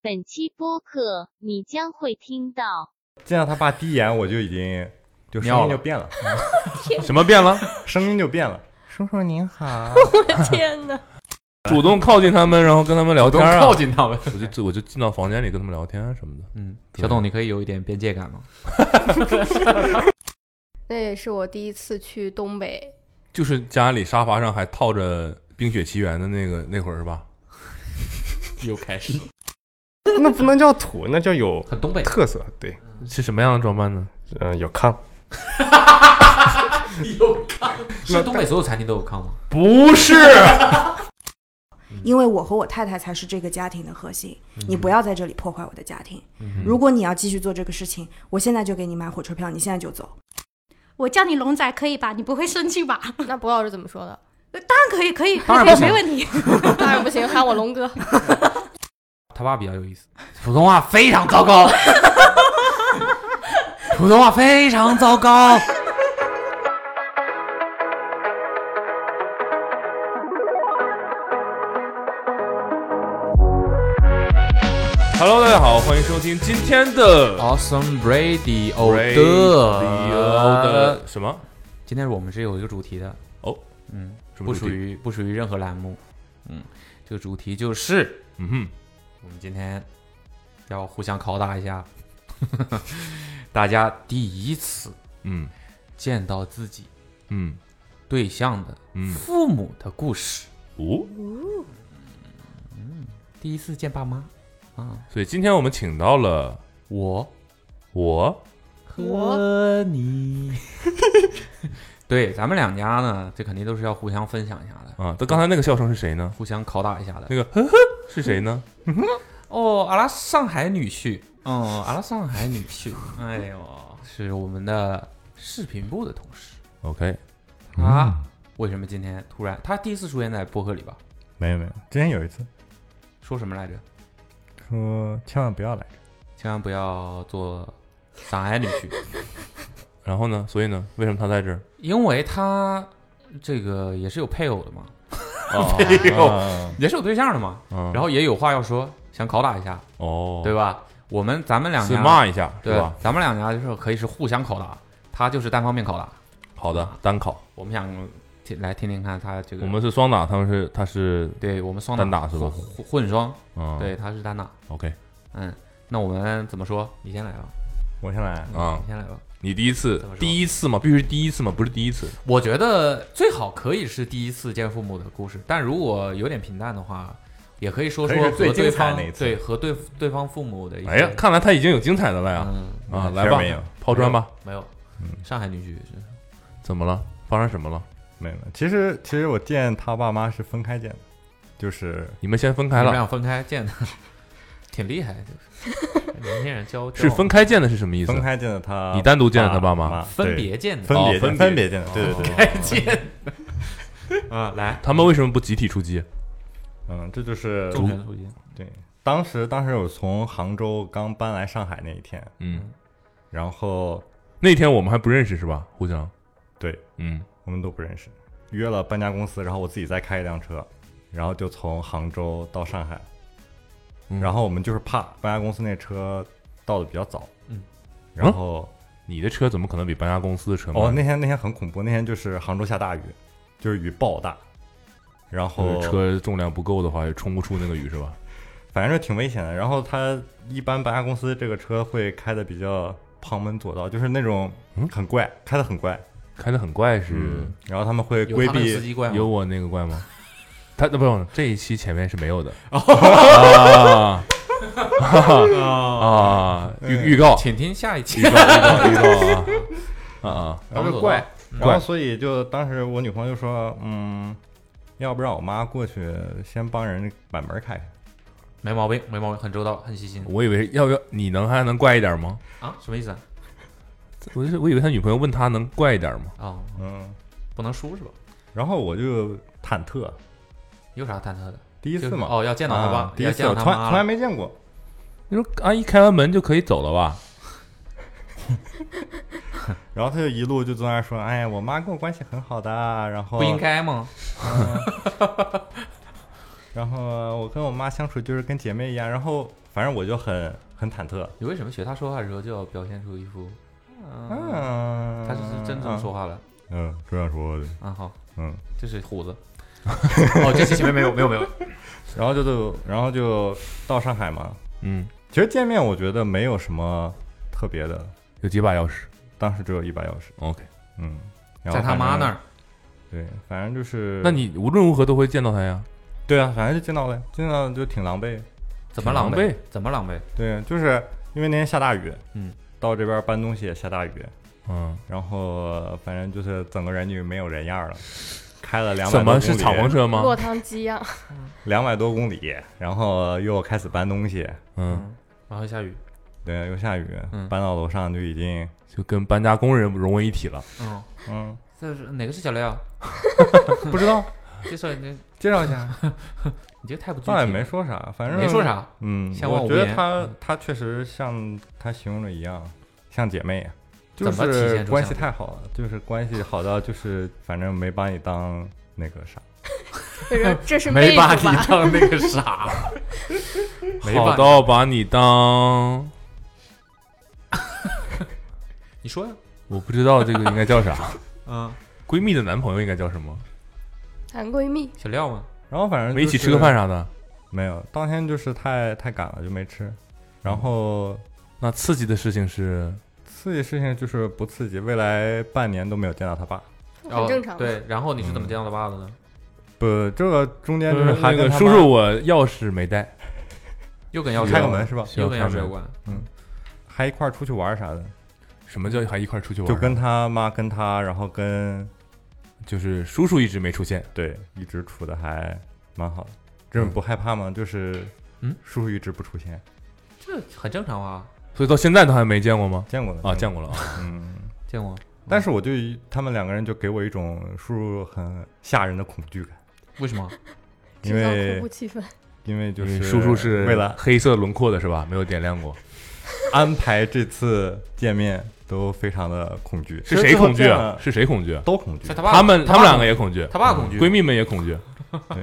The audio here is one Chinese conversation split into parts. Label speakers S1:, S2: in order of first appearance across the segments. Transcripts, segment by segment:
S1: 本期播客你将会听 到
S2: 见到他爸第一眼，我就已经就声
S3: 尿
S2: 音
S3: 了
S2: 就变了，
S3: 什么变了？
S2: 声音就变了。叔叔您好，
S4: 天哪！
S5: 主动靠近他们，然后跟他们聊
S3: 主动
S5: 天啊
S3: 靠，近他们。
S5: 我就自我就进到房间里跟他们聊天啊什么的。
S3: 嗯，
S5: 对
S3: 小董，你可以有一点边界感吗？
S4: 那也是我第一次去东北，
S5: 就是家里沙发上还套着《冰雪奇缘》的那个那会儿是吧？
S3: 又开始，
S6: 那不能叫土，那叫有
S3: 很东北。
S6: 特色。对，
S5: 是什么样的装扮呢？
S6: 嗯、有炕，
S3: 有炕，是东北所有餐厅都有炕吗？
S6: 不是
S7: 因为我和我太太才是这个家庭的核心，
S5: 嗯
S7: 你不要在这里破坏我的家庭。如果你要继续做这个事情，我现在就给你买火车票，你现在就走。
S8: 我叫你龙仔可以吧？你不会生气吧？
S4: 那博老师怎么说的？
S8: 当然 可以，可以，
S3: 当然不行
S8: 没问 题。
S4: 当然不行，喊我龙哥。
S3: 他爸比较有意思，普通话非常糟 糕，普通话非常糟糕。
S5: Hello，大家好，欢迎收听今天的
S3: Awesome Radio 的，
S5: 的什么？
S3: 今天我们是有一个主题的
S5: 哦，
S3: 嗯，
S5: 什
S3: 不
S5: 么主
S3: 属
S5: 题？
S3: 于不属于任何栏目，嗯，这个主题就是
S5: 嗯哼，
S3: 我们今天要互相拷打一下， 大家第一次
S5: 嗯
S3: 见到自己
S5: 嗯
S3: 对象的
S5: 嗯，
S3: 父母的故事，
S5: 哦，
S3: 第一次见爸妈啊，
S5: 所以今天我们请到了
S3: 我
S5: 我，
S3: 和呃你。 对，咱们两家呢，这肯定都是要互相分享一下的，
S5: 啊，但刚才那个笑声是谁呢？
S3: 互相拷打一下的。
S5: 那个呵呵是谁 呢？
S3: 哦，阿拉上海女婿，嗯，阿拉上海女 婿，哎呦，是我们的视频部的同事。
S5: OK，
S3: 他、为什么今天突然？他第一次出现在播客里吧？
S2: 没有没有，之前有一次
S3: 说什么来着？
S2: 说千万不 要来，
S3: 千万不要做上海女婿，
S5: 然后呢？所以呢？为什么他在这儿？
S3: 因为他这个也是有配偶的嘛，
S5: 哦
S6: 哎
S2: 啊
S3: 也是有对象的嘛，
S5: 嗯
S3: 然后也有话要说，想拷打一下，
S5: 哦，
S3: 对吧？我们咱们两
S5: 是
S3: 家
S5: 骂一下是
S3: 对
S5: 吧？
S3: 咱们两家就是可以是互相拷打，他就是单方面拷打。
S5: 好的，单考。
S3: 我们想听来听听看他这个，
S5: 我们是双打，他们是他是
S3: 对我们双
S5: 单打是
S3: 混
S5: 吧
S3: 混混双，
S5: 嗯
S3: 对，他是单打。
S5: OK
S3: 嗯，那我们怎么说？你先来吧，
S2: 我先来。
S5: 啊
S3: 你，先来吧。
S5: 你第一次
S3: 怎么说
S5: 第一次嘛，必须是第一次嘛，不是第一次。
S3: 我觉得最好可以是第一次见父母的故事，但如果有点平淡的话，也可以说
S2: 可以
S3: 说
S2: 是
S3: 和
S2: 最
S3: 对
S2: 精彩
S3: 方
S2: 那一次
S3: 对和对对方父母的一些。
S5: 哎呀，看来他已经有精彩的了呀！
S3: 嗯，
S5: 啊，
S2: 嗯
S5: 来
S2: 确实
S5: 吧嗯
S2: 没有，
S5: 抛砖吧。
S3: 没有，上海女婿是
S5: 怎么了？发生什么了？
S2: 没有，没有其实其实我见他爸妈是分开见的，就是
S5: 你们先分
S3: 你
S5: 开
S3: 们
S5: 了，
S3: 俩分开见的， 挺厉害，就是年轻人交交
S5: 是分开见的是什么意思？
S2: 分开见的他，
S5: 你单独见的他爸妈
S2: 妈，
S3: 分
S2: 对
S3: 别见的，
S2: 分
S5: 哦
S2: 别
S5: 分哦
S2: 见分别见的，对 对对，
S3: 开见的哦 啊，来，
S5: 他们为什么不集体出击？
S2: 嗯，这就是
S3: 重拳出击，
S2: 对。当时当时我从杭州刚搬来上海那一天，
S5: 嗯，
S2: 然后
S5: 那天我们还不认识是吧？互相，
S2: 对
S5: 嗯，
S2: 我们都不认识，约了搬家公司，然后我自己再开一辆车，然后就从杭州到上海，
S5: 嗯
S2: 然后我们就是怕搬家公司那车到的比较早，
S3: 嗯，
S2: 然后、
S5: 你的车怎么可能比搬家公司的车慢
S2: 哦那天那天很恐怖，那天就是杭州下大雨，就是雨暴大，然
S5: 就是
S2: 后
S5: 车重量不够的话，也冲不出那个雨是吧？
S2: 反正挺危险的。然后他一般搬家公司这个车会开的比较旁门左道，就是那种
S5: 嗯
S2: 很怪，开的很怪，
S5: 开的很怪是
S2: 嗯，然后他们会
S3: 有
S2: 规
S3: 他们司
S2: 避。
S3: 机怪吗
S5: 有我那个怪吗？ 他不用，这一期前面是没有 的。啊 啊！预预告，
S3: 请听下一期
S5: 预告，预。告，预
S3: 哦
S5: 告啊啊 啊！
S2: 然后就
S3: 防
S2: 怪，
S3: 嗯
S2: 然后所以就当时我女朋友就说，嗯，要不让我妈过去先帮人把门开开。
S3: 没毛病，没毛病，很周到，很细
S2: 嗯
S3: 心
S5: 我以为要不要你能还能怪一点吗？
S3: 啊，什么意思啊？
S5: 我就是我以为他女朋友问他能怪一点吗？
S3: 哦，
S2: 嗯，
S3: 不能输是吧？
S2: 然后我就忐忑，
S3: 有啥忐忑的？
S2: 第一次嘛，
S3: 就是哦要见到他爸
S2: 啊第一
S3: 要
S2: 次
S3: 见到
S2: 我
S3: 他
S2: 从
S3: 妈
S2: 来
S3: 了
S2: 从来没见过，
S5: 你说阿姨开完门就可以走了吧？
S2: 然后他就一路就在那说，哎呀，我妈跟我关系很好的，啊然后
S3: 不应，该吗？
S2: 然后我跟我妈相处就是跟姐妹一样，然后反正我就很很忐忑。
S3: 你为什么学他说话的时候就要表现出一副，嗯，
S2: 嗯，
S3: 他是真这么说话了？
S2: 嗯，这样说的，
S3: 啊，好，
S2: 嗯。
S3: 这是 虎子。哦，这期前面没有，没有，没有。
S2: 然后就就然后就到上海嘛。
S5: 嗯，
S2: 其实见面我觉得没有什么特别的，
S5: 有几把钥匙
S2: 当时只有一把钥匙，
S5: ？OK，
S2: 嗯，然后
S3: 在他妈
S2: 反
S3: 那
S2: 正
S3: 儿，
S2: 对，反正就是，
S5: 那你无论如何都会见到他呀。
S2: 对啊，反正就见到了，见到就挺狼狈，
S3: 怎么狼
S5: 挺狼
S3: 狈
S5: 狈？
S3: 怎么狼狈？
S2: 对，就是因为那天下大雨，
S3: 嗯，
S2: 到这边搬东西也下大雨，
S5: 嗯，
S2: 然后反正就是整个人就没有人样了，开了两百
S5: 怎么是敞篷车吗？
S4: 落汤鸡啊样，
S2: 两百多公里，然后又开始搬东西，
S5: 嗯，，
S3: 然后下雨，
S2: 对，又下雨，
S3: 嗯
S2: 搬到楼上就已经，
S5: 就跟搬家工人融为一体 了。
S3: 嗯，
S2: 嗯，
S3: 这是哪个是小啊廖？
S2: 不知道，
S3: 介绍你，
S2: 介绍一下，
S3: 你这太不具体
S2: 倒
S3: 了，
S2: 也没说啥，反正
S3: 没说 啥，
S2: 嗯，
S3: 相忘
S2: 我
S3: 无
S2: 觉得
S3: 言
S2: 她
S3: 嗯
S2: 她确实像她形容的一样，像姐妹，就
S3: 怎么体现
S2: 是
S3: 出
S2: 关
S3: 像
S2: 系
S3: 姐
S2: 太好了，就是关系好到就是反正没把你当那个啥，
S4: 就是这是妹
S3: 没
S4: 子
S3: 把你
S4: 吧？
S3: 当那 个傻，没
S5: 好
S3: 把
S5: 到把你当
S3: 你说呀，
S5: 我不知道这个应该叫 啥，
S3: 嗯，
S5: 闺蜜的男朋友应该叫什么？
S4: 谈闺蜜，
S3: 小廖嘛，
S2: 然后反正、
S5: 没一起吃个饭，啥的。
S2: 没有，当天就是太太赶了就没吃，然后
S5: 那刺激的事情是，
S2: 刺激事情就是不刺激，未来半年都没有见到他爸，
S4: 很
S3: 然后
S4: 正常啊
S3: 哦对，然后你
S2: 嗯
S3: 是怎么见到他爸的呢？
S2: 不，这个中间就是还跟
S5: 那个
S2: 他
S5: 叔
S2: 妈
S5: 叔，我钥匙没带，
S3: 又跟钥匙
S2: 开
S3: 有
S2: 个
S3: 关
S2: 门是吧？
S3: 又跟钥匙有关，
S2: 还一块儿出去玩儿啥的，
S5: 什么叫还一块儿出去玩？
S2: 就跟他妈跟他，然后跟
S5: 就是叔叔一直没出现，
S2: 对，一直处的还蛮好的。这种不害怕吗？就是，
S3: 嗯，
S2: 叔叔一直不出现，
S3: 这很正常啊，
S5: 所以到现在都还没见过吗？
S2: 见过的
S5: 啊，见
S2: 过，
S5: 过了啊，
S2: 嗯。
S3: 见过。
S2: 但是我对于他们两个人就给我一种叔叔很吓人的恐惧感，
S3: 为什么？
S2: 因
S4: 制造恐
S2: 为
S4: 怖气氛，
S2: 因为就
S5: 因为
S2: 是
S5: 叔叔是
S2: 为了
S5: 黑色轮廓的是吧？没有点亮过，
S2: 安排这次见面都非常的恐惧，
S5: 是谁恐惧啊？
S2: 是
S5: 是谁恐惧啊？
S2: 都恐惧
S3: 是，他爸，
S5: 他们
S3: 他爸
S5: 他们两个也恐惧，
S3: 他爸恐惧，
S5: 闺蜜们也恐惧，
S2: 对，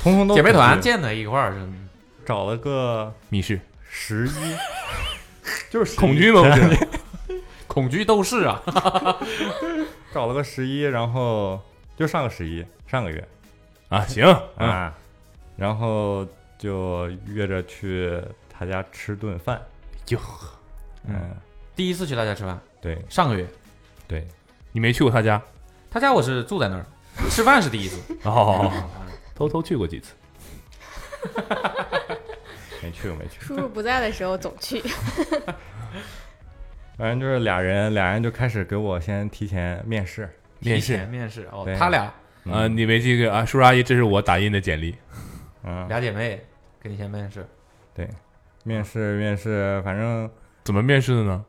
S2: 通嗯通都
S3: 姐妹团
S2: 恐惧
S3: 见在一块儿，真
S2: 找了个
S5: 密 室
S2: 十一，就是11
S5: 恐惧吗？不是，
S3: 恐惧斗士啊，
S2: 找了个十一，然后就上个十一，上个月，
S5: 啊，行啊，
S2: 啊，然后就约着去他家吃顿饭。
S5: 哟，
S2: 嗯，
S3: 第一次去他家吃饭，
S2: 对
S3: 上个月
S2: 对，
S5: 你没去过他家？
S3: 他家我是住在那儿，吃饭是第一次，
S5: 哦， 偷偷去过几次，
S2: 没去过没去过，
S4: 叔叔不在的时候总去，
S2: 反正就是俩人，俩人就开始给我先提前面试。
S5: 面
S3: 提
S5: 试
S3: 前面试哦
S2: 对，
S3: 他俩
S5: 啊，你没这个啊，叔叔阿姨，这是我打印的简历，
S2: 嗯，
S3: 俩姐妹跟你先面试，
S2: 面试面试，反正
S5: 怎么面试的呢？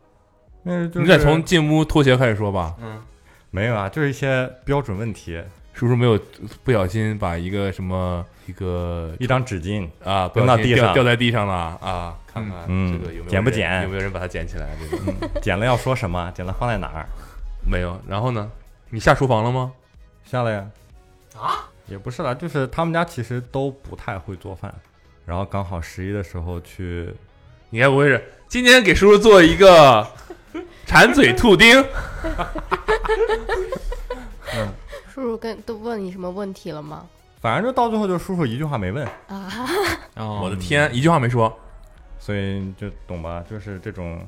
S2: 面试就是
S5: 你得从进屋脱鞋开始说吧。
S3: 嗯，
S2: 没有啊，就是一些标准问题，
S5: 叔叔没有不小心把一个什么一个
S2: 一张纸巾，
S5: 啊，不
S2: 扔
S5: 小
S2: 到
S5: 心
S2: 地
S5: 掉
S2: 上
S5: 掉在地上了啊，看看
S2: 嗯
S5: 这个有没有
S2: 捡不
S5: 人
S2: 捡嗯
S5: 有没有人把它捡起来？这个
S2: 捡了要说什么， 捡了放在哪儿，
S5: 没有。然后呢，你下厨房了吗？
S2: 下来呀。啊？也不是啦，就是他们家其实都不太会做饭，然后刚好十一的时候去
S5: 你该不会是今天给叔叔做一个馋嘴 兔丁？
S4: 叔叔跟都问你什么问题了吗？
S2: 反正就到最后，就叔叔一句话没问，
S4: 啊，
S3: 哦
S5: 我的天，一句话没说。
S2: 所以你就懂吧，就是这种，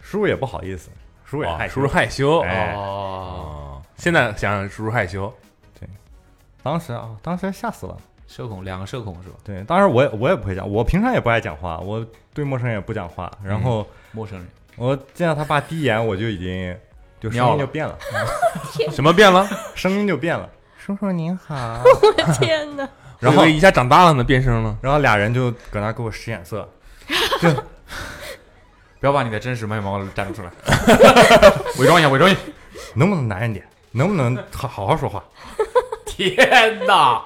S2: 叔叔也不好意思，叔叔也害
S5: 哦
S2: 羞，
S5: 叔叔害羞
S2: 哎
S3: 哦，
S5: 哦。现在想想，叔叔害羞，
S2: 当时啊，当时吓死了，
S3: 社恐两个社恐是吧？
S2: 对，当时我也我也不会讲，我平常也不爱讲话，我对陌生人也不讲话，然后
S3: 陌生人，
S2: 我见到他爸第一眼我就已经就声
S3: 尿
S2: 音就
S3: 了
S2: 变了，
S5: 什么变了？
S2: 声音就变了， 叔叔您好，
S4: 天哪！
S2: 然后
S5: 我以为一下长大了呢，变声了。
S2: 然后俩人就搁那给我使眼色，
S3: 不要把你的真实面貌展露出来， 伪装一下，伪装一下。
S2: 能不能男人点，能不能好好好说话？
S3: 天哪！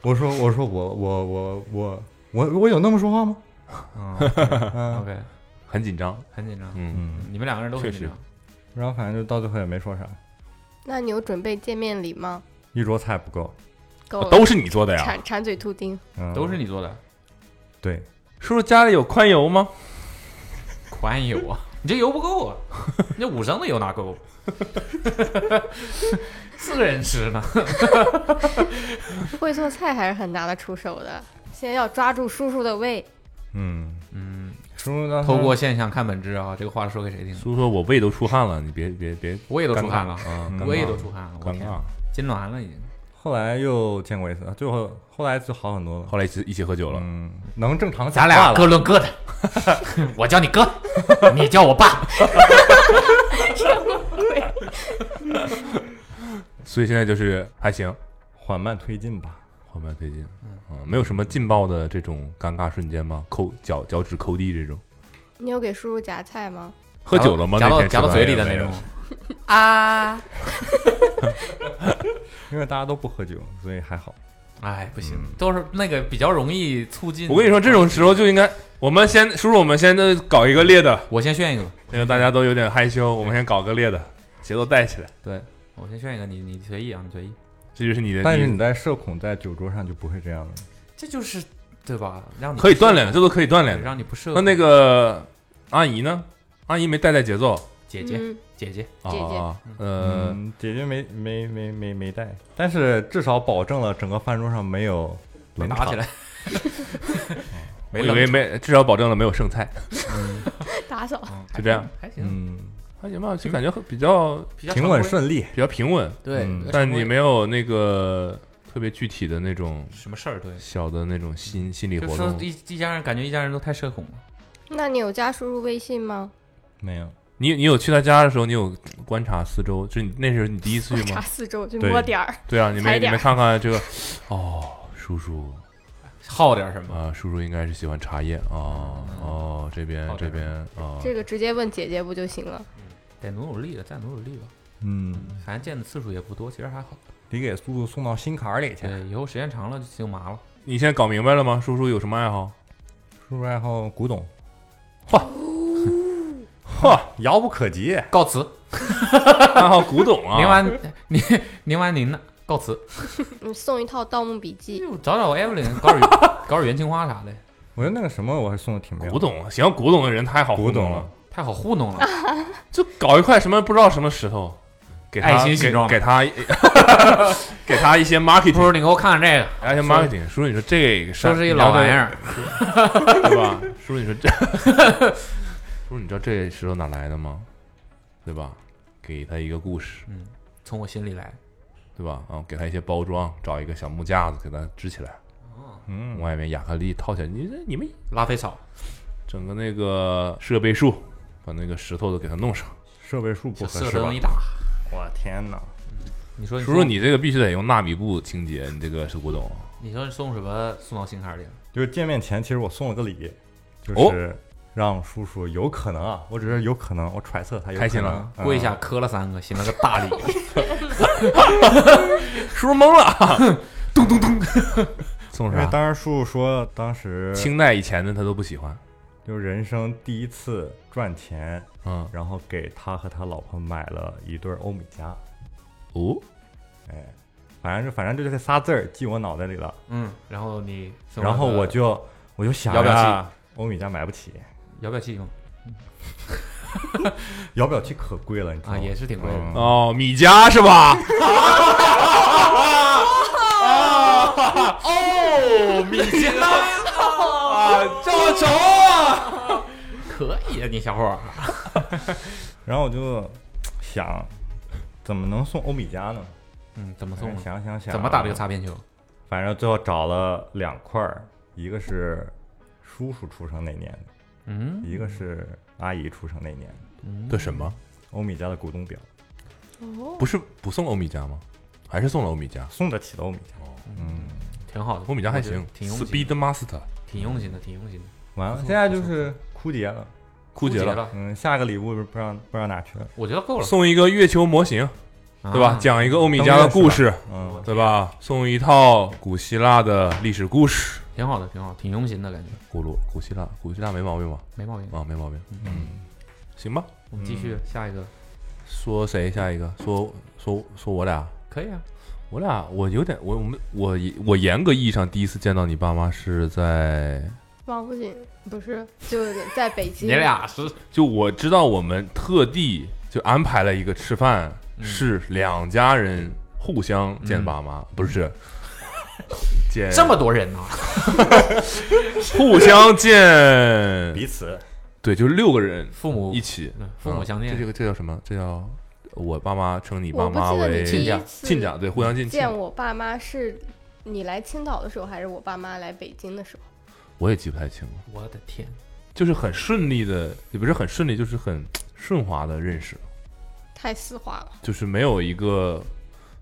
S2: 我说我说我我我我我我有那么说话吗？
S3: 嗯
S2: 嗯、
S3: ，OK，
S5: 很紧张，
S3: 很紧张，
S5: 嗯，
S2: 嗯，
S3: 你们两个人都很紧张。
S2: 然后反正就到最后也没说啥，
S4: 那你有准备见面礼吗？
S2: 一桌菜不够，
S4: 够了，
S5: 嗯都是你做的呀？
S4: 馋馋嘴兔丁，
S2: 嗯，
S3: 都是你做的，
S2: 对，
S5: 叔叔家里有宽油吗？
S3: 宽油啊，你这油不够啊，你这五升的油哪够？啊 四个人吃呢，
S4: 会做菜还是很拿得出手的。先要抓住叔叔的胃，
S2: 嗯，
S3: 嗯，
S2: 叔叔当时
S3: 透过现象看本质啊，这个话说给谁听？
S5: 叔叔说我胃都出汗了，你别别别
S3: 我也都出汗了，
S5: 啊，
S2: 嗯
S5: 尴尬
S3: 我也都出汗了，我
S5: 尴
S3: 天，
S5: 尬。
S3: 痉挛了已经。
S2: 后来又见过一次，最后后来就好很多了。
S5: 后来一起一起喝酒了，
S2: 嗯，能正常
S3: 咱
S2: 讲话
S3: 俩各
S2: 了。
S3: 论各的，我叫你哥，你叫我爸。
S5: 所以现在就是还行，
S2: 缓慢推进吧。
S5: 缓慢推进。嗯，没有什么劲爆的这种尴尬瞬间吗？抠脚脚趾抠地这种，
S4: 你有给叔叔夹菜吗？
S5: 喝酒了吗？
S3: 夹
S5: 那
S3: 到
S5: 天吃
S3: 夹到
S5: 饭
S3: 嘴里的那
S5: 没有
S3: 种。
S8: 啊，
S2: 因为大家都不喝酒，所以还好。
S3: 哎，不行，都是那个比较容易促进。
S5: 嗯我跟你说，这种时候就应该，我们先叔叔，我们先呃搞一个烈的，
S3: 我先炫一个吧，
S5: 因为大家都有点害羞，我们先搞个烈的，节奏带起来。
S3: 对我先炫一个，你你随意啊，你随意，
S5: 这就是你的，
S2: 但是你在社恐在酒桌上就不会这样了。
S3: 这就是对吧？让你
S5: 可以锻炼，这都可以锻
S3: 对，
S5: 炼的。
S3: 让你不适合。
S5: 那那个阿姨呢？阿姨没带带节奏
S3: 姐姐
S4: 嗯
S3: 姐姐，
S5: 啊
S4: 姐姐
S5: 啊，呃，
S2: 嗯，姐姐没没没没没带，但是至少保证了整个饭桌上没有冷
S3: 打起
S2: 场。
S3: 来，
S5: 我
S3: 没
S5: 以
S3: 冷
S5: 为
S3: 场
S5: 没，至少保证了没有剩菜，
S4: 打扫
S3: 嗯
S5: 就这样，
S3: 还行，
S2: 嗯，
S5: 还行吧，就感觉很比较
S3: 比较
S2: 平稳
S3: 常规，
S2: 顺利。
S5: 比较平稳，
S3: 对
S2: 嗯，
S5: 但你没有那个特别具体的那种
S3: 什么事儿，对，
S5: 小的那种心心理
S3: 就
S5: 活
S3: 说
S5: 动。
S3: 一一家人感觉一家人都太社恐了，
S4: 那你有加叔叔微信吗？
S2: 没有，
S5: 你你有去他家的时候，你有观察四周，是你那时候你第一次
S4: 我
S5: 去吗
S4: 查？四周就
S2: 对
S4: 摸点儿，
S5: 对啊，你
S4: 踩
S5: 们你
S4: 点儿
S5: 们看看这个，哦，叔叔
S3: 好点什么？
S5: 啊，叔叔应该是喜欢茶叶啊，哦，这边
S3: 好
S5: 这
S3: 点
S5: 边啊，
S4: 这个直接问姐姐不就行了？
S3: 得努努力了，再努努力吧。
S2: 嗯，
S3: 反正见的次数也不多，其实还好。哎
S2: 得给叔叔送到心坎儿里去。
S3: 对，以后时间长了就就麻了。
S5: 你现在搞明白了吗？叔叔有什么爱好？
S2: 叔叔爱好古董，
S5: 嚯，
S2: 遥不可及。
S3: 告辞，
S5: 爱好古董啊！
S3: 您完您您完您呢？告辞。
S4: 你送一套《盗墓笔记》
S3: 就找找 Evelyn，搞 点搞点元青花啥的，
S2: 我觉得那个什么我还送的挺妙。
S5: 古，董行，古董的人太好糊
S2: 古
S5: 弄
S2: 董
S5: 了
S2: 了，
S3: 太好糊弄了。
S5: 就搞一块什么不知道什么石头，给他
S3: 爱心形状
S5: 给给他给他 一些 marketing
S3: 不如你给我看看这 个，
S5: 而且 marketing，叔叔你说这个事儿
S3: 说是啊一老玩意，儿，
S5: 你 要对对吧？叔叔你说这， 叔叔你知道这石头哪来的吗？对吧？给他一个故事，
S3: 嗯，从我心里来。
S5: 对吧？啊，给他一些包装，找一个小木架子给他支起来，
S3: 哦
S2: 嗯，
S5: 外面亚克力套起来。你这你们
S3: 拉菲草，
S5: 整个那个设备树，把那个石头都给它弄上。
S2: 设备数不
S3: 小
S2: 合
S3: 射
S2: 适吧
S3: 灯一？打，
S2: 我天哪！
S3: 你说
S5: 叔叔，你这个必须得用纳米布清洁，你这个是古董。
S3: 你说你送什么送到心坎里了？
S2: 就是见面前，其实我送了个礼，就
S5: 哦
S2: 是让叔叔有可能啊，我只是有可能，我嗯揣测他有
S5: 开心
S2: 可能
S5: 了，
S3: 跪下磕了三个，行了个大 礼。
S5: 叔叔懵了，咚咚咚， 送
S2: 因为
S3: 啊
S5: 啥？
S2: 哎当时叔叔说，当时
S5: 清代以前的他都不喜欢。
S2: 就是人生第一次赚钱，
S5: 嗯，
S2: 然后给他和他老婆买了一对欧米茄，
S5: 哦，
S2: 哎，反正就反正就这仨字儿记我脑袋里了，
S3: 嗯，然后你送了个，
S2: 然后我就我就想
S3: 摇表器
S2: 呀，欧米茄买不起，
S3: 摇表器用
S2: 摇表器可贵了，你知道
S3: 啊，
S2: 吗？
S3: 也是挺贵的。
S2: 嗯
S5: 哦，米家是吧？
S3: 哦，米家啊，这
S5: 愁啊！
S3: 可以啊，你小伙儿。
S2: 然后我就想，怎么能送欧米茄呢？
S3: 嗯，怎么送呢？
S2: 想想想，
S3: 怎么打这个擦边球？
S2: 反正最后找了两块儿，一个是叔叔出生那年的，
S3: 嗯，
S2: 一个是阿姨出生那年的。
S5: 这什么？
S2: 欧米茄的股东表
S5: 不是不送欧米茄吗？还是送了欧米茄？
S2: 送得起的欧米茄，
S5: 哦
S3: 挺好的，
S5: 欧米茄还
S3: 我
S5: 行
S3: 觉得挺用心
S5: ，Speed
S3: 的，
S5: Master
S3: 挺用心的，挺用心的。
S2: 完了，
S3: 不错
S2: 现在就是枯竭了。
S5: 枯竭了，
S3: 了，
S2: 嗯，下个礼物不知道不知道哪去了。
S3: 我觉得够了，
S5: 送一个月球模型，对吧？
S3: 啊
S5: 讲一个欧米茄的故事，
S2: 嗯，
S5: 对吧？送一套古希腊的历史故事，
S3: 挺好的，挺好，挺用心的感觉，
S5: 古罗古希腊，古希腊没毛病吧？
S3: 没毛病。
S5: 啊，没毛病，嗯，行吧。
S3: 我们继续下一个，
S5: 说谁下一个？说说说我俩，
S3: 可以啊，
S5: 我俩我有点我我们我我严格意义上第一次见到你爸妈是在
S4: 王府井不是就是在北京，
S3: 你俩是
S5: 就我知道我们特地就安排了一个吃饭，
S3: 嗯
S5: 是两家人互相见爸妈，不 是见
S3: 这么多人啊呢、
S5: 互 相见
S2: 彼此
S5: 对，就六个人
S3: 父母
S5: 一起，
S3: 嗯父母相
S5: 嗯
S3: 见
S5: 这这个这叫什么？这叫我爸妈称你爸
S4: 我不
S5: 妈
S4: 记得
S5: 为
S4: 你第一次
S5: 亲家，对，互相近亲。
S4: 见我爸妈是你来青岛的时候，还是我爸妈来北京的时候？
S5: 我也记不太清了，
S3: 我的天，
S5: 就是很顺利的，也不是很顺利，就是很顺滑的认识，
S4: 太丝滑了，
S5: 就是没有一个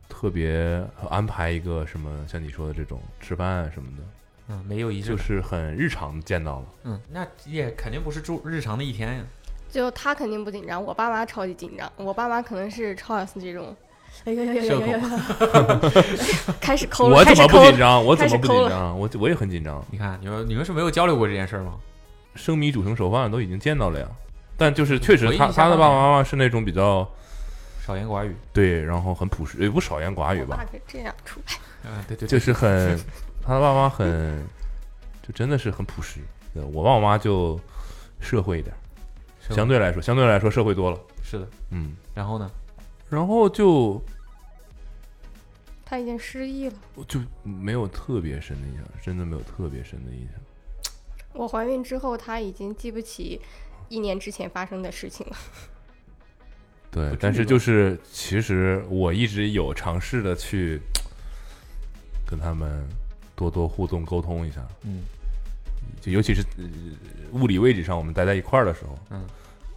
S5: 特别安排一个什么像你说的这种吃饭啊什么的，
S3: 嗯，没有仪式
S5: 就
S3: 感，
S5: 是很日常见到了。
S3: 嗯，那也肯定不是住日常的一天呀。
S4: 就他肯定不紧张，我爸妈超级紧张。我爸妈可能是 Charles 这种，哎呦呦呦呦呦呦呦，开始抠了，
S5: 我
S4: 开
S5: 怎
S4: 始
S5: 么
S4: 抠
S5: 不
S4: 了
S5: 紧张？我怎么不
S4: 开始抠
S5: 紧
S4: 了
S5: 张？我我也很紧张。
S3: 你看，你们你们是没有交流过这件事儿吗？
S5: 生米煮成熟饭都已经见到了呀，但就是确实
S3: 回忆
S5: 他
S3: 一下
S5: 他的
S3: 吧
S5: 爸爸妈妈是那种比较
S3: 少言寡语，
S5: 对，然后很朴实，也不少言寡语
S4: 我爸
S5: 吧，
S4: 可这样出哎来，
S3: 嗯，对对
S5: 就
S3: 对，
S5: 是很他的爸妈很就真的是很朴实。对我爸我妈就社会一点，
S3: 是
S5: 相对来说相对来说社会多了，
S3: 是的。
S5: 嗯，
S3: 然后呢？
S5: 然后就
S4: 他已经失忆了。
S5: 就没有特别深的印象，真的没有特别深的印象。
S4: 我怀孕之后，他已经记不起一年之前发生的事情了。
S5: 对，但是就是其实我一直有尝试的去跟他们多多互动沟通一下，
S3: 嗯，
S5: 就尤其是、呃物理位置上我们待在一块儿的时候，
S3: 嗯，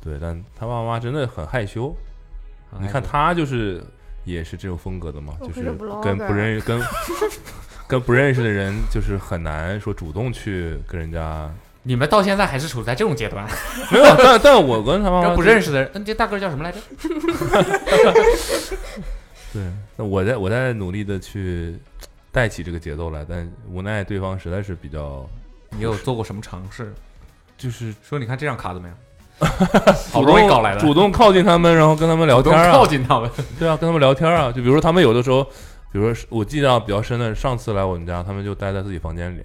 S5: 对，但他爸妈真的很害羞，你看
S3: 他。
S5: 他就是也是这种风格的嘛，
S4: 我
S5: 就
S4: 不是啊
S5: 是
S4: blogger
S5: 跟不认 跟跟不认识的人就是很难说主动去跟人家。
S3: 你们到现在还是处在这种阶段，啊
S5: 没有，但但我跟他妈妈
S3: 不认
S5: 识。
S3: 识的人，嗯，这大个儿叫什么来着？
S5: 对，那我在我在努力的去带起这个节奏来，但无奈对方实在是比较
S3: 你有做过什么尝试？
S5: 就是
S3: 说你看这张卡怎 么样？好
S5: 主
S3: 不容易
S5: 动
S3: 搞来的
S5: 主动靠近他们，然后跟他们聊
S3: 主动
S5: 天啊，
S3: 靠近他们，
S5: 对啊，跟他们聊天啊，就比如说他们有的时候，比如说我记得啊比较深的，上次来我们家，他们就待在自己房间里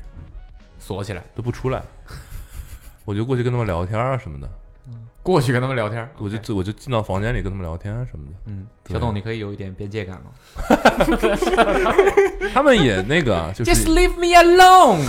S3: 锁起来，
S5: 都不出来，我就过去跟他们聊天啊什么的，
S3: 过去跟他们聊天儿。
S5: 我就
S3: OK
S5: 自我就进到房间里跟他们聊天啊什么的，
S3: 嗯，
S5: 对
S3: 小董，你可以有一点边界感了。
S5: 他 们也那个啊就是
S3: leave me alone。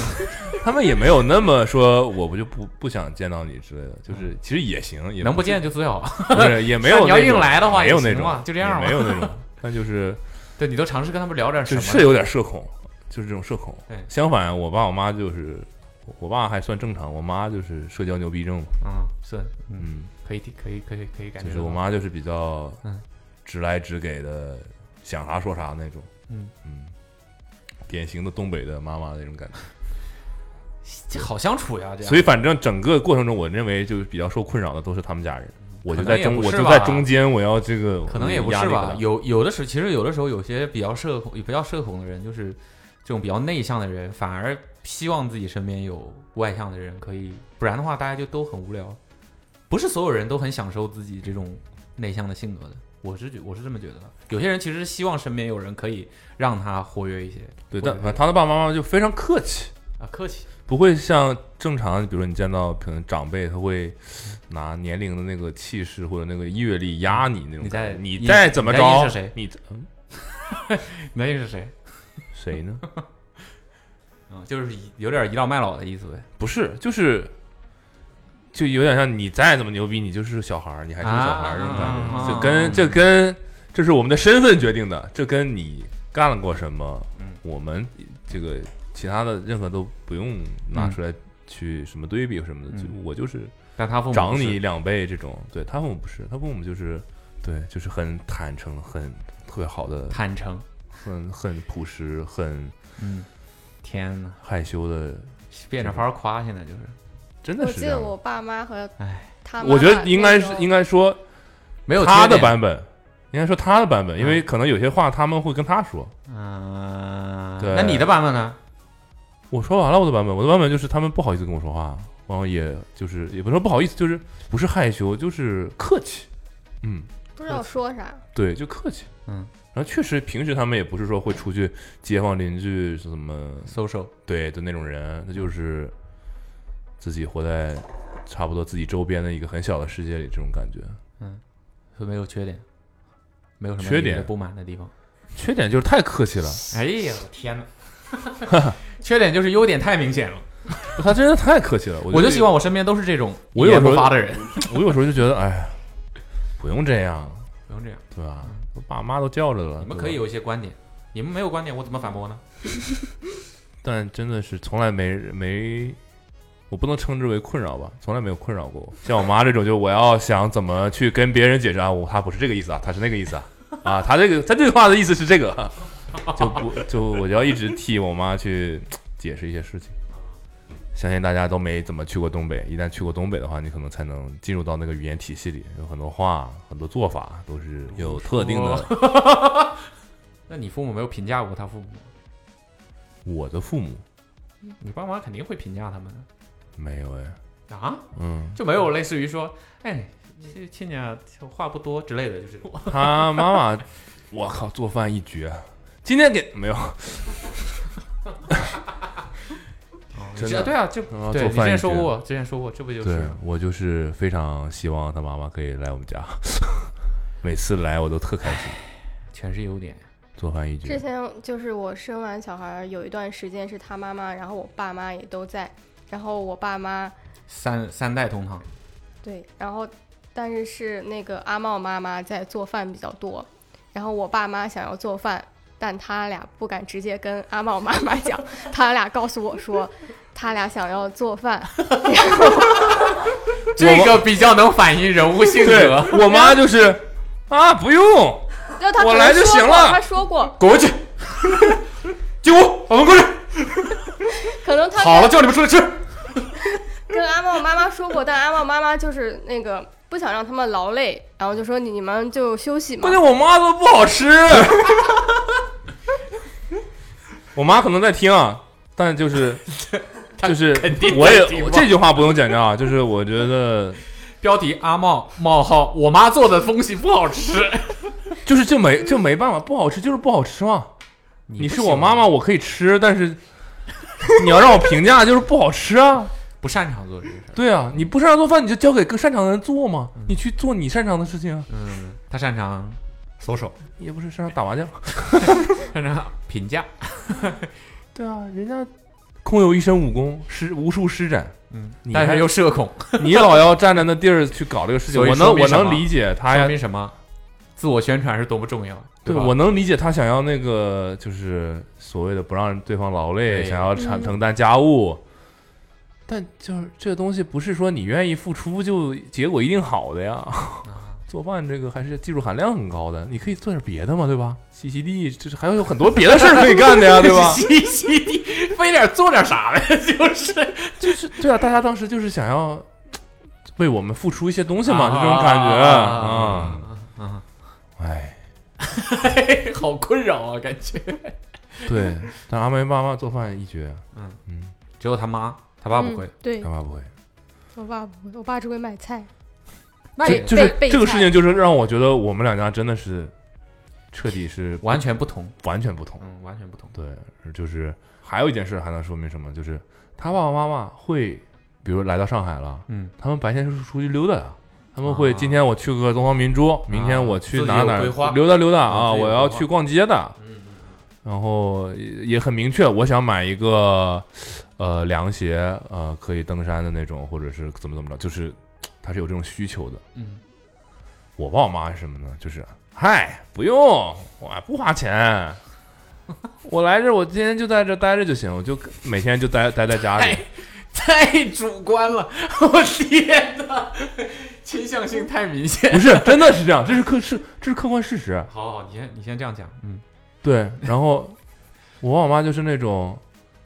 S5: 他们也没有那么说我不就不不想见到你之类的，就是其实也行，也
S3: 能不
S5: 是
S3: 见就最好。
S5: 不是也没有
S3: 你要
S5: 那种
S3: 硬来的话
S5: 没
S3: 也
S5: 有那
S3: 行嘛
S5: 种
S3: 就这样
S5: 也
S3: 嘛
S5: 没有 那种，但就是
S3: 对你都尝试跟他们聊点什
S5: 就
S3: 么？
S5: 是有点社恐，就是这种社恐
S3: 对。
S5: 相反，我爸我妈就是，我我爸还算正常，我妈就是社交牛逼症嘛。
S3: 嗯，是，嗯，
S5: 嗯，
S3: 可以，可以，可以，可以感觉到。
S5: 就是我妈就是比较
S3: 嗯
S5: 直来直给的，想啥说啥那种。
S3: 嗯
S5: 嗯，典型的东北的妈妈那种感觉。
S3: 这好相处呀，这样。
S5: 所以反正整个过程中，我认为就是比较受困扰的都是他们家人，我就
S3: 嗯可能
S5: 在
S3: 也
S5: 中，
S3: 不
S5: 我
S3: 是
S5: 就
S3: 吧
S5: 在中间，我要这个
S3: 可能也不
S5: 压
S3: 是
S5: 力
S3: 吧
S5: 很，大
S3: 有有的时候，其实有的时候有些比较社恐、比较社恐的人，就是这种比较内向的人，反而希望自己身边有外向的人，可以，不然的话大家就都很无聊。不是所有人都很享受自己这种内向的性格的，我是觉我是这么觉得的。有些人其实希望身边有人可以让他活跃一些
S5: 对，
S3: 或
S5: 但
S3: 者
S5: 反正他的爸爸妈妈就非常客气。
S3: 啊，客气，
S5: 不会像正常，比如说你见到可能长辈，他会
S3: 嗯
S5: 拿年龄的那个气势或者那个阅历压你那种
S3: 你在
S5: 感觉。你
S3: 你
S5: 再怎么
S3: 你在
S5: 着，
S3: 意是谁
S5: 你嗯
S3: 那又是谁？
S5: 谁呢？
S3: 嗯，就是有点倚老卖老的意思呗。
S5: 不是，就是就有点像你再怎么牛逼，你就是小孩儿，你还是个小孩儿那种感
S3: 啊
S5: 觉。就跟这跟这是我们的身份决定的，这跟你干了过什么，
S3: 嗯
S5: 我们这个其他的任何都不用拿出来去什么对比什么的，就
S3: 嗯
S5: 我就是。
S3: 但他父母
S5: 长
S3: 是
S5: 你两倍这种，对他父母不是，他父母就是，对，就是很坦诚，很特别好的，
S3: 坦诚，
S5: 很很朴实，很
S3: 嗯，天哪，
S5: 害羞的，
S3: 变着法儿夸，现在就是
S5: 真
S4: 我
S5: 的是
S4: 记
S5: 这
S4: 得
S5: 样。
S4: 我爸妈和
S3: 哎
S4: 他妈妈
S5: 我觉得应该是
S4: 那时候
S5: 应该说
S3: 没有缺
S5: 他的
S3: 点
S5: 版本，应该说他的版本，因为可能有些话他们会跟他说。
S3: 嗯，
S5: 对
S3: 那你的版本呢？
S5: 我说完了我的版本，我的版本就是他们不好意思跟我说话，然后也就是也不是说不好意思，就是不是害羞，就是客气，嗯。
S4: 不知道说啥，
S5: 对，就客气。
S3: 嗯，
S5: 然后确实平时他们也不是说会出去街坊邻居是怎么
S3: social
S5: 对的那种人，他就是自己活在差不多自己周边的一个很小的世界里，这种感觉。
S3: 有没有缺点？没有什么
S5: 缺
S3: 令
S5: 点
S3: 人不满的地方。
S5: 缺点就是太客气了，
S3: 哎 呀，我天哪！ 缺点就是优点太明显了，
S5: 他真的太客气了。我
S3: 我就
S5: 就
S3: 希望我身边都是这种
S5: 我
S3: 一
S5: 有
S3: 言
S5: 时候
S3: 不发的人，
S5: 我有时候就觉得，哎，不用这样，
S3: 不用这样。
S5: 对吧？我爸妈都叫着了，
S3: 你们
S5: 对
S3: 可以
S5: 吧，
S3: 有一些观点，你们没有观点，我怎么反驳呢？
S5: 但真的是从来没没，我不能称之为困扰吧，从来没有困扰过我。像我妈这种，就我要想怎么去跟别人解释啊，我她不是这个意思啊，她是那个意思啊，啊，她这个她这句话的意思是这个，啊就不就我就要一直替我妈去解释一些事情。相信大家都没怎么去过东北，一旦去过东北的话，你可能才能进入到那个语言体系里，有很多话、很多做法都是有特定的
S3: 哦 那你父母没有评价过他父母，
S5: 我的父母
S3: 你爸妈肯定会评价他们
S5: 没有哎，
S3: 的啊，
S5: 嗯，
S3: 就没有类似于说，哎，这亲家话不多之类的，就是
S5: 他妈妈，我靠，做饭一绝。今天给没有，真的
S3: 对啊，就
S5: 嗯
S3: 对你
S5: 做
S3: 之
S5: 饭一
S3: 前
S5: 绝。
S3: 说过，之前说过，这不就
S5: 对啊
S3: 是
S5: 我就是非常希望他妈妈可以来我们家， 每次来我都特开心，
S3: 全是优点？
S5: 做饭一
S4: 之
S5: 绝。
S4: 前就是我生完小孩儿有一段时间是他妈妈，然后我爸妈也都在，然后我爸妈
S3: 三三代同堂，
S4: 对，然后但是是那个阿茂妈妈在做饭比较多，然后我爸妈想要做饭，但他俩不敢直接跟阿茂妈妈讲， 他俩告诉我说他俩想要做饭，
S3: 这个比较能反映人物性
S5: 对
S3: 格。
S5: 我妈就是啊，不用，
S4: 然后他
S5: 我
S4: 可能
S5: 来就
S4: 说
S5: 行
S4: 过
S5: 了
S4: 他说过，
S5: 滚回 去，进屋，把门关上。
S4: 可能他
S5: 好了，叫你们出来吃。
S4: 跟阿茂妈妈说过，但阿茂妈妈就是那个不想让他们劳累，然后就说你们就休息嘛
S5: 关。键我妈做的不好吃。 我妈可能在听啊，但 就是就是
S3: 定在
S5: 我也
S3: 听吧
S5: 我这句话不用剪掉啊，就是我觉得
S3: 标题阿茂冒号，我妈做的东西不好吃。
S5: 就是就没就没办法，不好吃就是不好吃嘛。你
S3: 不
S5: 是
S3: 喜
S5: 我
S3: 欢
S5: 妈妈，我可以吃，但是 你要让我评价就是不好吃啊。
S3: 不擅长做这个事儿，
S5: 对啊，你不擅长做饭，你就交给更擅长的人做嘛，你去做你擅长的事情啊，
S3: 嗯，他擅长
S2: 搜手，
S5: 也不是擅长打麻将。
S3: 擅长评价，
S5: 对啊，人家空有一身武功，施无数施展，
S3: 嗯
S5: 你，
S3: 但
S5: 还
S3: 是又社恐，
S5: 你老要站在那地儿去搞这个事情，
S3: 所以
S5: 我
S3: 说
S5: 能
S3: 明
S5: 我
S3: 什么
S5: 能理解他
S3: 说
S5: 哎呀，
S3: 明什么？自我宣传是多么重要，
S5: 对
S3: 吧？
S5: 我能理解他想要那个就是所谓的不让对方劳累，
S3: 对
S5: 想要承
S4: 嗯
S5: 承担家务，但就是这个东西不是说你愿意付出就结果一定好的呀。 做饭这个还是技术含量很高的，你可以做点别的嘛，对吧？洗洗地，就是还有很多别的事儿可以干的 呀，对吧？
S3: 嘻嘻地，非得做点啥呗，就是
S5: 就是对啊，大家当时就是想要为我们付出一些东西嘛，就这种感觉啊。
S3: 啊啊啊！
S5: 哎，
S3: 啊好困扰啊，感觉。
S5: 对，但阿梅妈妈做饭一绝，
S3: 嗯
S5: 嗯，
S3: 只有他妈，他爸不会
S4: 嗯，对
S5: 他，爸不会。
S4: 我爸不会，我爸只会买菜。
S3: 那
S5: 就
S3: 也
S5: 就
S4: 备
S5: 是
S4: 备
S5: 这个
S4: 菜
S5: 事情，就是让我觉得我们两家真的是彻底是
S3: 完全不同，
S5: 完全不同。
S3: 嗯，完全不同。
S5: 对，就是还有一件事还能说明什么，就是他爸爸妈妈会，比如来到上海了，
S3: 嗯，
S5: 他们白天是出去溜达的。他们会
S3: 啊
S5: 今天我去个东方明珠，明天我去
S3: 自己
S5: 哪
S3: 有
S5: 哪儿
S3: 规划
S5: 溜达溜达啊，
S3: 嗯自己有
S5: 我
S3: 规
S5: 要
S3: 划
S5: 去逛街的，
S3: 嗯
S5: 然后也也很明确，我想买一个呃凉鞋，呃可以登山的那种，或者是怎么怎么着，就是他是有这种需求的。
S3: 嗯，
S5: 我爸我妈是什么呢？就是嗨，不用，我不花钱，我来这，我今天就在这待着就行，我就每天就待待在家里。
S3: 太主观了，我天哪， 倾向性太明显。
S5: 不是，真的是这样，这是客是这是客观事实。
S3: 好好，你先你先这样讲，嗯，
S5: 对，然后我爸我妈就是那种，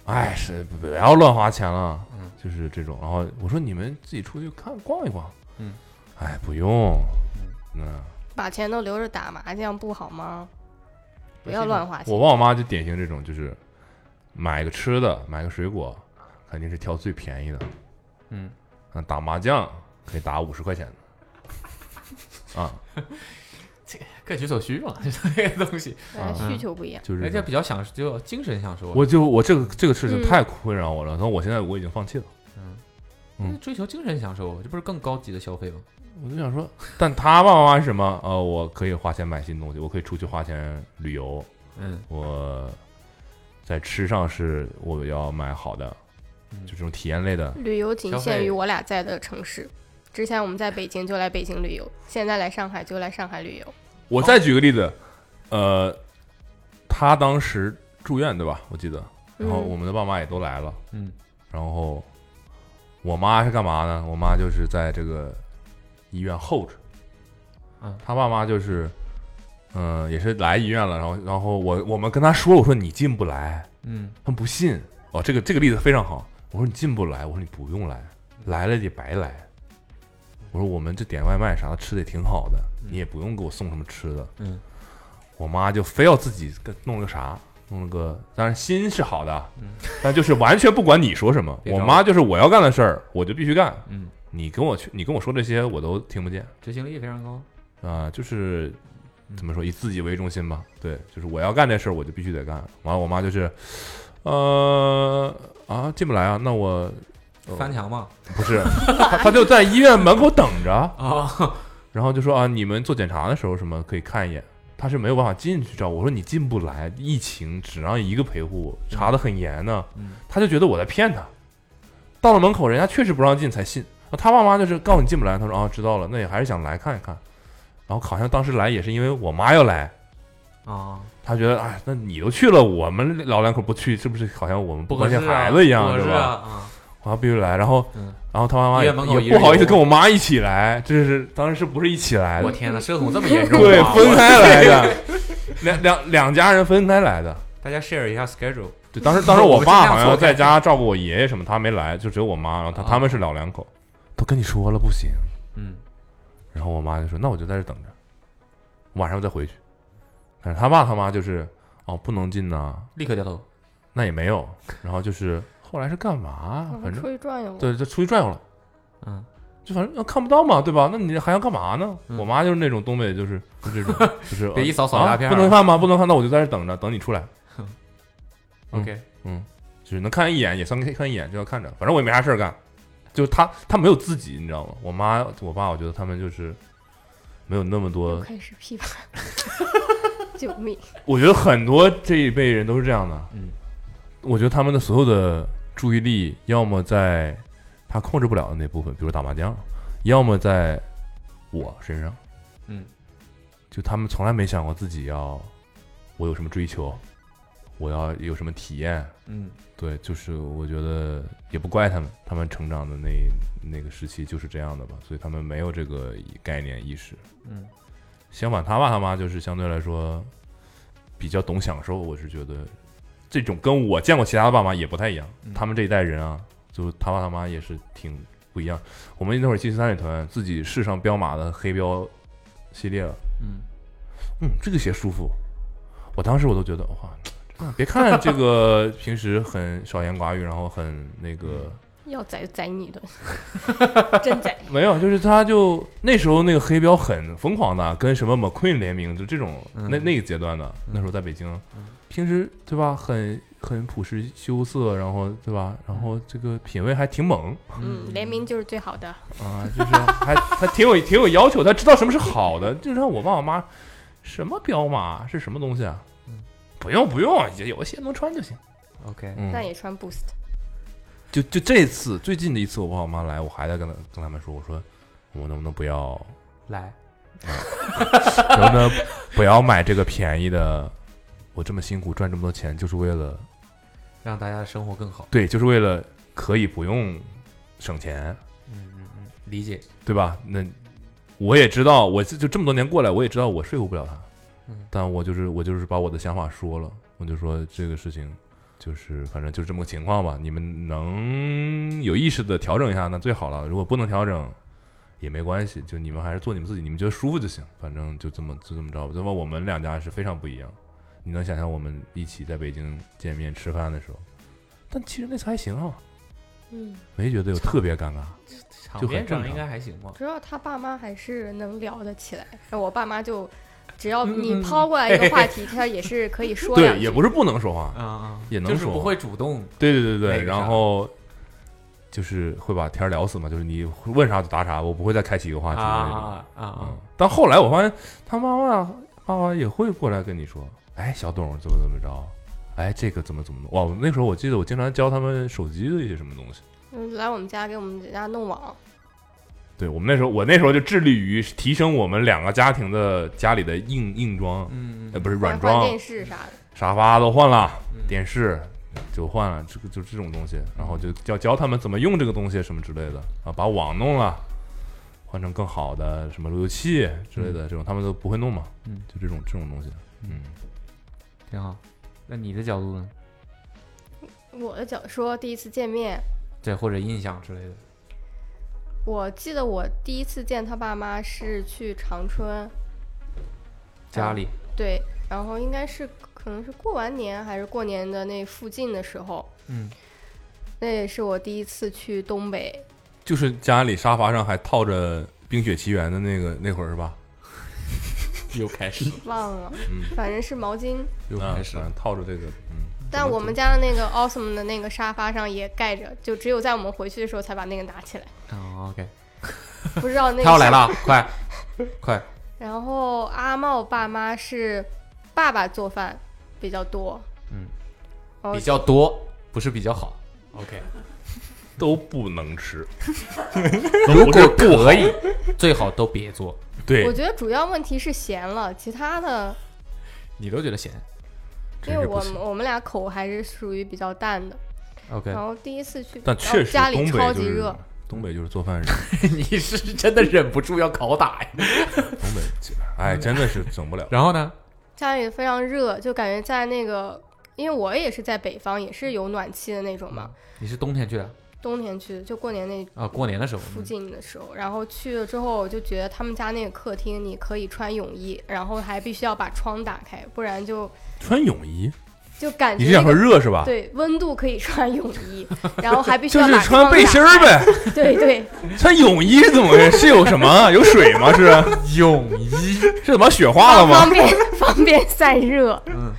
S5: 哎，是不不要乱花钱了，
S3: 嗯
S5: 就是这种。然后我说你们自己出去看逛一逛，
S3: 嗯，
S5: 哎，不用，嗯，
S4: 把钱都留着打麻将不好吗？不要乱花钱
S5: 我。爸我妈就典型这种，就是买个吃的，买个水果，肯定是挑最便宜的，
S3: 嗯，
S5: 啊，打麻将可以打五十块钱的，啊，
S3: 各取所需嘛，这个东西，
S4: 大家需求不一样。
S5: 就是
S3: 人
S5: 这
S3: 家
S5: 种
S3: 比较享受，就精神享受。啊哎
S5: 我就我这个这个事情
S4: 嗯
S5: 太困扰我了，然后我现在我已经放弃了，
S3: 嗯，
S5: 嗯
S3: 追求精神享受，啊这不是更高级的消费吗？
S5: 我就想说，但他爸妈是什么？呃，我可以花钱买新东西，我可以出去花钱旅游，
S3: 嗯，
S5: 我在吃上是我要买好的，
S3: 嗯
S5: 就这种体验类的。
S4: 旅游仅
S3: 消
S4: 限
S3: 费
S4: 于我俩在的城市。之前我们在北京就来北京旅游，现在来上海就来上海旅游。
S5: 我再举个例子，呃，他当时住院对吧？我记得，然后
S4: 嗯
S5: 我们的爸妈也都来了，
S3: 嗯，
S5: 然后我妈是干嘛呢？我妈就是在这个医院候着，
S3: 嗯
S5: 他爸妈就是，嗯、也是来医院了，然后然后我我们跟他说，我说你进不来，
S3: 嗯，
S5: 他们不信，哦，这个这个例子非常好，我说你进不来，我说你不用来，来了也白来，我说我们这点外卖啥的吃的也挺好的，你也不用给我送什么吃的，
S3: 嗯，
S5: 我妈就非要自己跟弄了个啥。弄了个，当然心是好的，但就是完全不管你说什么。
S3: 嗯别
S5: 我
S3: 找
S5: 妈就是我要干的事儿，我就必须干。
S3: 嗯，
S5: 你跟我去，你跟我说这些我都听不见。
S3: 执行力非常高。
S5: 啊、就是怎么说，以自己为中心吧。对，就是我要干这事儿，我就必须得干。完了，我妈就是，呃，啊，进不来啊，那我
S3: 翻墙嘛，
S5: 不是，她她就在医院门口等着，
S3: 啊，
S5: 然后就说啊，你们做检查的时候什么可以看一眼。她是没有办法进去照顾我，我说你进不来，疫情只让一个陪护，查的很严呢
S3: 嗯。
S5: 她就觉得我在骗她。到了门口，人家确实不让进才信。啊她爸妈就是告诉你进不来，她说啊知道了，那也还是想来看一看。然后好像当时来也是因为我妈要来，
S3: 啊，
S5: 他觉得，哎，那你都去了，我们老两口不去，是不是好像我们不
S3: 合
S5: 关
S3: 适
S5: 心
S3: 啊
S5: 孩子一样，
S3: 不合
S5: 对
S3: 适
S5: 吧？
S3: 啊，啊
S5: 我要必须来，然后，
S3: 嗯
S5: 然后他妈妈
S3: 医
S5: 也
S3: 院门口一
S5: 也
S3: 人
S5: 不好意思
S3: 有
S5: 跟我妈一起来，这是当时是不是一起来
S3: 我
S5: 的？
S3: 天呐，社恐这么严 重吗？啊
S5: 对，分开来的，两两两家人分开来的。
S3: 大家 share 一下 schedule。
S5: 对，当时当时我爸好
S3: 我尽
S5: 像
S3: 量错开
S5: 在家照顾我爷爷什么，他没来，就只有我妈，然后他
S3: 啊
S5: 他们是老两口，都跟你说了不行，
S3: 嗯，
S5: 然后我妈就说：“那我就在这等着，晚上我再回去。”但是他爸他妈就是哦，不能进呐、
S3: 立刻掉头。
S5: 那也没有。然后就是后来是干嘛？
S4: 我
S5: 啊反
S4: 出
S5: 正
S4: 去转悠，
S5: 对，就出去转悠了，
S3: 嗯，
S5: 就反正呃看不到嘛，对吧？那你还要干嘛呢？
S3: 嗯
S5: 我妈就是那种东北，就是就 这种，就是
S3: 别一扫扫
S5: 啊
S3: 鸦片儿
S5: 不能看吗？不能看，那我就在这等着，等你出来，嗯
S3: OK，
S5: 就是能看一眼也算看一眼，就要看着，反正我也没啥事儿干。就是他，他没有自己，你知道吗？我妈、我爸，我觉得他们就是没有那么
S4: 又
S5: 多。
S4: 开始批判。救命！
S5: 我觉得很多这一辈人都是这样的。
S3: 嗯，
S5: 我觉得他们的所有的注意力，要么在他控制不了的那部分，比如打麻将，要么在我身上。
S3: 嗯，
S5: 就他们从来没想过自己要我有什么追求，我要有什么体验。
S3: 嗯，
S5: 对，就是我觉得也不怪他们，他们成长的那那个时期就是这样的吧，所以他们没有这个概念意识。
S3: 嗯，
S5: 相反，他爸他妈就是相对来说比较懂享受，我是觉得这种跟我见过其他的爸妈也不太一样，
S3: 嗯
S5: 他们这一代人啊，就他爸他妈也是挺不一样。我们那会儿去三里屯，自己试上彪马的黑标系列了，
S3: 嗯，
S5: 嗯，这个鞋舒服。我当时我都觉得哇，真的别看这个 平时很少言寡语，然后很那个，
S4: 要宰就宰你一顿，真宰！
S3: 嗯
S5: 没有，就是他就那时候那个黑标很疯狂的，跟什么 McQueen 联名，就这种、
S3: 嗯
S5: 那那个阶段的，那时候在北京，平时对吧，很很朴实羞涩，然后对吧，然后这个品味还挺猛
S4: 嗯，联名就是最好的。
S5: 啊，就是还还挺有挺有要求，他知道什么是好的，就让我爸我妈什么彪马是什么东西啊
S3: 嗯？
S5: 不用不用，有有些能穿就行。
S3: OK，
S5: 嗯，
S4: 但也穿 Boost，
S5: 就就这次最近的一次，我爸我妈来，我还在跟他跟他们说，我说我能不能不要，
S3: 来，
S5: 能不能不要买这个便宜的？我这么辛苦赚这么多钱，就是为了
S3: 让大家的生活更好。
S5: 对，就是为了可以不用省钱，
S3: 嗯嗯嗯，理解。
S5: 对吧？那我也知道，我就就这么多年过来，我也知道我说服不了他，
S3: 嗯
S5: 但我就是我就是把我的想法说了，我就说这个事情就是反正就是这么个情况吧，你们能有意识的调整一下那最好了，如果不能调整也没关系，就你们还是做你们自己，你们觉得舒服就行，反正就这么就这么着吧。那么我们两家是非常不一样，你能想象我们一起在北京见面吃饭的时候，但其实那次还行啊，
S4: 嗯，
S5: 没觉得有特别尴尬。
S3: 场
S5: 就很
S3: 面
S5: 正
S3: 上应
S5: 常
S3: 该还行吧？
S4: 主要他爸妈还是能聊得起来。然后我爸妈就，只要
S3: 嗯
S4: 你
S3: 嗯
S4: 抛过来一个话题，他也是可以说两
S5: 对，
S3: 嗯
S4: 句。
S5: 也不是不能说话，
S3: 啊啊，
S5: 也能
S3: 就是
S5: 说
S3: 不会主动。
S5: 对对对
S3: 那
S5: 对，
S3: 个
S5: 然
S3: 啥
S5: 后就是会把天儿聊死嘛，就是你问啥就答啥，我不会再开启一个话题的那种。
S3: 啊啊啊
S5: 嗯！，但后来我发现他妈妈爸爸也会过来跟你说，哎，小董怎么怎么着，哎，这个怎么怎么弄。哇，我那时候我记得我经常教他们手机的一些什么东西。
S4: 嗯来我们家给我们家弄网，
S5: 对我们那时候，我那时候就致力于提升我们两个家庭的家里的硬硬装，
S3: 嗯
S5: 呃，不是
S4: 换
S5: 软
S4: 换
S5: 装，
S4: 电视啥的。
S5: 沙发都换了，
S3: 嗯
S5: 电视就换了，这个就这种东西，然后就要教他们怎么用这个东西什么之类的啊，把网弄了，换成更好的什么路由器之类的这种，他们都不会弄嘛，
S3: 嗯，
S5: 就这种这种东西，嗯，
S3: 挺好。那你的角度呢？
S4: 我的角说第一次见面，
S3: 对，或者印象之类的。
S4: 我记得我第一次见他爸妈是去长春，
S3: 家里，
S4: 对，然后应该是可能是过完年还是过年的那附近的时候，
S3: 嗯，
S4: 那也是我第一次去东北，
S5: 就是家里沙发上还套着《冰雪奇缘》的那个那会儿是吧？
S3: 又开始，
S4: 忘了，
S5: 嗯
S4: 反正是毛巾。
S3: 又
S5: 啊
S3: 开始
S5: 反
S3: 了
S5: 正。套着这个，嗯，
S4: 但我们家的那个 awesome 的那个沙发上也盖着，就只有在我们回去的时候才把那个拿 起来，
S3: 哦，OK，
S4: 不知道
S3: 他
S4: 那个
S3: 要来了，快快！
S4: 然后阿茂爸妈是爸爸做饭比较多，哦
S3: 比较多，不是比较好。OK，
S5: 都不能吃，
S3: 如果可以，最好都别做。
S5: 对
S4: 我，觉得主要问题是咸了，其他的，
S3: 你都觉得咸
S5: 真
S4: 因为
S5: 是不
S4: 我
S5: 行
S4: 们。我们俩口还是属于比较淡的。
S3: ？OK，
S4: 然后第一次去，
S5: 但
S4: 然后
S5: 确实，
S4: 家里
S5: 东
S4: 超
S5: 北就
S4: 级
S5: 是
S4: 热，
S5: 东北就是做饭人，
S3: 你是真的忍不住要拷打呀？
S5: 东北，哎，真的是整不了。
S3: 然后呢？
S4: 家里非常热，就感觉在那个，因为我也是在北方，也是有暖气的那种嘛。
S5: 嗯
S3: 你是冬天去的
S4: 冬天去的，就过年那
S3: 啊？过年的时候，
S4: 附近的时候，然后去了之后，我就觉得他们家那个客厅，你可以穿泳衣，然后还必须要把窗打开，不然就
S5: 穿泳衣，
S4: 就感
S5: 你
S4: 觉
S5: 是想
S4: 那
S5: 说
S4: 个
S5: 热是吧？
S4: 对温度可以穿泳衣，然后还必须
S5: 就
S4: 要
S5: 是
S4: 把
S5: 穿
S4: 窗
S5: 背
S4: 打
S5: 心儿
S4: 开。
S5: 呗，
S4: 对对，
S5: 穿泳衣是怎么回事？是有什么啊？有水吗？ 是
S3: 泳衣，
S5: 是怎么雪化了
S4: 方
S5: 吗？
S4: 便 方便散热。
S3: 嗯，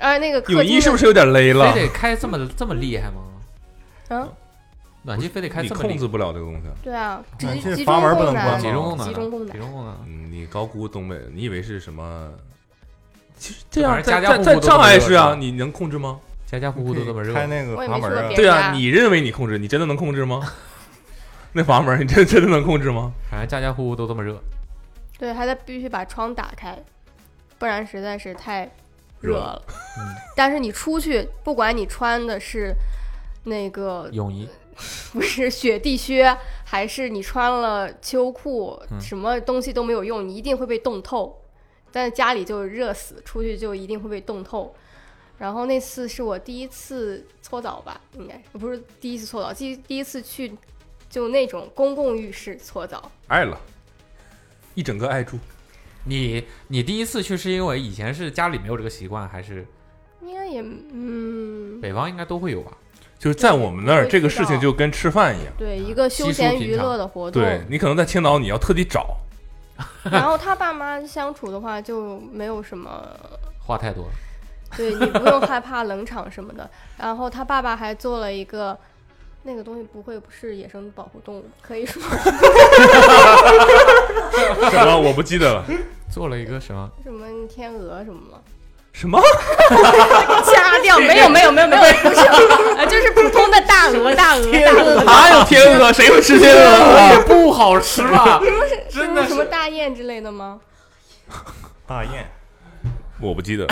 S4: 而那个客
S5: 泳衣
S4: 厅
S5: 是不
S4: 的
S5: 是有点勒
S3: 非
S5: 了？
S3: 得开这么这么厉害吗？
S4: 嗯，
S3: 暖气非得开
S5: 你
S3: 这么厉
S5: 控
S3: 害？
S5: 制不了这个东西。
S4: 对啊，集
S2: 暖气
S4: 集
S2: 哎阀
S4: 中
S2: 门不
S4: 供
S2: 能
S4: 暖，
S2: 关
S3: 集
S2: 吗
S3: 中供暖，
S4: 哦集中供暖
S3: 集中供暖。
S5: 嗯你高估东北，你以为是什么？其实这
S3: 样
S5: 样在
S3: 在
S5: 在
S3: 在
S5: 上海
S3: 上海
S5: 市啊，
S3: 市啊
S5: 你能控制吗？
S3: 家家户户都这么热，
S2: 开那个
S4: 我也
S2: 阀
S4: 没去
S2: 门
S4: 过
S2: 啊
S4: 别
S5: 对
S4: 人
S5: 啊，
S4: 家
S5: 你认为你控制，你真的能控制吗？那阀门，你真真的能控制吗？
S3: 反正家家户户都这么热。
S4: 对，还得必须把窗打开，不然实在是太
S5: 热
S4: 热
S5: 了
S4: 了。 但是你出去，不管你穿的是那个
S3: 泳衣，
S4: 不是雪地靴，还是你穿了秋裤，
S3: 嗯
S4: 什么东西都没有用，你一定会被冻透。但家里就热死，出去就一定会被冻透。然后那次是我第一次搓澡吧，应该不是第一次搓澡，第第一次去就那种公共浴室搓澡。
S5: 爱了，一整个爱住。
S3: 你你第一次去是因为以前是家里没有这个习惯，还是
S4: 应该也嗯，
S3: 北方应该都会有吧？
S5: 就是在我们那儿，
S4: 对
S5: 这个事情就跟吃饭一样。
S4: 对，一个休
S3: 习俗
S4: 闲
S3: 平
S4: 娱
S3: 常
S4: 乐的活动。
S5: 对你可能在青岛，你要特地找，
S4: 然后他爸妈相处的话就没有什么，
S3: 话太多了，
S4: 对你不用害怕冷场什么的。然后他爸爸还做了一个。那个东西不会不是野生保护动物，可以说
S5: 什么我不记得了，
S3: 做了一个什么？
S4: 什么天鹅什么吗？
S5: 什么
S4: 掐掉，没有没有没有没有，不是，呃就是普通的大鹅，大鹅，大鹅，
S5: 哪有天鹅？谁会吃天鹅啊？
S3: 也哎不好吃啊吧？
S4: 是不是什么大雁之类的吗？
S2: 大雁，
S5: 我不记 得，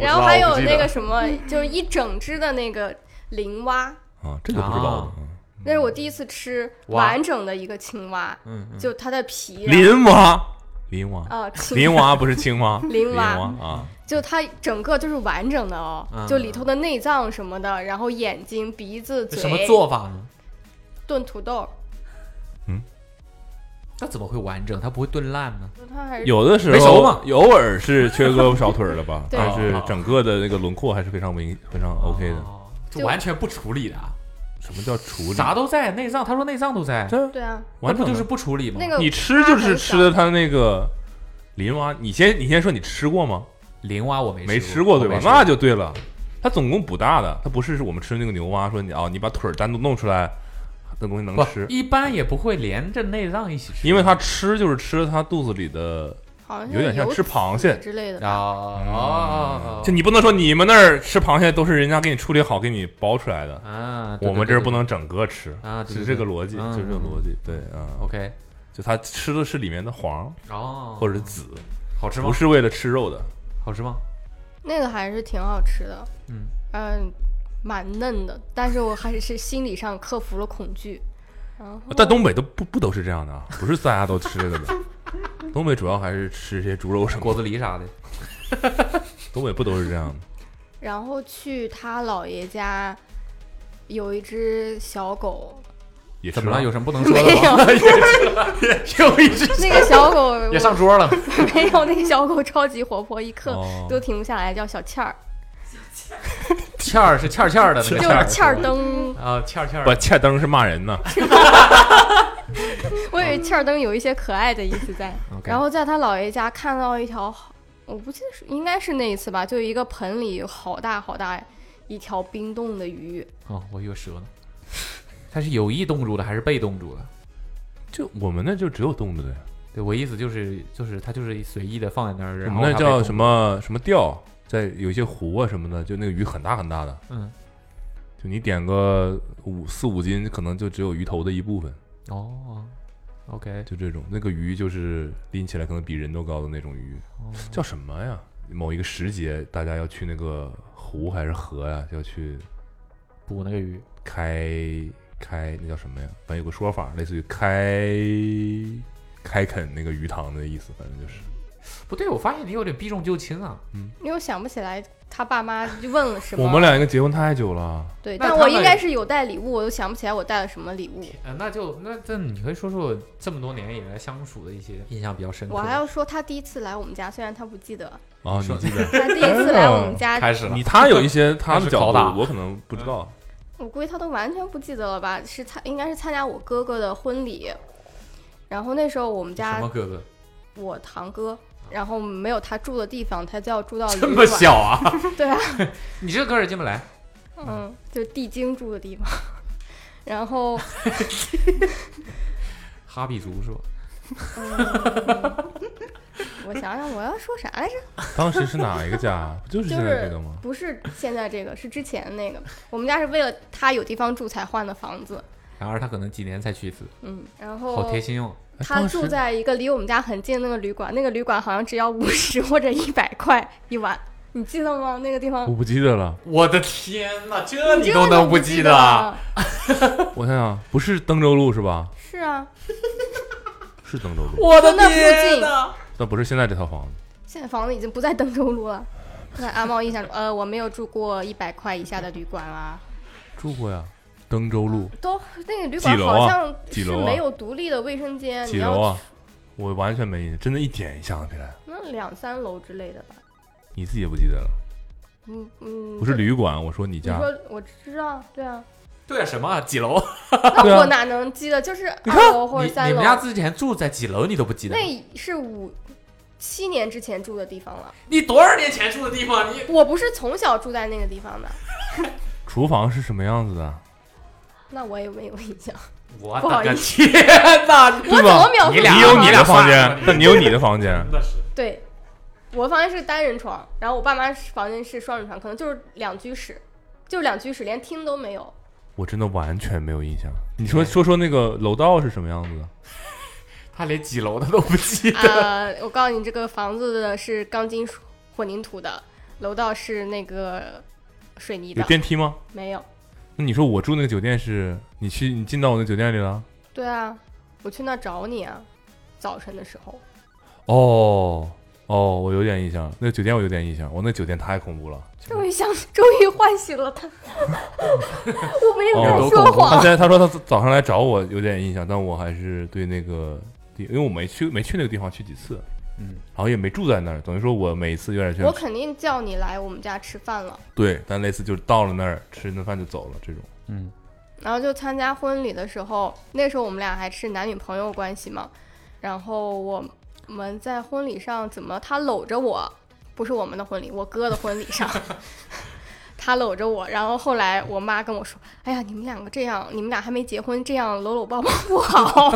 S4: 然后还有那个什么，就是一整只的那个林蛙，
S5: 啊，这个不知道的。嗯
S4: 那是我第一次吃
S3: 蛙
S4: 完整的一个青蛙，
S3: 嗯，嗯
S4: 就它的皮，
S5: 林蛙，林蛙，
S4: 啊，青
S5: 林蛙不是青蛙，
S4: 林
S5: 林
S4: 蛙
S5: 啊，
S4: 就它整个就是完整的哦，
S3: 嗯
S4: 就里头的内脏什么的，然后眼睛、鼻子、
S3: 这
S4: 嘴，
S3: 什么做法呢？
S4: 炖土豆，
S3: 那怎么会完整？它不会炖烂呢？
S4: 它还是
S5: 有的时
S3: 没熟
S5: 候
S3: 嘛
S5: 有偶尔是缺胳膊少腿儿的吧，
S4: 对
S5: 但是整个的那个轮廓还是非常明非常 OK 的。
S3: 哦，就
S4: 就
S3: 完全不处理的啊，
S5: 什么叫处理？
S3: 啥都在，内脏他说内脏都在，
S5: 这
S4: 对啊，
S3: 那
S5: 完
S3: 不
S5: 整
S3: 就是
S5: 的
S3: 不处理吗？
S4: 那个
S5: 嗯你吃就是吃的它那个林蛙，你先你先说你吃过吗？
S3: 林蛙我没
S5: 没
S3: 吃
S5: 吃过对吧？那就对了，它总共补大的，它不是我们吃那个牛蛙说你哦，你把腿儿单独弄出来，那东西能
S3: 不
S5: 吃，
S3: 一般也不会连着内脏一起吃，
S5: 因为它吃就是吃它肚子里的，
S4: 好像
S5: 有点像
S4: 油
S5: 吃螃蟹
S4: 之类的
S3: 啊
S4: 吧。
S3: 哦
S5: 就你不能说你们那儿吃螃蟹都是人家给你处理好给你包出来的，
S3: 啊，对
S5: 嗯我们这儿不。
S3: 对对对
S5: 能整个吃
S3: 啊对
S5: 是
S3: 对对
S5: 这个逻辑，
S3: 嗯
S5: 就是这个逻辑，对啊，
S3: OK，
S5: 就它吃的是里面的黄
S3: 哦，
S5: 或者是籽，
S3: 好吃吗哦
S5: 不？是为了吃肉的。
S3: 好吃吗？
S4: 那个还是挺好吃的，
S3: 嗯
S4: 嗯，蛮嫩的，但是我还是心理上克服了恐惧。然后
S5: 但东北都不不都是这样的啊，不是大家都吃这个的。东北主要还是吃一些猪肉什么
S3: 果
S5: 的，
S3: 子狸啥的，
S5: 东北不都是这样的？
S4: 然后去他姥爷家，有一只 小狗，
S5: 也
S3: 怎么了？有
S5: 有
S3: 什么不能说的
S4: 没
S3: 吗？
S4: 有
S3: 又一只
S4: 那个小狗
S3: 也上桌了，
S4: 没有，那个小狗超级活泼，一刻
S5: 哦
S4: 都停不下来，叫小欠儿，
S3: 欠儿是欠儿欠儿的那
S4: 就
S3: 个
S4: 是
S3: 儿
S4: 欠儿灯。
S3: 啊，欠儿欠儿
S5: 不，欠灯是骂人呢。
S4: 我以
S3: 嗯
S4: 为欠儿灯有一些可爱的意思 在。
S3: OK
S4: 然后在他姥爷家看到一条好，我不记得是应该是那一次吧，就一个盆里有好大好大一条冰冻的鱼，
S3: 哦，我以为蛇呢。它是有意冻住的还是被冻住的？
S5: 就我们那就只有冻着的呀，
S3: 对我意思就是就是它就是随意的放在那儿，
S5: 我
S3: 然
S5: 们
S3: 后
S5: 嗯那
S3: 它被
S5: 叫
S3: 冻
S5: 什么什么钓，在有一些湖啊什么的，就那个鱼很大很大的，
S3: 嗯，
S5: 就你点个五四五斤，可能就只有鱼头的一部分，
S3: 住？哦，OK，
S5: 就这种。那个鱼就是拎起来可能比人都高的那种鱼，
S3: 哦
S5: 叫什么呀？某一个时节，大家要去那个湖还是河呀、要去
S3: 捕那个鱼
S5: 开开那叫什么呀？反正有个说法，类似于开开垦那个鱼塘的意思，反正就是
S3: 不对，我发现你有点避重就轻啊。
S4: 因为我想不起来他爸妈就问了什么。
S5: 我们俩应该结婚太久了，啊
S4: 对，
S3: 那
S4: 但
S3: 他
S4: 我
S3: 们
S4: 应该是有带礼物，我都想不起来我带了什么礼物。
S3: 呃，那就那这你可以说说这么多年以来相处的一些印象比较深刻。
S4: 我还要说他第一次来我们家，虽然他不记得，
S5: 啊，你
S3: 说
S5: 记得？
S4: 他第一次来我们家
S3: 开始了
S5: 你他有一 些他
S3: 开
S5: 的
S3: 始
S5: 角
S3: 拷
S5: 度
S3: 打，
S5: 我可能不知道。
S4: 我估计他都完全不记得了吧？是参应该是参加我哥哥的婚礼，然后那时候我们
S3: 什
S4: 家
S3: 么哥哥
S4: 我堂哥，然后没有他住的地方，他就要住到
S3: 这
S4: 旅
S3: 么
S4: 馆，
S3: 小啊？
S4: 对啊，
S3: 你这个人进不来，
S4: 嗯，就地精住的地方。 然后，
S3: 哈比族是吧？
S4: 嗯，我想想我要说啥来着？
S5: 当时是哪一个家？不就是
S4: 就
S5: 现在这
S4: 是
S5: 个吗？
S4: 不是现在这个，是之前那个。我们家是为了他有地方住才换的房子，
S3: 然而他可能几年才去一次，
S4: 嗯，然
S3: 好
S4: 后
S3: 贴心哦。
S5: 哎
S4: 他
S5: 当
S4: 住
S5: 时
S4: 在一个离我们家很近的那个旅馆，那个旅馆好像只要五十或者一百块一晚，你记得吗？那个地
S5: 我啊
S4: 方
S5: 不记得了，
S3: 我的天哪，这
S4: 真
S3: 都
S4: 的
S3: 能
S4: 不
S3: 记
S4: 得
S3: 得？
S4: 啊？
S5: 我想想，不是登州路是吧？
S4: 是啊，
S5: 是登州路，
S3: 我
S4: 的天
S3: 哪！
S5: 但不是现在这套房子。
S4: 现在房子已经不在登州路了。在阿茂印象中，呃，我没有住过一百块以下的旅馆啦、
S5: 住过呀，登州路
S4: 都那个旅
S5: 几
S4: 馆
S5: 楼
S4: 好
S5: 啊
S4: 像
S5: 几
S4: 是
S5: 楼啊
S4: 没有独立的卫生间，
S5: 几
S4: 你
S5: 楼
S4: 要
S5: 啊？我完全没印象，真的一点也想不起来。
S4: 那两三楼之类的吧。
S5: 你自己也不记得了？
S4: 嗯嗯，
S5: 不是旅馆，我说你
S4: 你
S5: 家。
S4: 说我知道，对啊，
S3: 对啊，什么啊几楼？
S5: 对
S4: 那
S5: 啊
S4: 我哪能记得？就是
S3: 你
S4: 二
S3: 看
S4: 楼或
S3: 你
S4: 者三
S3: 你
S4: 楼
S3: 们，家之前住在几楼你都不记得？
S4: 那是五七年之前住的地方了。
S3: 你多少年前住的地方？你
S4: 我不是从小住在那个地方的，
S5: 厨房是什么样子的？
S4: 那我也没有印象。
S3: 我
S4: 不好
S3: 的
S4: 意
S3: 个天哪！
S4: 我怎么啊描述
S3: 你俩
S5: 你
S4: 这个
S5: 有
S4: 房
S5: 你
S4: 子
S5: 的房间，但你有你的房间。
S3: 真的是
S4: 对，我房间是单人床，然后我爸妈是房间是双人床，可能就是两居室，就是两居室，连厅都没有。
S5: 我真的完全没有印象。你说说说那个楼道是什么样子的？
S3: 他连几楼他都不记得。
S4: 呃， 我告诉你，这个房子的是钢筋混凝土的，楼道是那个水泥
S5: 有
S4: 的，
S5: 电梯吗？
S4: 没有。
S5: 那你说我住那个酒店是？你去你进到我那酒店里了？
S4: 对啊，我去那儿找你啊，早晨的时候。
S5: 哦哦，我有点印象。那个酒店我有点印象，我那酒店太恐怖了。
S4: 终于想，终于唤醒了他。我没哎有
S5: 哦
S4: 在
S3: 有
S4: 说
S3: 多恐怖
S5: 他
S4: 谎
S5: 现。在他说他早上来找我有点印象，但我还是对那个地，因为我没去没去那个地方去几次，
S3: 嗯，
S5: 然后也没住在那儿，等于说我每一次有点像
S4: 我肯定叫你来我们家吃饭了。
S5: 对，但类似就是到了那儿吃顿饭就走了这种。
S3: 嗯，
S4: 然后就参加婚礼的时候，那时候我们俩还是男女朋友关系嘛。然后我们在婚礼上怎么他搂着我，不是我们的婚礼，我哥的婚礼上，他搂着我，然后后来我妈跟我说：“哎呀，你们两个这样，你们俩还没结婚，这样搂搂抱抱不好。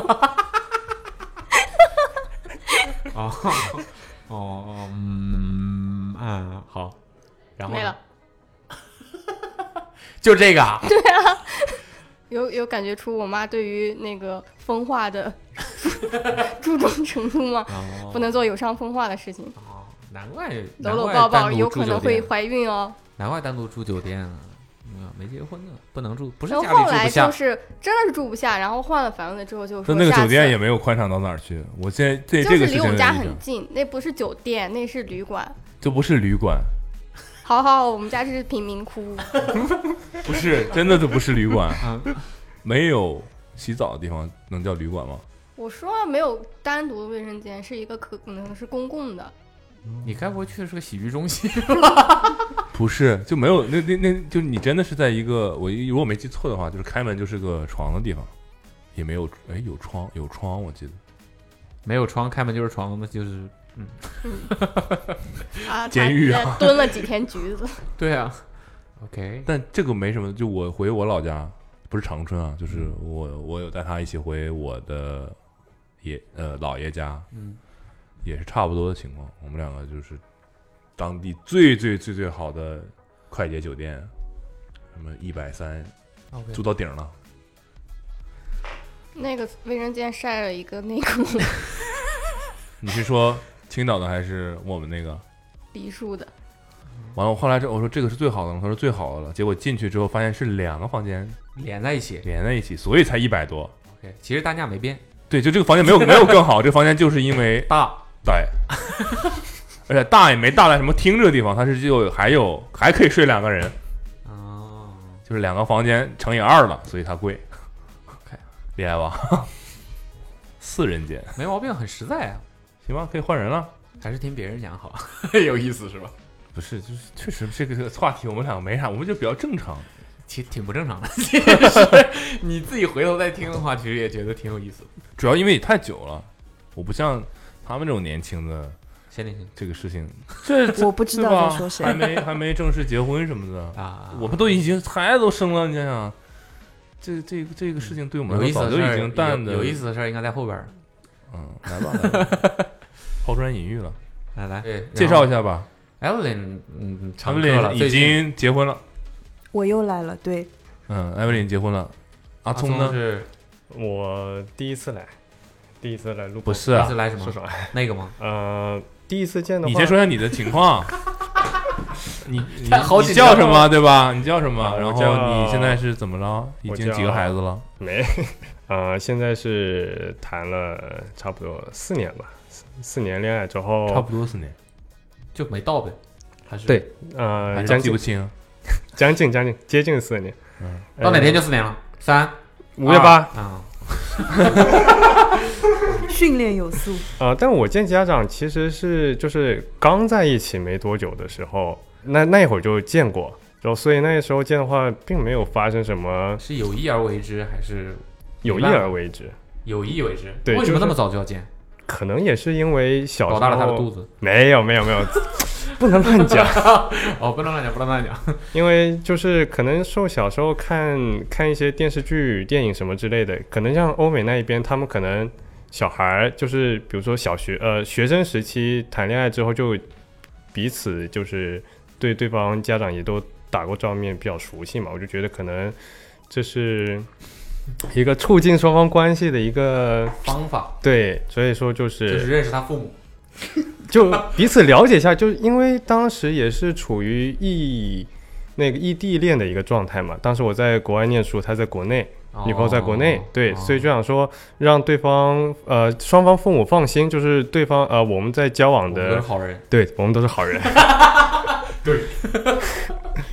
S4: 啊
S3: 哦哦哦嗯啊好，然”后
S4: 没
S3: 呢
S4: 了，
S3: 就这个 啊，
S4: 有有感觉出我妈对于那个风化的注重程度吗？
S3: 哦
S4: 不能做有伤风化的事情，
S3: 哦，难怪
S4: 搂搂抱
S3: 难
S4: 抱
S3: 怪单独
S4: 有
S3: 住
S4: 可能
S3: 酒
S4: 会
S3: 店啊
S4: 怀孕哦。
S3: 难怪单独住酒店啊，嗯没结婚呢，不能住，不是
S4: 然
S3: 家
S4: 后
S3: 里
S4: 后
S3: 住不
S4: 来
S3: 下
S4: 就，是真的是住不下，然后换了房子之后就
S5: 就
S4: 说
S5: 那个
S4: 下
S5: 酒店
S4: 次
S5: 也没有宽敞到哪儿去。我现在对
S4: 就
S5: 这
S4: 是
S5: 个事
S4: 离我
S5: 情
S4: 们家很近，那不是酒店，那是旅馆。
S5: 就不是旅馆，
S4: 好好，我们家是贫民窟，
S5: 不是真的就不是旅馆
S3: 嗯，
S5: 没有洗澡的地方能叫旅馆吗？
S4: 我说没有单独的卫生间，是一个可可能是公共的。
S3: 你该不会去的是个洗浴中心？
S5: 不是，就没有那那那就你真的是在一个我如果没记错的话，就是开门就是个床的地方，也没有哎有窗有窗我记得
S3: 没有床，开门就是床，那就是
S4: 啊，
S5: 监狱啊
S4: 他蹲了几天橘子，
S3: 对啊。OK，
S5: 但这个没什么，就我回我老家，不是长春啊，就是
S3: 嗯
S5: 我我有带他一起回我的爷呃姥爷家，
S3: 嗯，
S5: 也是差不多的情况。我们两个就是当地最最最最好的快捷酒店，什么一百三
S3: OK，
S5: 住到顶了，
S4: 那个卫生间晒了一个 内裤，
S5: 你是说青岛的还是我们那个？
S4: 梨树的，
S5: 完了，我后来这我说这个是最好的吗？他说最好的了。结果进去之后发现是两个房间
S3: 连在一起。
S5: 连在一起，所以才一百多。
S3: OK，其实单价没变，
S5: 对，就这个房间没有没有更好，这个房间就是因为
S3: 大
S5: 对，而且大也没大在什么厅这个地方，它是就还有还可以睡两个人，
S3: 哦，
S5: 就是两个房间乘以二了，所以它贵。
S3: OK
S5: 厉害吧？ 四人间
S3: 没毛病，很实在啊，
S5: 行吧，可以换人了。
S3: 还是听别人讲好， 有意思是吧？
S5: 不是，就是确实这个这个话题我们俩没啥，我们就比较正常。
S3: 其实挺不正常的，其实 你自己回头再听的话，其实也觉得挺有意思的。
S5: 主要因为也太久了，我不像他们这种年轻的
S3: 先听
S5: 这个事情，这
S7: 我不知
S5: 对吧
S7: 道在说谁
S5: 还。没还没正式结婚什么的，
S3: 啊，
S5: 我们都已经孩子都生了，你想想，这这个这个事情对我们
S3: 有
S5: 来
S3: 意
S5: 说
S3: 思的
S5: 早就
S3: 事儿
S5: 已经淡的
S3: 有，有意思的事儿应该在后边儿。
S5: 嗯，来吧，来吧 抛砖引玉了，
S3: 来来，对，
S5: 介绍一下吧。
S3: Evelyn，嗯，
S5: 艾
S3: 常
S5: 薇
S3: 客了，
S5: 琳已
S3: 最近
S5: 经结婚了，
S7: 我又来了，对，
S5: 嗯，艾薇琳结婚了，
S3: 阿
S5: 阿聪呢？
S3: 啊是
S6: 我第一次来，第一次来录播
S5: 不
S6: 客
S5: 是
S3: 这
S5: 啊
S3: 次，来什
S6: 是
S3: 么？
S6: 啥？
S3: 那个吗？
S6: 呃，第一次见的话，
S5: 你先说一下你的情况。 你你
S3: 好
S5: 你
S3: 紧张啊
S5: 叫什么对吧？你叫什么？
S6: 啊
S5: 然
S6: 我
S5: 后
S6: 叫
S5: 你现在是怎么了？已
S6: 我
S5: 经几
S6: 叫
S5: 个孩子了？
S3: 哦
S6: 没， 呃，现在是谈了差不多四年吧，四四年恋爱之后，
S5: 差不多四年，
S3: 就没到呗？还是
S6: 对，呃，
S5: 还
S6: 将
S5: 记
S6: 近
S5: 不清。
S6: 将近将近接近四年，
S5: 嗯
S6: 呃，
S3: 到哪天就四年了？三
S6: 五月八
S3: 二啊，
S7: 训练有素。
S6: 啊、但我见家长其实是就是刚在一起没多久的时候，那那一会儿就见过，然后所以那时候见的话，并没有发生什么
S3: 是有意而为之还是
S6: 有意而为之，
S3: 有意为之？
S6: 对
S3: 为什
S6: 就
S3: 么
S6: 是
S3: 那么早就要见？
S6: 可能也是因为小时
S3: 搞
S6: 候
S3: 大了他的肚子？
S6: 没有没有没有， 不能乱讲，
S3: 哦，不能乱讲，不能乱讲。
S6: 因为就是可能受小时候看看一些电视剧、电影什么之类的，可能像欧美那一边，他们可能小孩儿就是比如说小学呃学生时期谈恋爱之后就彼此就是对对方家长也都打过照面，比较熟悉嘛，我就觉得可能这是一个促进双方关系的一个
S3: 方法
S6: 对，所以说就
S3: 就是
S6: 是
S3: 认识他父母。
S6: 就彼此了解一下，就是因为当时也是处于异那个异地恋的一个状态嘛。当时我在国外念书，他在国内，女朋友在国内
S3: 哦，
S6: 对，
S3: 哦
S6: 所以就想说让对方呃双方父母放心，就是对方呃我们在交
S3: 我
S6: 往
S3: 们都是
S6: 的，
S3: 好人。
S6: 对我们都是 好人。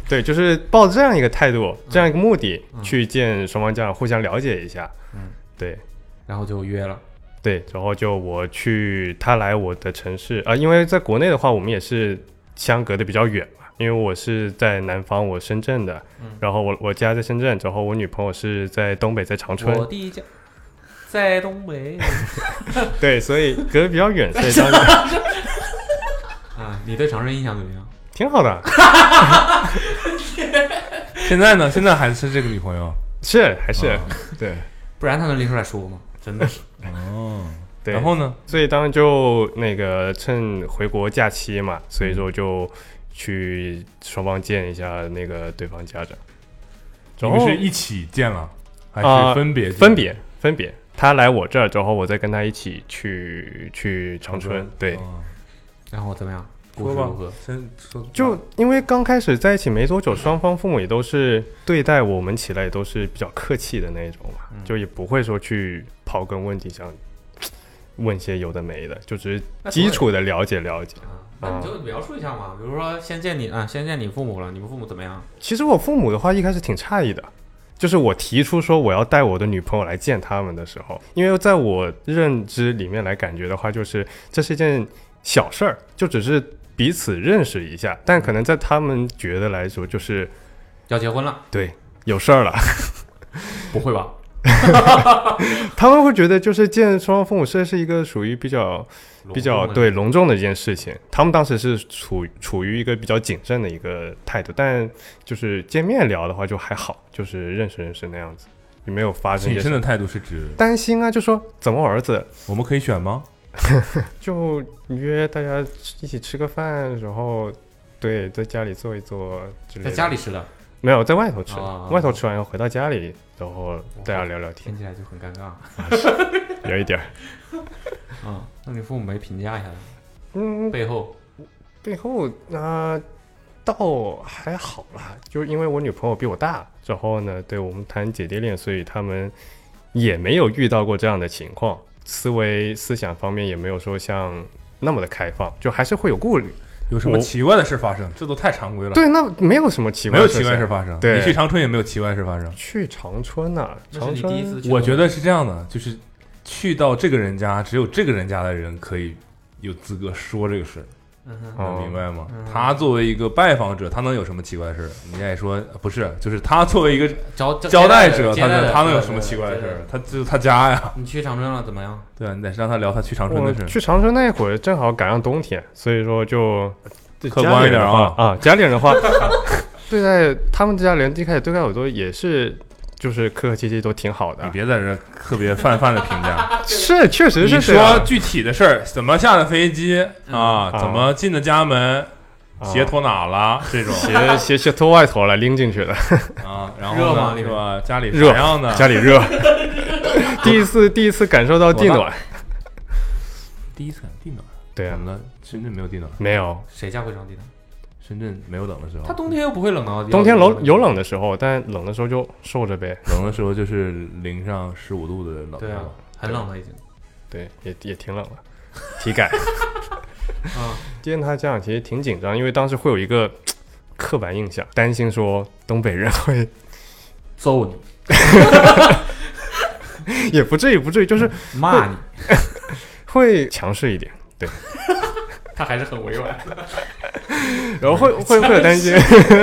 S6: 对，就是抱着这样一个态度，这样一个目的、
S3: 嗯
S6: 去见双方家长，互相了解一下。
S3: 嗯，
S6: 对。
S3: 然后就约了，
S6: 对，然后就我去他来我的城市啊、因为在国内的话，我们也是相隔的比较远嘛，因为我是在南方，我深圳的，
S3: 嗯
S6: 然后我我家在深圳，然后我女朋友是在东北，在长
S3: 我
S6: 春，
S3: 第一家在东 北
S6: 对，所以隔得比较远，所以当时
S3: 啊。你对长春印象怎么样？
S6: 挺好的，
S5: 现在呢？现在还是这个女朋友？
S6: 是还
S5: 啊
S6: 是、对
S3: 不然他能拎出来说吗？真的是，
S5: 哦，
S6: 对。
S5: 然后呢？
S6: 所以当时就那个趁回国假期嘛，所以说就去双方见一下那个对方家长，
S5: 你
S6: 然
S5: 们
S6: 后
S5: 是一起见了，还
S6: 啊
S5: 是分别见、
S6: 分别分别，他来我这儿之后，我再跟他一起去去长春，对。
S5: 哦
S3: 然后怎么样？故
S5: 说
S3: 事
S5: 吧
S3: 如何？，
S5: 先说
S6: 就因为刚开始在一起没多久，双方父母也都是对待我们起来也都是比较客气的那一种嘛，就也不会说去刨根问底像问些有的没的，就只是
S3: 那所谓
S6: 基础的了解了解。
S3: 啊，那你就描述一下嘛，比如说先见你啊，先见你父母了，你们父母怎么样？
S6: 其实我父母的话一开始挺诧异的，就是我提出说我要带我的女朋友来见他们的时候，因为在我认知里面来感觉的话，就是这是一件小事儿，就只是彼此认识一下，但可能在他们觉得来说就是
S3: 要结婚了？
S6: 对有事儿了。
S3: 不会吧？
S6: 他们会觉得就是见双方父母这是一个属于比较比较
S3: 隆重的
S6: 对隆重的一件事情，他们当时是处处于一个比较谨慎的一个态度，但就是见面聊的话就还好，就是认识认识那样子，也没有发生
S5: 谨
S6: 这
S5: 慎的
S6: 种
S5: 态度是指
S6: 担心啊，就说怎么儿子
S5: 我们可以选吗？
S6: 就约大家一起吃个饭，然后对在家里坐一坐之类
S3: 在
S6: 的，
S3: 家里吃的，
S6: 没有在外头吃的，
S3: 啊哦
S6: 外头吃完要回到家里，然后大家聊聊天
S3: 听，起来就很尴尬。
S6: 有一点 儿，
S3: 嗯，那你父母没评价一下
S6: 嗯，
S3: 背后？
S6: 背后那、倒还好啦，就是因为我女朋友比我大，之后呢，对我们谈姐弟恋，所以他们也没有遇到过这样的情况，思维思想方面也没有说像那么的开放，就还是会有顾虑。
S5: 有什么
S6: 我
S5: 奇怪的事发生？这都太常规了，
S6: 对，那没有什么奇怪，
S5: 没有奇怪事。发生。
S6: 对
S5: 你去长春也没有奇怪事发生。
S6: 去长春呐、
S3: 那是
S6: 长
S3: 你
S6: 春
S3: 第一次去吗，
S5: 我觉得是这样的，就是去到这个人家，只有这个人家的人可以有资格说这个事，
S3: 嗯哼，
S6: 哦
S5: 能明白吗
S3: 嗯？
S5: 他作为一个拜访者，他能有什么奇怪的事？你也说呃不是，就是他作为一个
S3: 交
S5: 交代者，
S3: 接
S5: 他能
S3: 的
S5: 他能有什么奇怪的
S3: 对对
S5: 事
S3: 对？
S5: 他就是他家呀，
S3: 你去长春了怎么样？
S5: 对啊，你得让他聊他去长春
S6: 我
S5: 的事。
S6: 去长春那会儿正好赶上冬天，所以说就
S5: 客观一点啊
S6: 啊，家里人的话，对待他们家里人一开始对待我都也是就是客客气气，都挺好的
S5: 你。别在这儿特别泛泛的评价。
S6: 是，确实
S5: 你
S6: 是这
S5: 说
S6: 样
S5: 具体的事儿，怎么下的飞机啊？
S6: 嗯
S5: 怎么进的家门？
S6: 啊
S5: 鞋脱哪了？这种
S6: 鞋鞋鞋脱外头了，拎进去的，
S5: 啊，然
S3: 热
S5: 后
S3: 吗
S5: 呢，
S3: 里
S5: 是
S3: 面
S5: 吧？家里
S6: 热
S5: 啥样的？
S6: 家里热。第一次第一次感受到地
S5: 多
S6: 暖，
S5: 第一次看地暖，
S6: 对啊
S5: 怎，么了？深圳没有地暖，
S6: 没有
S3: 谁家会长地的？
S5: 深圳没有冷的时候。
S3: 他冬天又不会冷到
S6: 嗯冬天冷有冷的时候，但冷的时候就受着呗。
S5: 冷的时候就是零上十五度的冷，
S3: 对
S6: 嗯
S3: 啊，很冷了已经。
S6: 对，也也挺冷了，体
S5: 啊
S6: 感。
S3: 嗯，
S6: 见他家长其实挺紧张，因为当时会有一个刻板印象，担心说东北人会，
S3: 揍你，
S6: 也不至于不至于，就是
S3: 骂你，
S6: 会强势一点，
S3: 他还是很委婉。
S6: 然后会会会有担心。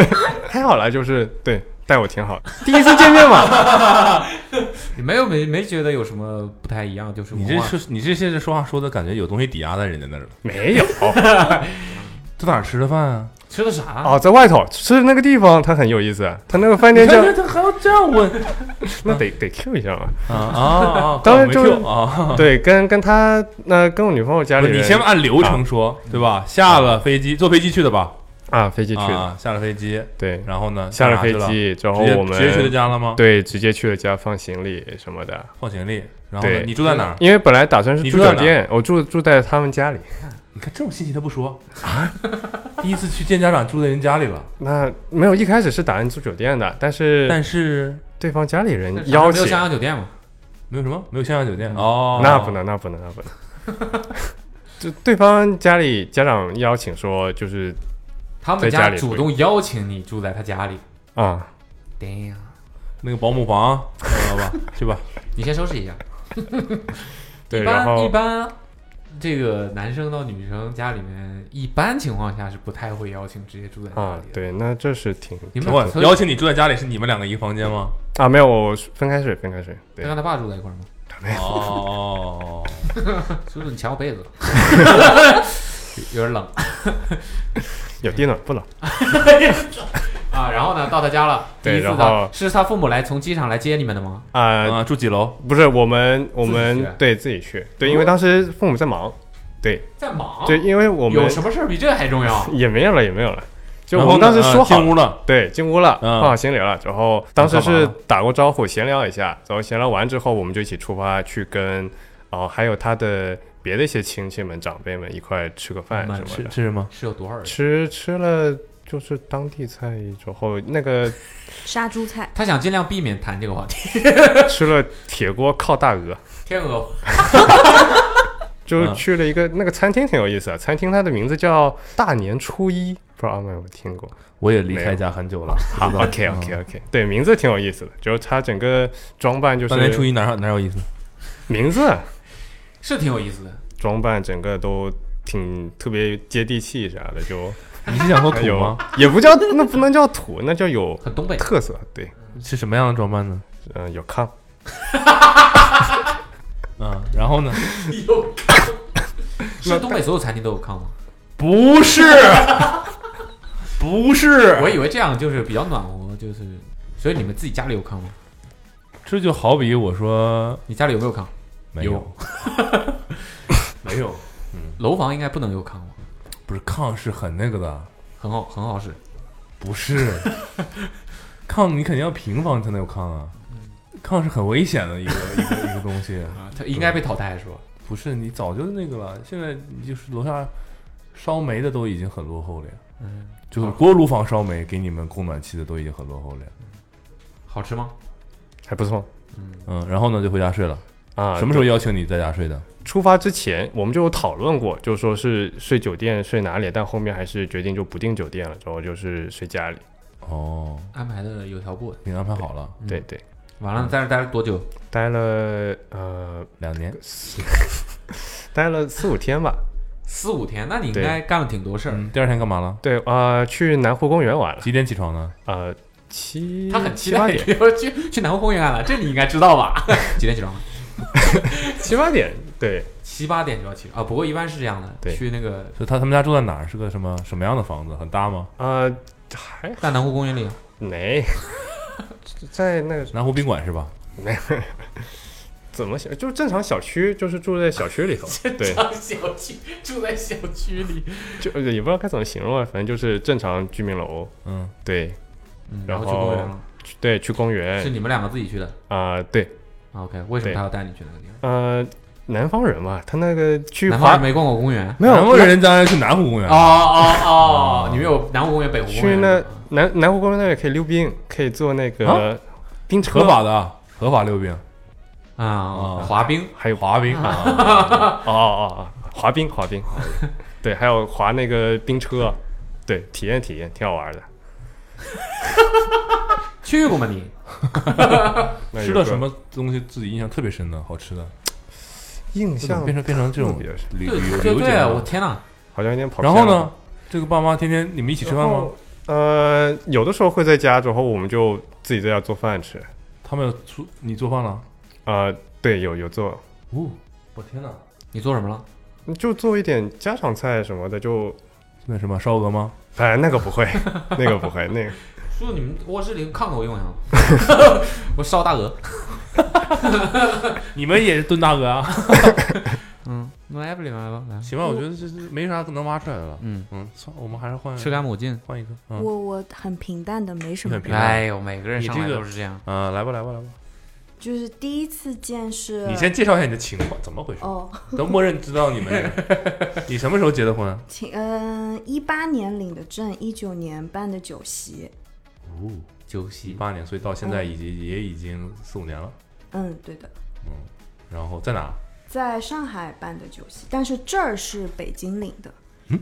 S6: 还好啦，就是对待我挺好的，第一次见面嘛，
S3: 你没有没没觉得有什么不太一样？就是
S5: 你
S3: 文
S5: 这
S3: 化
S5: 是你这现在说话说的感觉有东西抵押在人家那儿了。
S6: 没有。
S5: 这哪儿吃的饭啊？
S3: 吃的啥？
S6: 哦，在外头吃的那个地方，它很有意思。啊它那个饭店 叫
S5: 这还要这样问
S6: 那得得 Q 一下嘛。
S5: 啊啊啊！
S6: 当然就是
S5: 没 Q，啊。
S6: 对，跟跟他那跟我女朋友家
S5: 不
S6: 里
S5: 是
S6: 人，
S5: 你先按流程说，对吧？下了飞机，坐飞机去的吧？
S6: 啊，飞机去的，
S5: 啊，下了飞机，
S6: 对，
S5: 然后呢？
S6: 下了
S5: 干嘛去
S6: 飞
S5: 了，
S6: 机之后
S5: 直接
S6: 我们
S5: 直接去他家了吗？，
S6: 对直接去了家放行李什么的，
S5: 放行李。然后呢
S6: 对
S5: 你住在哪儿？
S6: 因为本来打算是
S5: 你
S6: 住
S5: 住在
S6: 酒店，我住住在他们家里。
S5: 你看这种信息他不说啊，第一次去见家长住在人家里了，
S6: 那没有，一开始是打算住酒店的，但是
S5: 但是
S6: 对方家里
S3: 那
S6: 人
S3: 长
S6: 嗯邀
S3: 春没有
S6: 请
S3: 香，港酒店嘛？
S5: 没有什么，没有香港酒店哦，
S6: 嗯那不能，那不能，那不能。 就对方家里家长邀请说，就是
S3: 他们
S6: 在家
S3: 家
S6: 里
S3: 主
S6: 会
S3: 动邀请你住在他家里。
S6: 啊，
S3: 对呀，
S5: 那个保姆 房，知道吧？去吧，
S3: 你先收拾一下。
S6: 对，
S3: 一
S6: 然
S3: 般一
S6: 后
S3: 般，这个男生到女生家里面，一般情况下是不太会邀请直接住在家
S6: 啊
S3: 里的。，
S6: 对，那这是挺
S3: 你们
S5: 等会儿
S3: 所以
S5: 邀请你住在家里是你们两个一个房间吗？
S6: 啊，没有，我分开睡，分开睡。
S3: 他
S6: 对
S3: 跟，他爸住在一块儿吗？
S5: 哦，
S3: 叔叔，你抢我被子了，有点冷。
S6: 有地暖不冷？
S3: 啊，然后呢，到他家了，第
S6: 对
S3: 一次
S6: 然后
S3: 到是他父母来从机场来接你们的吗？
S6: 啊、
S5: 啊，住几楼？
S6: 不是，我们我
S3: 嗯自
S6: 们
S3: 己去
S6: 对自己去，对，因为当时父母在忙，对，
S3: 在忙，
S6: 就因为我们
S3: 哦有什么事儿比这还重要？
S6: 也没有了，也没有了，就
S5: 然
S6: 我
S5: 后
S6: 们
S5: 呢
S6: 当时
S5: 啊
S6: 说好
S5: 进屋了，
S6: 对，进屋了，
S5: 嗯
S6: 放好行李了。然后当时
S5: 干嘛
S6: 是
S5: 呢
S6: 打过招呼，闲聊一下。然后闲聊完之后，我们就一起出发去跟，哦、还有他的别的一些亲戚们、长辈们一块吃个饭
S3: 慢
S6: 什
S5: 吃
S6: 么的。
S5: 吃什么？
S3: 是有多少人？
S6: 吃吃了就是当地菜之后，那个
S7: 杀猪菜，
S3: 他想尽量避免谈这个话题。
S6: 吃了铁锅靠大鹅，
S3: 天鹅
S6: 就
S5: 嗯
S6: 去了一个、那个餐厅挺有意思啊的，餐厅它的名字叫大年初一，不知道阿曼有没有听过。
S5: 我也离开家很久了。
S6: 好，OK OK
S5: 嗯
S6: OK，对，名字挺有意思的，就是它整个装扮就
S5: 大年初
S6: 是
S5: 一哪有哪有意思？
S6: 名字。啊
S3: 是挺有意思的，
S6: 装扮整个都挺特别接地气啥的，就
S5: 你是想说土
S6: 有
S5: 吗？
S6: 也不叫那不能叫土，那叫有
S3: 很东北。
S6: 特色。对，
S5: 是什么样的装扮呢？
S6: 嗯、有炕，
S5: 嗯，然后呢？
S3: 有炕，是东北所有餐厅都有炕吗？
S5: 不 是，不是，
S3: 我以为这样 就是比较暖和，就是。所以你们自己家里有炕吗？
S5: 这就好比我说
S3: 你家里有没有炕？
S5: 没
S3: 有
S5: 有，没有，
S3: 楼房应该不能有炕吧？
S5: 不是炕是很那个 的，
S3: 很好，很好使。
S5: 不是炕，你肯定要平房才能有炕啊。炕是很危险的一 个一个一个东西，
S3: 啊，他应该被淘汰是吧？
S5: 不是你早就那个了，现在你就是楼下烧煤的都已经很落后了呀，
S3: 嗯，
S5: 就是锅炉房烧煤给你们供暖气的都已经很落后了呀。
S3: 好吃吗？
S6: 还不错
S5: 嗯，然后呢就回家睡了。
S6: 啊。
S5: 什么时候邀请你在家睡的？
S6: 出发之前我们就有讨论过，就说是睡酒店睡哪里，但后面还是决定就不订酒店了，之后就是睡家里。
S5: 哦，
S3: 安排的有条不紊。
S5: 给你安排好了，
S3: 嗯
S6: 对对，
S3: 完了，在这待了多久？
S6: 待了呃
S5: 两年。
S6: 待了四五天吧。
S3: 四五天，那你应该干了挺多事儿。
S5: 嗯，第二天干嘛了？
S6: 对啊、呃去南湖公园玩了。
S5: 几点起床呢？
S6: 呃，七
S3: 他很期
S6: 七八
S3: 待
S6: 点，
S3: 去去南湖公园了，这你应该知道吧？ 几点起床？啊
S6: 七八点对，
S3: 七八点就要起床啊。不过一般是这样的，
S6: 对
S3: 去那个
S5: 就他他们家住在哪儿？是个什么什么样的房子？很大吗？
S6: 呃，还
S3: 在南湖公园里，啊
S6: 没在那个
S5: 南湖宾馆是吧？
S6: 怎么想？就是正常小区，就是住在小区里头， 对，
S3: 小区住在小区里，
S6: 就也不知道该怎么形容啊，反正就是正常居民楼，
S5: 嗯，
S6: 对
S3: 嗯，然
S6: 然
S3: 后
S6: 后
S3: 去公园了，
S6: 去对，去公
S3: 是
S6: 园
S3: 你们两个自己去的。
S6: 啊、对，
S3: 啊 OK，为什么
S6: 对
S3: 他要带你去那个地方？
S6: 呃，南方人嘛，他那个去
S3: 南方
S6: 滑
S3: 人没逛过公园。
S6: 没有
S5: 南湖啊人当然去南湖公园
S3: 哦。 哦哦，你们有南湖公园、北湖公
S6: 去
S3: 园
S6: 那南南湖公园那里可以溜冰，可以坐那个
S5: 啊
S6: 冰车
S5: 合，法的啊，合法溜冰，
S3: 啊
S6: 哦
S5: 啊
S3: 滑冰，
S6: 还有滑
S5: 滑冰啊，
S6: 哦哦哦，滑冰滑冰，对，还有滑那个冰车，对，体验体验挺好玩的。
S3: 去过吗你？
S6: 那
S5: 吃了
S6: 有个
S5: 什么东西自己印象特别深的，好吃的，
S6: 印
S5: 这怎
S6: 象
S5: 么变？成变成这种
S6: 特别深
S5: 旅
S3: 对
S5: 旅游
S3: 对
S5: 旅游节
S3: 对，我
S5: 目？
S3: 天哪！
S6: 好像有点跑
S5: 然
S6: 偏
S5: 后
S6: 了
S5: 呢？这个爸妈天天你们一起吃饭
S6: 然
S5: 吗
S6: 后？？呃，有的时候会在家，之后我们就自己在家做饭吃。
S5: 他们有做你做饭了？
S6: 呃，对，有有做，
S5: 哦，我天哪！
S3: 你做什么了？
S6: 就做一点家常菜什么的，就
S5: 那什么烧鹅吗？
S6: 哎，那个不会，那个不会，那个
S3: 说你们卧室里炕头用啊 呀？ 我烧大鹅。
S5: 你们也是炖大鹅啊？
S3: 嗯，那 Evelyn 来吧，来。
S5: 行吧，我觉得这这没啥能挖出来的了。
S3: 嗯，
S5: 嗯，算了，我们还是换
S3: 吃干抹净。
S5: 换一个。嗯
S7: 我我很平淡的，没什
S5: 你
S7: 么
S5: 很平淡
S3: 哎呦，每个人
S5: 你
S3: 上来
S5: 这个
S3: 都是这样。
S5: 啊，来吧，来吧，来吧。
S7: 就是第一次见是
S5: 你先介绍一下你的情况，怎么回事？
S7: 哦，
S5: 都默认知道你们。 你什么时候结的婚？啊
S7: 请嗯，一、八年领的证，一九年办的酒席，
S5: 哦，
S3: 酒
S5: 一
S3: 席
S5: 八年，所以到现在已经、也已经四五年了。
S7: 嗯，对的，
S5: 嗯，然后在哪？
S7: 在上海办的酒席，但是这儿是北京领的，
S5: 嗯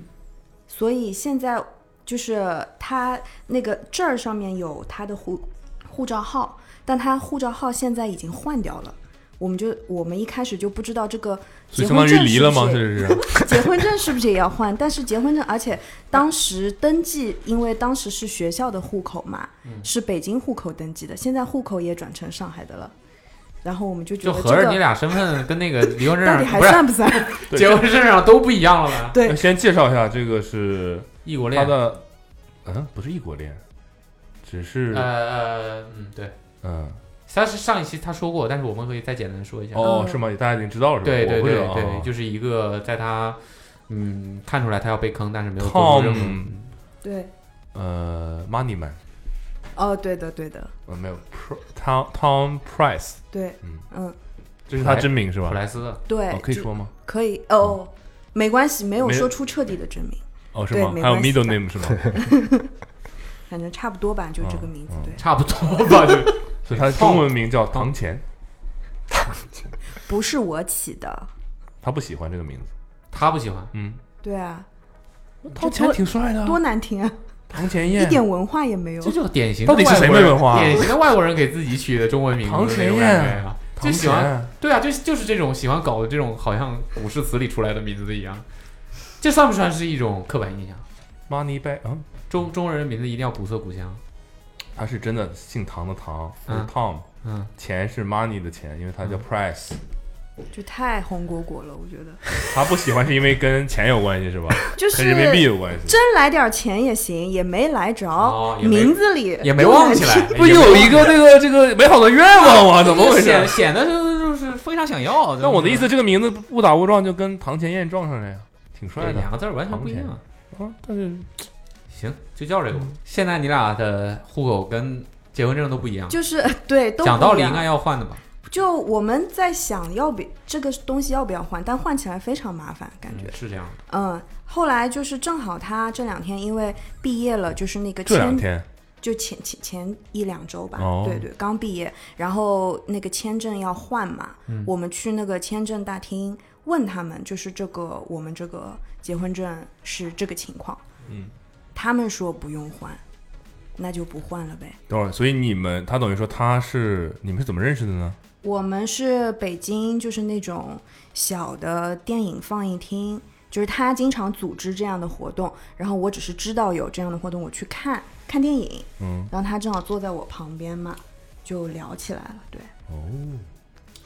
S7: 所以现在就是他那个证儿上面有他的护护照号，但他护照号现在已经换掉了。我们就我们一开始就不知道这个
S5: 所
S7: 结
S5: 以相当
S7: 婚
S5: 于
S7: 证
S5: 离
S7: 是
S5: 了
S7: 不
S5: 吗？这
S7: 是
S5: 是
S7: 结婚证是不是也要换？但是结婚证，而且当时登记，因为当时是
S5: 嗯
S7: 学校的户口嘛，是北京户口登记的，现在户口也转成上海的了。然后我们就觉
S3: 就
S7: 得
S3: 合着
S7: 这
S3: 你
S7: 个
S3: 俩身份跟那个离婚证
S7: 到底
S3: 上
S7: 还
S3: 不是
S7: 算不算？
S5: 对
S3: 结婚证上都不一样了吧？
S7: 对，
S5: 先介绍一下，这个是
S3: 异国
S5: 他
S3: 恋，
S5: 的，嗯，不是异国恋，只是
S3: 呃呃嗯对，
S5: 嗯，
S3: 他是上一期他说过，但是我们可以再简单地说一下。
S5: 哦，
S7: 嗯
S5: 是吗？大家已经知道了是吧？
S3: 对
S5: 我
S3: 对
S5: 不
S3: 对
S5: 知道
S3: 对，
S5: 哦
S3: 就是一个在他嗯看出来他要被坑，但是没有做出任何
S5: Tom，
S7: 对，
S5: 呃，Money Man，
S7: 哦，对的，对的，
S5: 呃，没有，Pr-，Tom Tom Price，
S7: 对，
S5: 嗯
S7: 嗯，
S5: 这是他真名是
S3: 普
S5: 吧？
S3: 莱斯的。
S7: 对，
S5: 哦，可以
S7: 就
S5: 说吗？
S7: 可以哦，没关系，没有
S5: 没
S7: 说出彻底的证明，
S5: 哦，是
S7: 对
S5: 吗？
S7: 没
S5: 还有
S7: 关系
S5: middle
S7: 的
S5: name 是 吗？
S7: 反正差不多吧，就这个名字
S5: 嗯嗯，
S7: 对，
S3: 差不多吧，就
S5: 所以他的中文名叫唐钱，
S7: 不是我起的，
S5: 他不喜欢这个名字。
S3: 他不喜欢，
S5: 嗯，
S7: 对啊，
S5: 唐
S7: 钱
S5: 挺帅的
S7: 多难听啊，
S5: 唐钱
S7: 一
S5: 燕，
S7: 点文化也没有
S3: 这，就是典型的
S5: 到底是谁没文化
S3: 外
S5: 啊
S3: 国人典型的外国人给自己取的中文名字
S5: 唐
S3: 那种
S5: 钱
S3: 感
S5: 燕
S3: 觉啊，就
S5: 唐
S3: 喜欢
S5: 钱，
S3: 对啊，就是就是这种喜欢搞这种好像古诗词里出来的名字一样，这算不算是一种刻板印象？
S5: Money Bag，嗯，
S3: 中中国人的名字一定要古色古香，
S5: 他是真的姓唐的唐，是
S3: 嗯
S5: Tom，
S3: 嗯，
S5: 钱是 money 的钱，因为他叫
S3: 嗯
S5: Price，
S7: 就太红果果了，我觉得，
S5: 他不喜欢是因为跟钱有关系是吧？
S7: 就是
S5: 跟人民币有关系。
S7: 真来点钱也行，也没来着，
S3: 哦也没
S7: 名字里
S3: 也没忘起来，
S5: 不有一个这个这个美好的愿望
S7: 啊
S5: 吗？怎么回
S3: 显
S5: 事？
S3: 显得就是就是非常想要。
S5: 那我的意思，这个名字误打误撞就跟唐钱燕撞上了呀，挺
S3: 对，
S5: 帅的
S3: 哎两个字儿完全不一
S5: 唐
S3: 样
S5: 钱。啊。但是
S3: 行，就叫这个吧。
S7: 嗯
S3: 现在你俩的户口跟结婚证都不一样，
S7: 就是对，都
S3: 讲
S7: 不一
S3: 道理
S7: 样
S3: 应该要换的吧？
S7: 就我们在想要不这个东西要不要换，但换起来非常麻烦，感觉
S3: 嗯。是这样的。
S7: 嗯，后来就是正好他这两天因为毕业了，就是那个
S5: 这两
S7: 签，
S5: 天
S7: 就前前前一两周吧，
S5: 哦
S7: 对对，刚毕业，然后那个签证要换嘛，
S5: 嗯
S7: 我们去那个签证大厅问他们，就是这个我们这个结婚证是这个情况，
S5: 嗯，
S7: 他们说不用换，那就不换了呗。
S5: 等会儿，所以你们他等于说他是你们是怎么认识的呢？
S3: 哎
S7: 我们是北京，就是那种小的电影放映厅，就是他经常组织这样的活动，然后我只是知道有这样的活动，我去看看电影，
S5: 嗯，
S7: 然后他正好坐在我旁边嘛，就聊起来了。 对，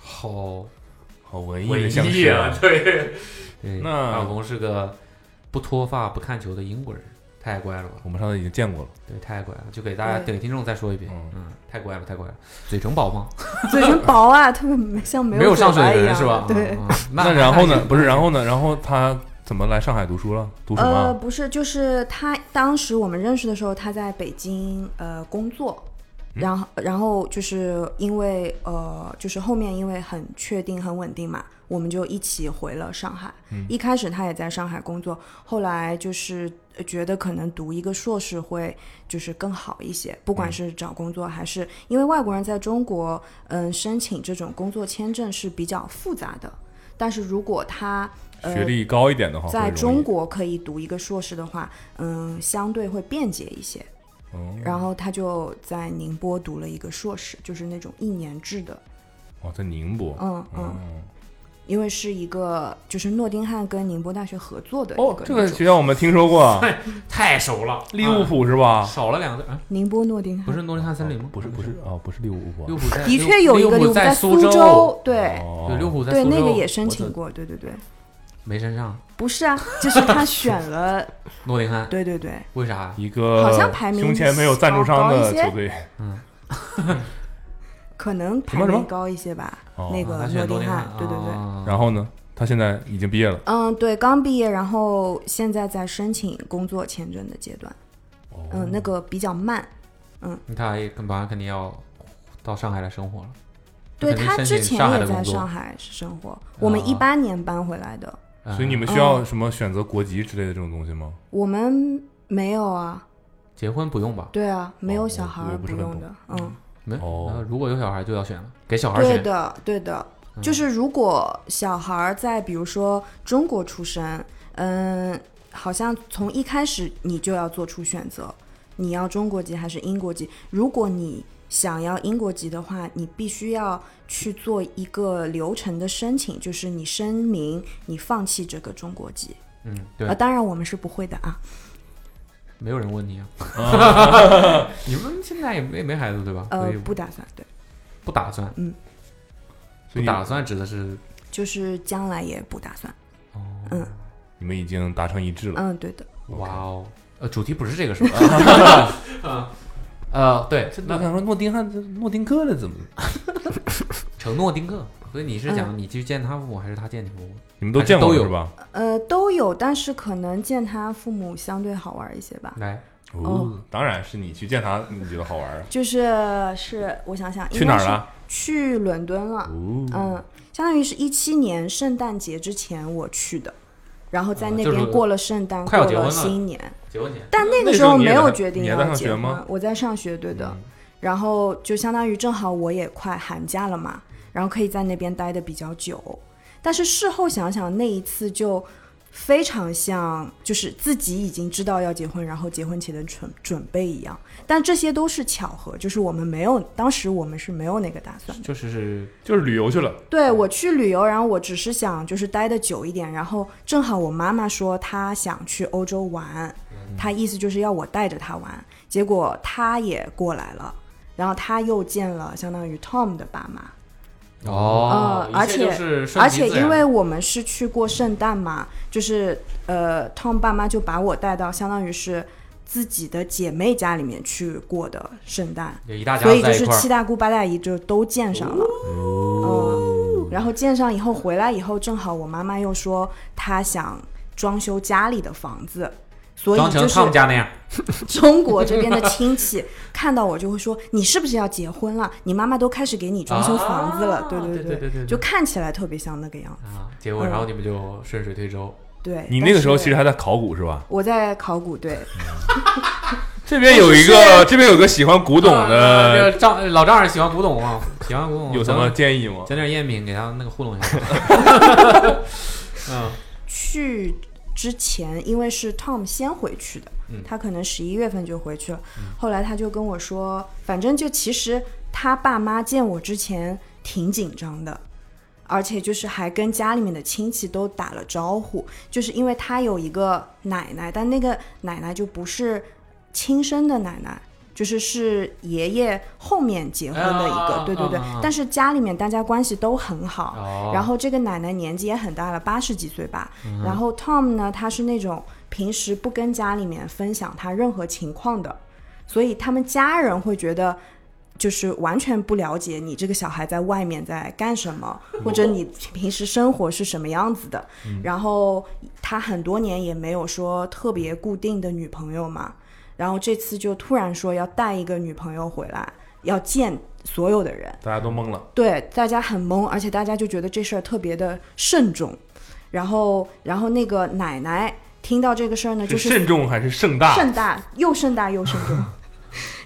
S3: 好
S5: 好文艺
S3: 文
S5: 的相
S3: 艺
S5: 识
S3: 啊，对。
S5: 那
S3: 老公是个不脱发不看球的英国人，太乖了吧？
S5: 我们上次已经见过了，
S3: 对，太乖了，就给大家
S7: 对
S3: 给听众再说一遍，
S5: 嗯
S3: 嗯，太乖了，太乖了，嘴唇宝吗？
S7: 嘴唇薄啊，特别没像没
S3: 没有上
S7: 嘴
S3: 水
S7: 巴
S3: 的
S7: 一
S3: 人
S7: 样，
S3: 是吧？
S7: 对。
S3: 嗯，嗯
S5: 那然后呢？不是，然后呢？然后他怎么来上海读书了？读什
S7: 呃，
S5: 么？啊
S7: 不是，就是他当时我们认识的时候，他在北京呃工作，
S5: 嗯
S7: 然后然后就是因为呃就是后面因为很确定很稳定嘛，我们就一起回了上海。
S5: 嗯
S7: 一开始他也在上海工作，后来就是呃觉得可能读一个硕士会就是更好一些，不
S5: 嗯
S7: 管是找工作还是因为外国人在中国嗯、申请这种工作签证是比较复杂的，但是如果他呃
S5: 学历高一点的话，哦
S7: 在
S5: 会容易
S7: 中，国可以读一个硕士的话，嗯，相对会便捷一些。
S5: 哦
S7: 然后他就在宁波读了一个硕士，就是那种一年制的，
S5: 哦，在宁波，
S7: 嗯嗯，
S5: 嗯，
S7: 因为是一个就是诺丁汉跟宁波大学合作的一
S5: 哦
S7: 个，
S5: 这
S7: 那
S5: 个
S7: 种
S5: 学校我们听说过 啊，嗯
S3: 太熟了，
S5: 利物浦是
S3: 啊
S5: 吧？
S3: 少了两个字啊，
S7: 宁波诺丁汉
S3: 不是诺丁汉森林吗？
S5: 不是不是哦，不是利物浦
S3: 利物，
S5: 啊
S3: 浦在
S7: 的确有一个
S3: 利物
S7: 利物浦
S3: 在
S7: 苏
S3: 州，
S7: 州，对
S5: 哦
S3: 对，利物浦在
S7: 对，
S3: 苏州，
S7: 那个也申
S3: 我
S7: 请
S3: 的
S7: 过，对对对，
S3: 没申上，
S7: 不是啊，就是他选了，
S3: 诺丁汉
S7: 对对对，
S3: 为啥？
S5: 一个
S7: 好像排名
S5: 胸前没有赞助商
S7: 高
S5: 的
S7: 一些
S5: 球队，
S7: 可能
S5: 么什
S7: 排
S5: 么
S7: 名高一些吧，
S5: 哦
S7: 那
S3: 啊
S7: 个
S3: 他选
S7: 呃丁
S3: 丁哦啊
S7: 汉，对对对。
S3: 对
S5: 然后呢，他现在已经毕业了，
S7: 嗯，对，刚毕业，然后现在在申请工作签证的阶段。
S3: 哦
S7: 嗯，那个比较慢。
S3: 那他也跟马上肯定要到上海来生活了。
S7: 对
S3: 肯定
S7: 他
S3: 申
S7: 之
S3: 请
S7: 前
S3: 上海
S7: 也
S3: 的
S7: 在
S3: 工作
S7: 上海生活，我们一
S3: 啊
S7: 八年搬回来的，
S3: 呃
S5: 所以你们需
S7: 嗯
S5: 要什么选择国籍之类的这种东西吗？
S7: 我们没有啊，
S3: 结婚不用吧？
S7: 对啊，没
S5: 哦
S7: 有
S5: 我
S7: 小孩
S5: 我
S7: 儿
S5: 不是很
S7: 用
S5: 懂
S7: 的，嗯，
S3: 没
S5: 哦
S3: 那如果有小孩就要选了，给小孩
S7: 对
S3: 选。
S7: 的，对的，
S3: 嗯
S7: 就是如果小孩儿在比如说中国出生，嗯，好像从一开始你就要做出选择，你要中国籍还是英国籍？如果你想要英国籍的话，你必须要去做一个流程的申请，就是你声明你放弃这个中国籍。
S3: 嗯，
S7: 呃，
S3: 对，
S7: 当然我们是不会的啊。
S3: 没有人问你啊。啊 你们现在也没没孩子对吧？
S7: 呃
S3: 所以，
S7: 不打算对，
S3: 不打算。
S7: 嗯，
S5: 所
S3: 不
S5: 以
S3: 打算指的是
S7: 就是将来也不打算。
S3: 哦，
S7: 嗯
S5: 你们已经达成一致了。
S7: 嗯，对的，
S3: 哇哦，呃，主题不是这个是吧？ 啊呃，对，
S5: 这
S3: 那
S7: 嗯
S5: 我想说诺丁汉、诺丁哥了，怎么？
S3: 承诺丁克，所以你是
S7: 嗯
S3: 讲你去见他父母，还是他见你父母？
S5: 你们都见过
S3: 还是都有
S5: 是吧？
S7: 呃，都有，但是可能见他父母相对好玩一些吧。
S3: 来，
S7: 哦，
S5: 当然是你去见他，你觉得好玩啊？
S7: 就是是我想想，
S5: 去哪儿
S7: 应该是
S5: 了？
S7: 去伦敦了。
S5: 哦，
S7: 嗯，相当于是一七年圣诞节之前我去的，然后在那
S3: 哦就是
S7: 边过了圣诞，
S3: 快要结
S7: 过了
S3: 婚了
S7: 新年。
S3: 结婚前
S7: 但那
S5: 那
S7: 个
S5: 时
S7: 时
S5: 候
S7: 候
S5: 你也
S7: 没有
S5: 在
S7: 决定
S5: 你也
S7: 要
S5: 在上
S7: 结
S5: 学
S7: 婚
S5: 吗？嗯
S7: 我在上学，对的。然后就相当于正好我也快寒假了嘛，然后可以在那边待的比较久。但是事后想想，那一次就非常像，就是自己已经知道要结婚，然后结婚前的准准备一样。但这些都是巧合，就是我们没有，当时我们是没有那个打算的。
S3: 就是是
S5: 就是旅游去了。
S7: 对我去旅游，然后我只是想就是待的久一点，然后正好我妈妈说她想去欧洲玩，
S3: 嗯
S7: 她意思就是要我带着她玩，结果她也过来了，然后她又见了相当于 Tom 的爸妈，
S3: 哦，
S7: 呃
S3: 一切
S7: 而且
S3: 就是顺
S7: 而
S3: 其
S7: 且
S3: 自然
S7: 因为我们是去过圣诞嘛，就是呃 Tom 爸妈就把我带到相当于是自己的姐妹家里面去过的圣诞，
S3: 就一大家
S7: 所以就
S3: 在一
S7: 是
S3: 块
S7: 七
S3: 儿，
S7: 大姑八大姨就都见上了。
S3: 哦
S7: 嗯，然后见上以后回来以后，正好我妈妈又说她想装修家里的房子，所以
S3: 装成
S7: 就
S3: 他们
S7: 是
S3: 家那样，
S7: 中国这边的亲戚看到我就会说你是不是要结婚了？你妈妈都开始给你装修房子了，
S3: 啊
S7: 对
S3: 对
S7: 对
S3: 对对对
S7: 就看起来特别像那个样子。
S3: 啊，结果然后你们就顺水推舟，
S7: 对，
S5: 你
S7: 但
S5: 那个时候
S7: 是
S5: 其实还在考古是吧？
S7: 我在考古队，
S5: 这边有一个，这边有个喜欢古董
S3: 哦啊这
S5: 的，
S3: 个丈老丈人喜欢古董啊，喜欢古董，
S5: 有什么建议吗？
S3: 整点赝品给他那个糊弄一下。嗯，
S7: 去之前，因为是 Tom 先回去的，
S3: 嗯
S7: 他可能十一月份就回去了。后来他就跟我说，反正就其实他爸妈见我之前挺紧张的，而且就是还跟家里面的亲戚都打了招呼，就是因为他有一个奶奶，但那个奶奶就不是亲生的奶奶。就是是爷爷后面结婚的一个，
S3: 啊
S7: 对对对，
S3: 啊啊啊
S7: 但是家里面大家关系都很好，
S3: 哦，
S7: 然后这个奶奶年纪也很大了，八十几岁吧。然后 Tom 呢，他是那种平时不跟家里面分享他任何情况的，所以他们家人会觉得。就是完全不了解你这个小孩在外面在干什么，或者你平时生活是什么样子的。然后他很多年也没有说特别固定的女朋友嘛，然后这次就突然说要带一个女朋友回来，要见所有的人。
S5: 大家都懵了，
S7: 对，大家很懵，而且大家就觉得这事儿特别的慎重。然后，然后那个奶奶听到这个事儿呢，就是是
S5: 慎重还是盛大？
S7: 盛大又盛大 又慎重，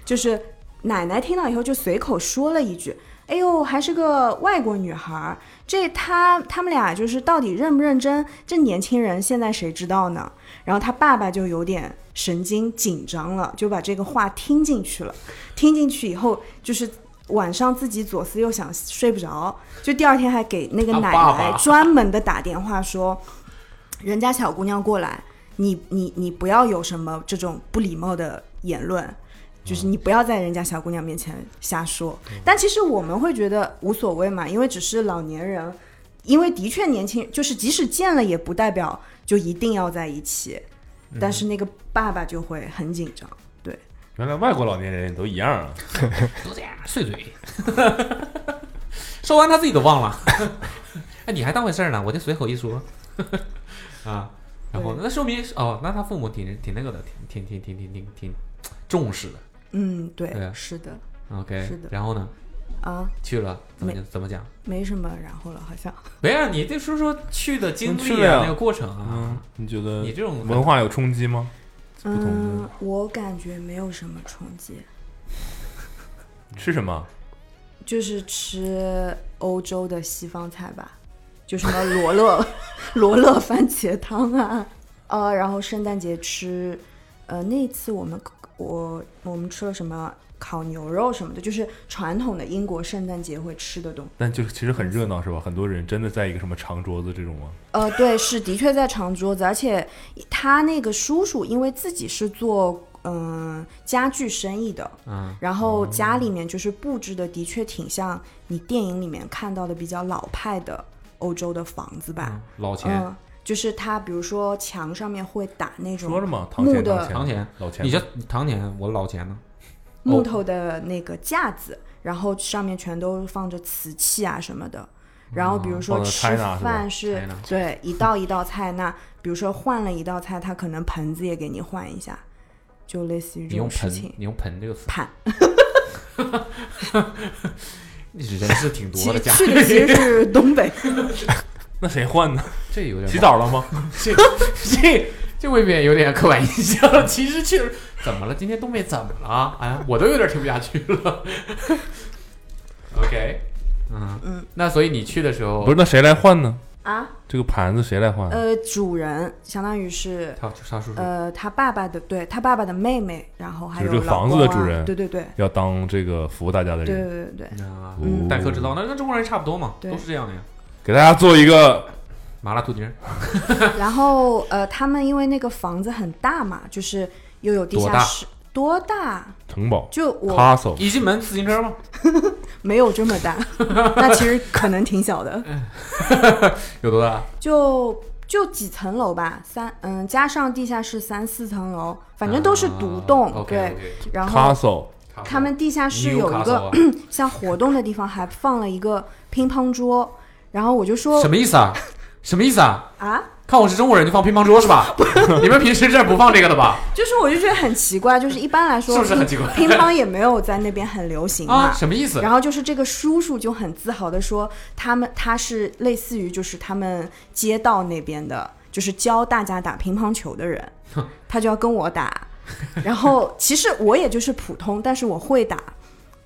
S7: 就是奶奶听到以后就随口说了一句：“哎呦，还是个外国女孩儿，这她他们俩就是到底认不认真？这年轻人现在谁知道呢？”然后他爸爸就有点神经紧张了，就把这个话听进去了。听进去以后，就是晚上自己左思右想睡不着，就第二天还给那个
S3: 他
S7: 奶
S3: 爸
S7: 奶
S3: 爸
S7: 专门的打电话说，人家小姑娘过来，你你你不要有什么这种不礼貌的言论。就是你不要在人家小姑娘面前瞎说，
S3: 嗯
S7: 但其实我们会觉得无所谓嘛，因为只是老年人，因为的确年轻，就是即使见了也不代表就一定要在一起，但
S3: 嗯
S7: 是那个爸爸就会很紧张。
S5: 原来外国老年人也都一样啊。
S3: 都这样碎嘴，说完他自己都忘了。哎，你还当回事儿呢？我就随口一说啊。然后
S7: 对
S3: 那说明哦，那他父母挺挺那个的，挺挺挺挺挺挺挺重视的。
S7: 嗯，对，
S3: 对啊
S7: 是的，
S3: OK，
S7: 是的
S3: 然后呢，
S7: 啊，
S3: 去了怎么
S7: 没
S3: 怎么讲？
S7: 没什么然后了，好像。
S3: 没事，你就说说去的经
S5: 嗯去
S3: 历
S5: 了
S3: 啊
S5: 呀，
S3: 那个过程啊。
S5: 嗯，你觉得
S3: 你这种
S5: 文化有冲击吗？不同的
S7: 嗯，我感觉没有什么冲击，
S5: 吃什么？
S7: 就是吃欧洲的西方菜吧，就什么罗勒、 罗勒番茄汤啊，呃，然后圣诞节吃，呃，那一次我们我我们吃了什么烤牛肉什么的，就是传统的英国圣诞节会吃的东西。
S5: 但就是其实很热闹是吧？很多人真的在一个什么长桌子这种吗？
S7: 呃，对，是的确在长桌子，而且他那个叔叔因为自己是做嗯、家具生意的，
S3: 嗯，
S7: 然后家里面就是布置的，的确挺像你电影里面看到的比较老派的欧洲的房子吧。
S3: 老钱、
S7: 嗯，就是它，比如说墙上面会打那
S5: 说了
S7: 种
S5: 嘛，堂前
S7: 木的
S5: 堂前
S3: 堂前
S5: 老钱，
S3: 你这唐钱，我老钱呢？
S5: 哦
S7: 木头的那个架子，然后上面全都放着瓷器啊什么的。然后比如说
S5: 哦放着
S7: 吃
S5: China 是吧
S7: 饭是
S3: China
S7: 对一道一道菜，那比如说换了一道菜，它可能盆子也给你换一下，就类似于
S3: 你
S7: 这
S3: 用
S7: 种事
S3: 盆，
S7: 情。
S3: 你用盆这个词，
S7: 盘，
S3: 人是挺多
S7: 其
S3: 的
S7: 实
S3: 家，
S7: 去的其实是东 北，
S5: 那谁 换呢？
S3: 这有点
S5: 洗澡了吗？
S3: 这这未免有点刻板印象了。其实确实，怎么了？今天东北怎么了？哎呀，我都有点听不下去了。OK，嗯
S7: 嗯，
S3: 那所以你去的时候
S5: 不是，那谁来换呢？
S7: 啊，
S5: 这个盘子谁来换？
S7: 呃，主人相当于是
S3: 他他叔叔，
S7: 呃他爸爸的，对他爸爸的妹妹，然后还
S5: 就
S7: 有
S5: 是这个
S7: 老
S5: 房子
S7: 公
S5: 的主
S7: 啊
S5: 人
S7: 对对对
S5: 要当这个服务大家的
S7: 对对
S5: 人，
S7: 对对，
S3: 啊
S7: 嗯
S3: 待客之道，那跟中国人差不多嘛，
S7: 对
S3: 都是这样的呀。
S5: 给大家做一个
S3: 麻辣兔蹄儿，
S7: 然后呃他们因为那个房子很大嘛，就是又有地
S3: 多
S7: 下
S3: 大
S7: 室，多大？
S5: 城堡
S7: 就我
S5: castle，
S3: 一进门自行车吗？
S7: 没有这么 大，那其实可能挺小的，
S3: 有多大？
S7: 就。就几层楼吧，三嗯，加上地下室三四层楼，反正都是独栋，
S3: 啊
S7: 对。
S3: ，OK，OK，
S7: 然后
S5: castle
S7: 他们地下室
S3: 你
S7: 有一
S3: 卡手
S7: 个
S3: 啊
S7: 像活动的地方，还放了一个乒乓桌。然后我就说
S3: 什么意思啊？什么意思啊？
S7: 啊，
S3: 看我是中国人就放乒乓桌是吧？你们平时这儿不放这个的 吧？
S7: 就是我就觉得很奇怪，就是一般来说
S3: 是不是很奇怪
S7: 乒乒乓也没有在那边很流行 嘛。
S3: 啊，什么意思？
S7: 然后就是这个叔叔就很自豪的说，他们他是类似于就是他们街道那边的，就是教大家打乒乓球的人，他就要跟我打。然后其实我也就是普通，但是我会打。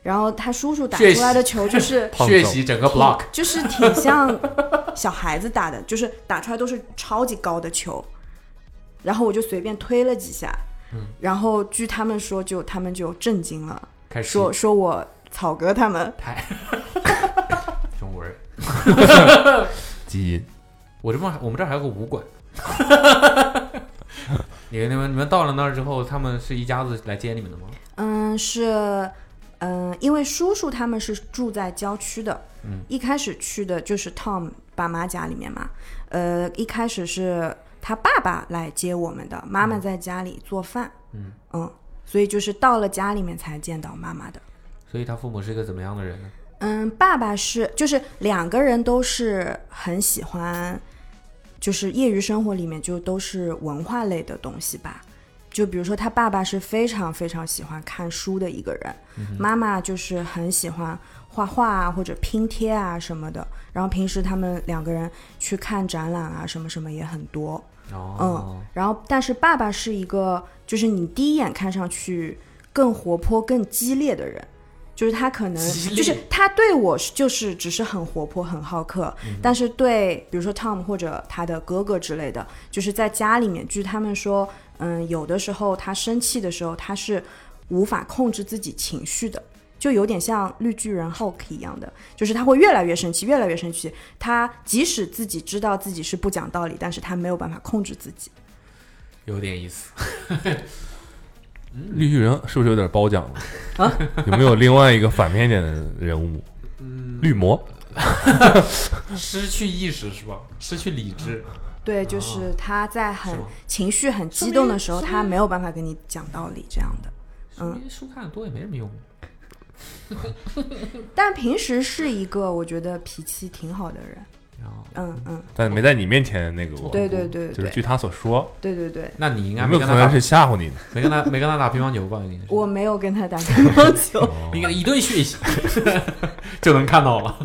S7: 然后他叔叔打
S3: 确
S7: 出来
S3: 实
S7: 的球就是
S3: 学习整个 block
S7: 挺 就是挺像小孩子打的，就是打出来都是超级高的球，然后我就随便推了几下，然后据他们说就，他们就震惊了，
S3: 开始
S7: 说说我草哥他们，
S3: 中国人。
S5: 基因，
S3: 我这边我们这儿还有个武馆。 你你们你们到了那儿之后，他们是一家子来接你们的吗？
S7: 嗯，是，嗯，因为叔叔他们是住在郊区的，嗯，一开始去的就是 Tom 爸妈家里面嘛，呃，一开始是他爸爸来接我们的，妈妈在家里做饭，
S3: 嗯
S7: 所以就是到了家里面才见到妈妈的。
S3: 所以他父母是一个怎么样的人呢？
S7: 嗯，爸爸是就是两个人都是很喜欢，就是业余生活里面就都是文化类的东西吧。就比如说他爸爸是非常非常喜欢看书的一个人，妈妈就是很喜欢画画啊或者拼贴啊什么的。然后平时他们两个人去看展览啊什么什么也很多。嗯
S3: 哦，
S7: 然后但是爸爸是一个，就是你第一眼看上去更活泼、更激烈的人。就是他可能
S3: 激烈
S7: 就是他对我是就是只是很活泼很好客，
S3: 嗯
S7: 但是对比如说 Tom 或者他的哥哥之类的，就是在家里面，据他们说，嗯，有的时候他生气的时候，他是无法控制自己情绪的，就有点像绿巨人 Hulk 一样的，就是他会越来越生气，越来越生气。他即使自己知道自己是不讲道理，但是他没有办法控制自己。
S3: 有点意思。
S5: 绿巨人是不是有点褒奖了？有没有另外一个反面一点的人物？
S3: 嗯
S5: 绿魔
S7: 嗯
S3: 失去意识是吧？失去理智，
S7: 对，就是他在很
S3: 哦是吗
S7: 情绪很激动的时候，他没有办法跟你讲道理这样的。
S3: 说
S7: 嗯
S3: 明书看的多也没什么用。
S7: 但平时是一个我觉得脾气挺好的人。
S3: 然后，
S7: 嗯嗯，
S5: 但没在你面前那个过，
S7: 对对对
S5: 就是
S7: 对
S5: 据他所说，
S7: 对对对，
S3: 那你应该
S5: 有
S3: 没
S5: 没有
S3: 跟
S5: 可
S3: 他
S5: 能
S3: 打，
S5: 是吓唬你呢？
S3: 没跟他没跟他打乒乓球吧？应该是
S7: 我没有跟他打乒乓球，
S3: 应该一顿血 洗 就能看到了。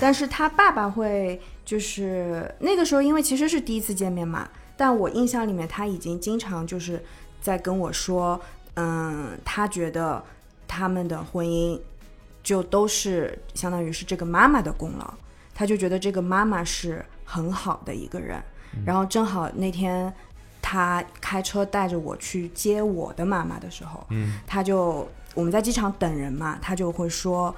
S7: 但是他爸爸会就是那个时候，因为其实是第一次见面嘛，但我印象里面他已经经常就是在跟我说，嗯，他觉得他们的婚姻就都是相当于是这个妈妈的功劳，他就觉得这个妈妈是很好的一个人，然后正好那天。他开车带着我去接我的妈妈的时候，他就我们在机场等人嘛，他就会说，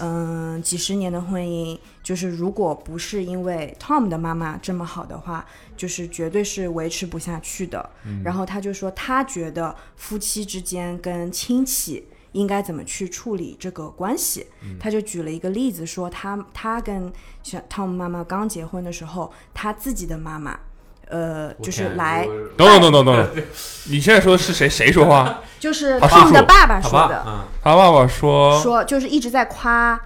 S7: 嗯、几十年的婚姻，就是如果不是因为 Tom 的妈妈这么好的话，就是绝对是维持不下去的。
S5: 嗯
S7: 然后他就说，他觉得夫妻之间跟亲戚应该怎么去处理这个关系。
S5: 嗯
S7: 他就举了一个例子，说他他跟小 Tom 妈妈刚结婚的时候，他自己的妈妈，呃，就是来，
S5: 等等等等等等，你现在说的是谁谁说话？
S7: 就是
S5: 他爸嗯
S7: Tom 的
S5: 说
S7: 爸爸
S3: 好
S7: 说
S3: 吧，
S7: 的，
S3: 嗯，
S5: 他爸爸说，
S7: 说就是一直在夸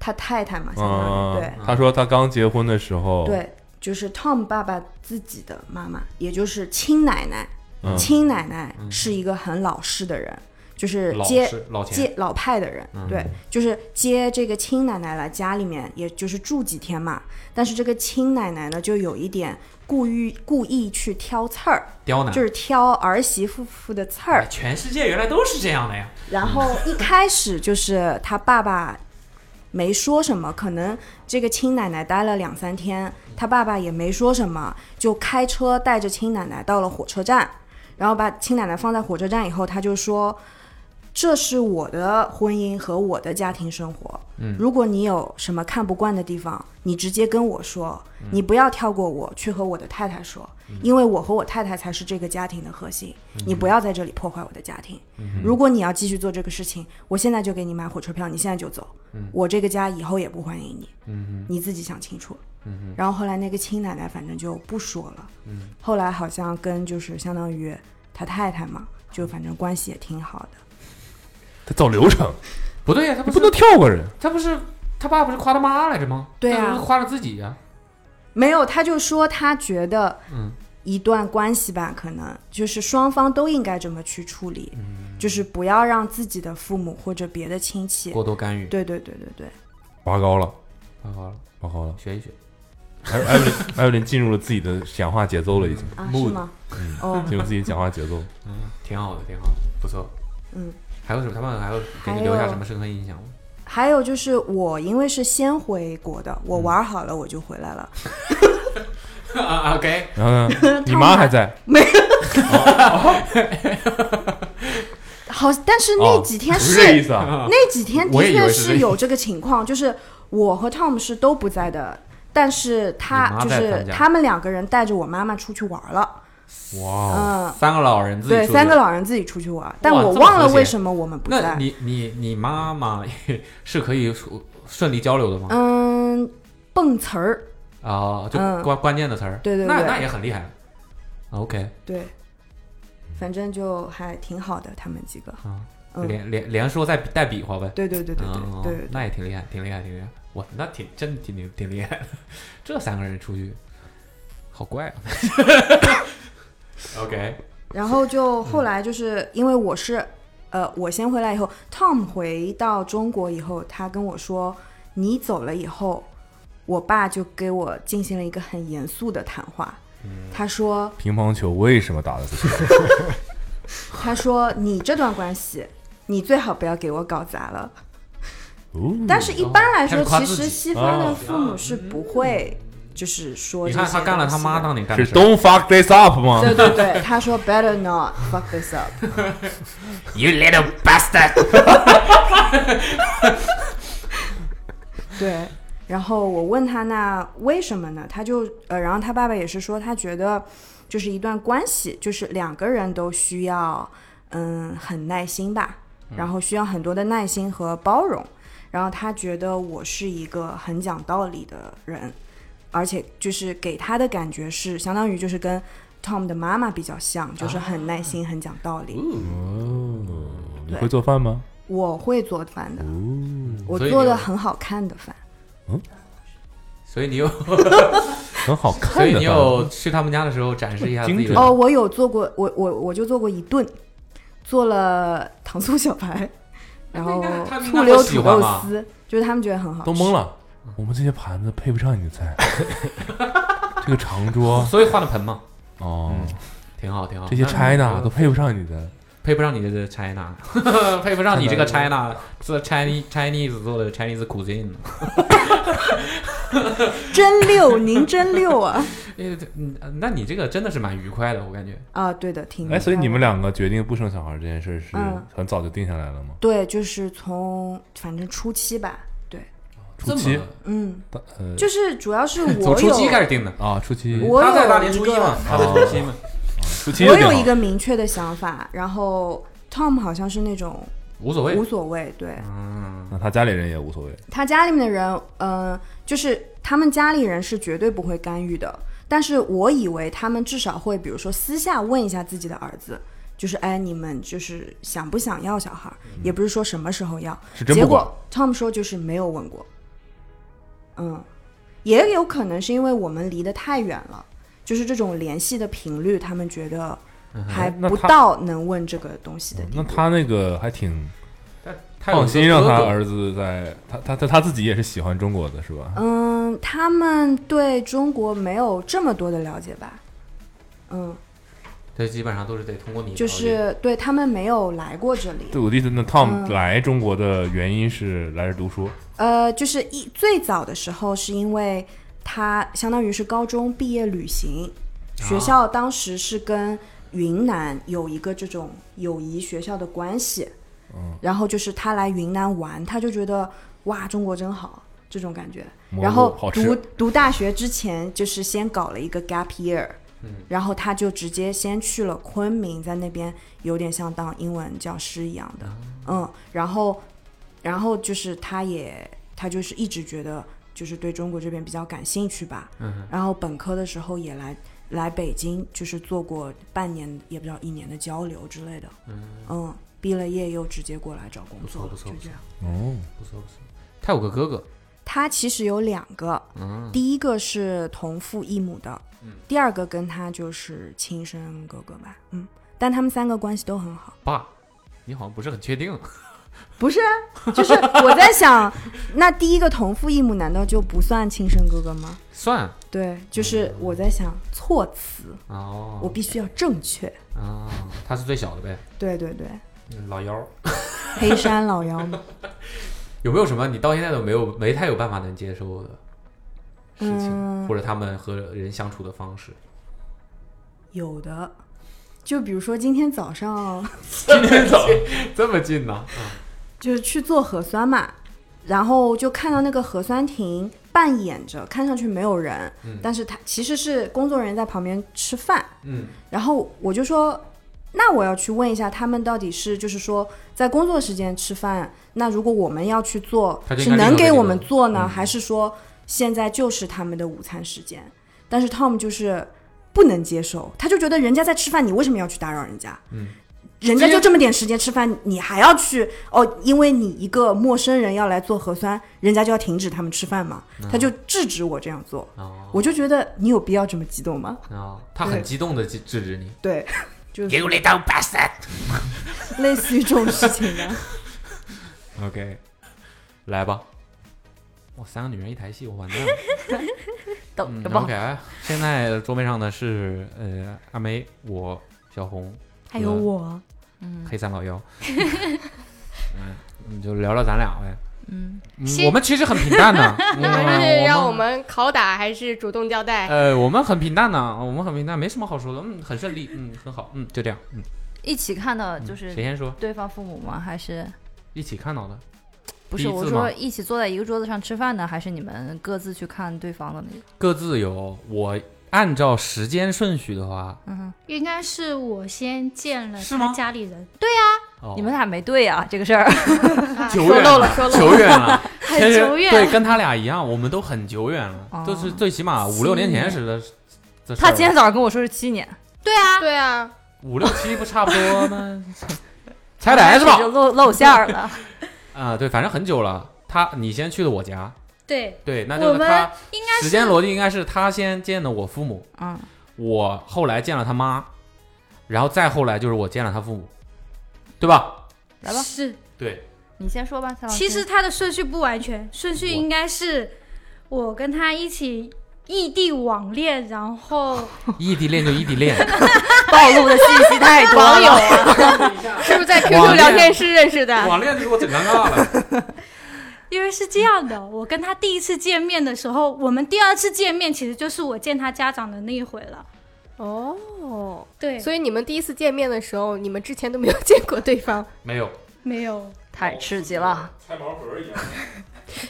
S7: 他太太嘛，相当于对
S5: 嗯，他说他刚结婚的时
S3: 哦
S5: 候，，
S7: 对，就是 Tom 爸爸自己的妈妈，也就是亲奶奶。
S5: 嗯
S7: 亲奶奶是一个很老式的人，就是
S3: 老
S7: 接
S3: 是老钱，嗯
S7: 接老派的人，对，就是接这个亲奶奶来家里面，也就是住几天嘛。但是这个亲奶奶呢，就有一点故意故意去挑刺儿，
S3: 刁难，
S7: 就是挑儿媳妇妇的刺儿
S3: 哎。全世界原来都是这样的呀，
S7: 然 后一开始就是他爸爸没说什么，可能这个亲奶奶待了两三天，他爸爸也没说什么，就开车带着亲奶奶到了火车站，然后把亲奶奶放在火车站以后，他就说。这是我的婚姻和我的家庭生活。如果你有什么看不惯的地方，你直接跟我说，你不要跳过我去和我的太太说，因为我和我太太才是这个家庭的核心。你不要在这里破坏我的家庭。
S3: 嗯
S7: 如果你要继续做这个事情，我现在就给你买火车票，你现在就走。
S3: 嗯
S7: 我这个家以后也不欢迎你。你自己想清楚。
S3: 嗯
S7: 然后后来那个亲奶奶反正就不说了。后来好像跟就是相当于他太太嘛，就反正关系也挺好的。
S5: 他走流程，
S3: 不对呀，他
S5: 你
S3: 不
S5: 不
S3: 是
S5: 能跳过人。
S3: 他不是他爸不是夸他妈来着吗？
S7: 对啊
S3: 他不是夸了自己呀，
S7: 没有，他就说他觉得，
S3: 嗯
S7: 一段关系吧，可能就是双方都应该这么去处理，
S3: 嗯
S7: 就是不要让自己的父母或者别的亲戚，
S3: 过多干预，
S7: 对对对对对，
S5: 拔高了，
S3: 太好了，
S5: 拔高了。
S3: 学一学，
S5: 艾艾文艾文进入了自己的讲话节奏了，已经
S7: 啊，
S3: Mood
S7: 是吗？哦，
S5: 进入自己讲话节奏。
S3: 嗯，挺好的，挺好的，不错，
S7: 嗯。
S3: 还有什么？他们还有给
S7: 还
S3: 你
S7: 有
S3: 留下什么深刻印象 吗？
S7: 还有就是我因为是先回国的，我玩好了我就回来了，
S3: 啊，OK，
S5: 然后呢，你妈还在，
S7: 好，但是那几天
S5: 不
S7: 是、
S5: 是
S3: 哦
S5: 这意思啊。
S7: 那几天的
S3: 我也以
S7: 确
S3: 为是这
S7: 是有这个情况，就是我和 Tom 是都不在的，但是
S3: 你
S7: 他
S3: 妈
S7: 就
S3: 在
S7: 是
S3: 放假
S7: 他们两个人带着我妈妈出去玩了，
S3: 哇
S7: 嗯
S3: 哦， 三个老人自己
S7: 对，
S3: 住
S7: 三个
S3: 的。
S7: 老人自己出去玩，但
S3: 哇
S7: 我
S3: 这么
S7: 忘了
S3: 和谐
S7: 为什么我们不
S3: 那
S7: 在。
S3: 你你你妈妈 是可以顺顺利交流的吗？
S7: 嗯，蹦词儿，
S3: 啊，就
S7: 嗯
S3: 关关键的词儿，
S7: 对对
S3: 那
S7: 对
S3: 那也很厉害。OK，
S7: 对，反正就还挺好的，他们几个。
S3: 啊，
S7: 嗯，
S3: 连连连说带比带比划呗。
S7: 对对对对
S3: 嗯
S7: 对对对，
S3: 那也挺厉害，挺厉害，挺厉害。哇，那挺真挺挺挺厉害的， 这三个人出去，好怪啊。OK，
S7: 然后就后来就是因为我是，呃，我先回来以后，Tom 回到中国以后，他跟我说，你走了以后，我爸就给我进行了一个很严肃的谈话。他说
S5: 乒乓球为什么打的不行？：“
S7: 他说你这段关系，你最好不要给我搞砸了。
S5: 哦
S7: 但是，一般来说
S3: 哦，还是夸嗯
S7: 其
S3: 自己
S7: 实西方的
S5: 哦
S7: 父母是不会，就是说
S3: 嗯你
S7: 这
S3: 看
S7: 些
S3: 他干了
S7: 东
S3: 他
S7: 西
S3: 妈
S7: 的
S3: 当年干的
S5: 是
S3: 事儿，
S5: Don't fuck this up 吗？
S7: 对对对，他说 better not fuck this up。
S3: You little bastard！
S7: 对，然后我问他那为什么呢？他就呃，然后他爸爸也是说，他觉得就是一段关系，就是两个人都需要嗯很耐心吧，
S3: 嗯
S7: 然后需要很多的耐心和包容。然后他觉得我是一个很讲道理的人，而且就是给他的感觉是相当于就是跟 Tom 的妈妈比较像，就是很耐
S3: 啊
S7: 心、很讲道理。
S3: 哦
S5: 你会做饭吗？
S7: 我会做饭的，我
S3: 哦所以
S7: 做
S3: 你
S7: 的
S3: 有
S7: 很好看的饭。
S3: 所以你有，
S5: 很好
S3: 所
S5: 看
S3: 以
S5: 的
S3: 你
S5: 饭。
S3: 有去他们家的时候展示一下自
S5: 精
S3: 己的
S5: 准
S7: 哦，我有做过，我我我就做过一顿，做了糖醋小排，然后
S3: 那他们应该
S7: 醋溜
S3: 会喜
S7: 土
S3: 欢
S7: 豆
S3: 吧
S7: 丝，就是他们觉得很好吃。
S5: 都懵了，我们这些盘子配不上你的菜。这个长桌
S3: 所以换了盆嘛，
S5: 哦，
S3: 挺好，挺好。
S5: 这些
S3: 那
S5: China 都配不上你的。
S3: 配不上你的 China，配 不上你这个 China 做 Chinese Chinese 做的 Chinese cuisine。
S7: 真溜，您真溜啊！
S3: 呃，嗯那你这个真的是蛮愉快的，我感觉。
S7: 啊，对的，挺。
S5: 哎，所以你们两个决定不生小孩这件事是
S7: 嗯
S5: 很早就定下来了吗？
S7: 对，就是从反正初期吧，
S5: 初
S3: 这
S5: 七
S3: 么
S7: 嗯，
S5: 大呃
S7: 就是主 要是
S3: 从
S7: 我
S3: 哎初
S7: 有
S3: 七开始定的，
S5: 啊初七
S7: 我
S3: 他在
S7: 有
S3: 大年
S7: 一
S3: 初一嘛
S7: 个，
S3: 他在初七 嘛，
S5: 初七
S7: 我
S5: 就
S7: 有
S5: 定
S7: 一
S5: 好
S7: 个明确的想法，然后 Tom 好像是那种
S3: 无所谓
S7: 无。所谓，对
S3: 嗯，
S5: 那他家里人也无所谓，
S7: 他家里面的人，呃，就是他们家里人是绝对不会干预的。但是我以为他们至少会，比如说私下问一下自己的儿子，就是哎，你们就是想不想要小孩儿？也不是说什么时候要。
S5: 是嗯真
S7: 结
S5: 不管
S7: 果 Tom 说就是没有问过，嗯，也有可能是因为我们离得太远了，就是这种联系的频率，他们觉得还
S5: 嗯那
S7: 不
S5: 他嗯
S7: 到能问这个东西的地
S5: 那
S7: 步。
S5: 他那个还挺
S3: 但他有
S5: 放
S3: 一个
S5: 心，让
S3: 哥
S5: 他
S3: 哥
S5: 儿子在他他他他自己也是喜欢中国的是吧？
S7: 嗯，他们对中国没有这么多的了解吧？嗯，
S3: 这基本上都是得通过你
S7: 就
S3: 了解
S7: 是对他们没有来过这里。
S5: 对我的意思，那 Tom
S7: 嗯
S5: 来中国的原因是来这读书，
S7: 呃，就是一最早的时候是因为他相当于是高中毕业旅行，学校当时是跟云南有一个这种友谊学校的关系，
S5: 嗯，
S7: 然后就是他来云南玩，他就觉得哇，中国真好这种感觉。
S5: 蘑菇
S7: 然后
S5: 好吃
S7: 读读大学之前，就是先搞了一个 gap year，、然
S5: 嗯
S7: 后他就直接先去了昆明，在那边有点像当英文教师一样的，嗯，然后然后就是他也他就是一直觉得就是对中国这边比较感兴趣吧，
S3: 嗯，
S7: 然后本科的时候也来来北京，就是做过半年也不知道一年的交流之类的，嗯毕了业又直接过来找工作了，
S3: 不错不错
S7: 就这样。
S5: 哦，
S3: 不错不错。他有个哥哥，
S7: 他其实有两个，
S3: 嗯，
S7: 第一个是同父异母的，第二个跟他就是亲生哥哥吧，嗯，但他们三个关系都很好。
S3: 爸，你好像不是很确定。
S7: 不是啊，就是我在想， 那第一个同父异母难道就不算亲生哥哥吗？
S3: 算
S7: 对，就是我在想措辞，
S3: 哦，
S7: 我必须要正确。
S3: 啊，他是最小的呗，
S7: 对对对，
S3: 嗯老幺。
S7: 黑山老妖嘛，
S3: 有没有什么你到现在都没有没太有办法能接受的事情，
S7: 嗯
S3: 或者他们和人相处的方 式？
S7: 有的，就比如说今天早上
S3: 今天走这么近呢？
S7: 就是去做核酸嘛，然后就看到那个核酸亭扮演着，看上去没有人，但是他其实是工作人员在旁边吃饭，
S3: 嗯，
S7: 然后我就说，那我要去问一下他们到底是就是说在工作时间吃饭，那如果我们要去做
S3: 他，就是应该
S7: 能
S3: 立刻
S7: 给
S3: 给
S7: 我
S3: 你
S7: 们
S3: 们
S7: 做呢，还是说现在就是他们的午餐时间？但是 Tom 就是不能接受，他就觉得人家在吃饭，你为什么要去打扰人家？嗯。人家就这么点时间吃饭，你还要去哦？因为你一个陌生人要来做核酸，人家就要停止他们吃饭嘛？
S3: 啊
S7: 他就制止我这样做，
S3: 哦
S7: 我就觉得你有必要这么激动吗？
S3: 啊，他很
S7: 对
S3: 激动的制制止你，
S7: 对，就是
S3: 给我来当 bastard。
S7: 类似于这种事情 的。
S3: OK，来吧。哇，三个女人一台戏，我完蛋了。
S1: 等着
S3: 嗯
S1: 吧。
S3: OK，现在桌面上的是呃阿梅、我、小红、
S7: 还
S1: 哎
S7: 有我，
S1: 嗯
S3: 黑三老 幺。嗯，你就聊聊咱俩呗。
S1: 嗯，
S3: 嗯
S1: 是
S3: 我们其实很平淡 的，
S4: 你们是让我
S3: 我们
S4: 们拷打还是主动交代？
S3: 呃，我们很平淡呢，我们很平淡，没什么好说的，嗯，很顺利，嗯，很好，嗯，就这样，嗯，
S1: 一起看到呃就
S3: 谁
S1: 是
S3: 先说？
S1: 对方父母吗？还是
S3: 一起看到的，
S1: 不
S3: 第
S1: 是？
S3: 一
S1: 我
S3: 次吗
S1: 说一起坐在一个桌子上吃饭呢，还是你们各自去看对方的那个？
S3: 各自有。我按照时间顺序的话，
S1: 嗯哼，
S8: 应该是我先见了
S3: 是吗
S8: 他家里人，
S3: 哦，
S1: 你们俩没对啊，这个事儿。
S4: 啊
S3: 久
S4: 说
S3: 远
S4: 漏了，说漏了。
S3: 久远了，
S8: 很
S3: 其实
S8: 久远
S3: 对，跟他俩一样，我们都很久远了
S1: 哦，
S3: 就是最起码五六年前时的。的事儿
S1: 他
S3: 了
S1: 今天早上跟我说是七年，
S8: 对啊，
S4: 对啊，
S3: 五六七不差不多吗？彩来是吧？
S1: 就露露馅儿 了。
S3: 啊，对，反正很久了。他你先去的我家，
S8: 对，
S3: 对，那就
S8: 我
S3: 是
S8: 们
S3: 他
S8: 应该是
S3: 时间逻辑应该是他先见的我父母，
S1: 嗯，
S3: 我后来见了他妈，然后再后来就是我见了他父母，对吧？
S1: 来吧，
S8: 是，
S3: 对，
S1: 你先说吧，蔡老师。
S8: 其实他的顺序不完全，顺序
S3: 我
S8: 应该是我跟他一起异地网恋，然后
S3: 异地恋就异地恋，
S1: 暴露的信息
S3: 哎
S1: 太多
S4: 网友
S1: 了。
S4: 啊，是不是在
S3: 网
S4: QQ 聊天室认识的？
S3: 网恋就给我整尴尬了。
S8: 因为是这样的， 我跟他第一次见面的时候，我们第二次见面其实就是我见他家长的那一回了。
S4: 哦，
S8: 对，
S4: 所以你们第一次见面的时候，你们之前都 没有见过对方，
S3: 没有，
S8: 没有，
S1: 太刺激了，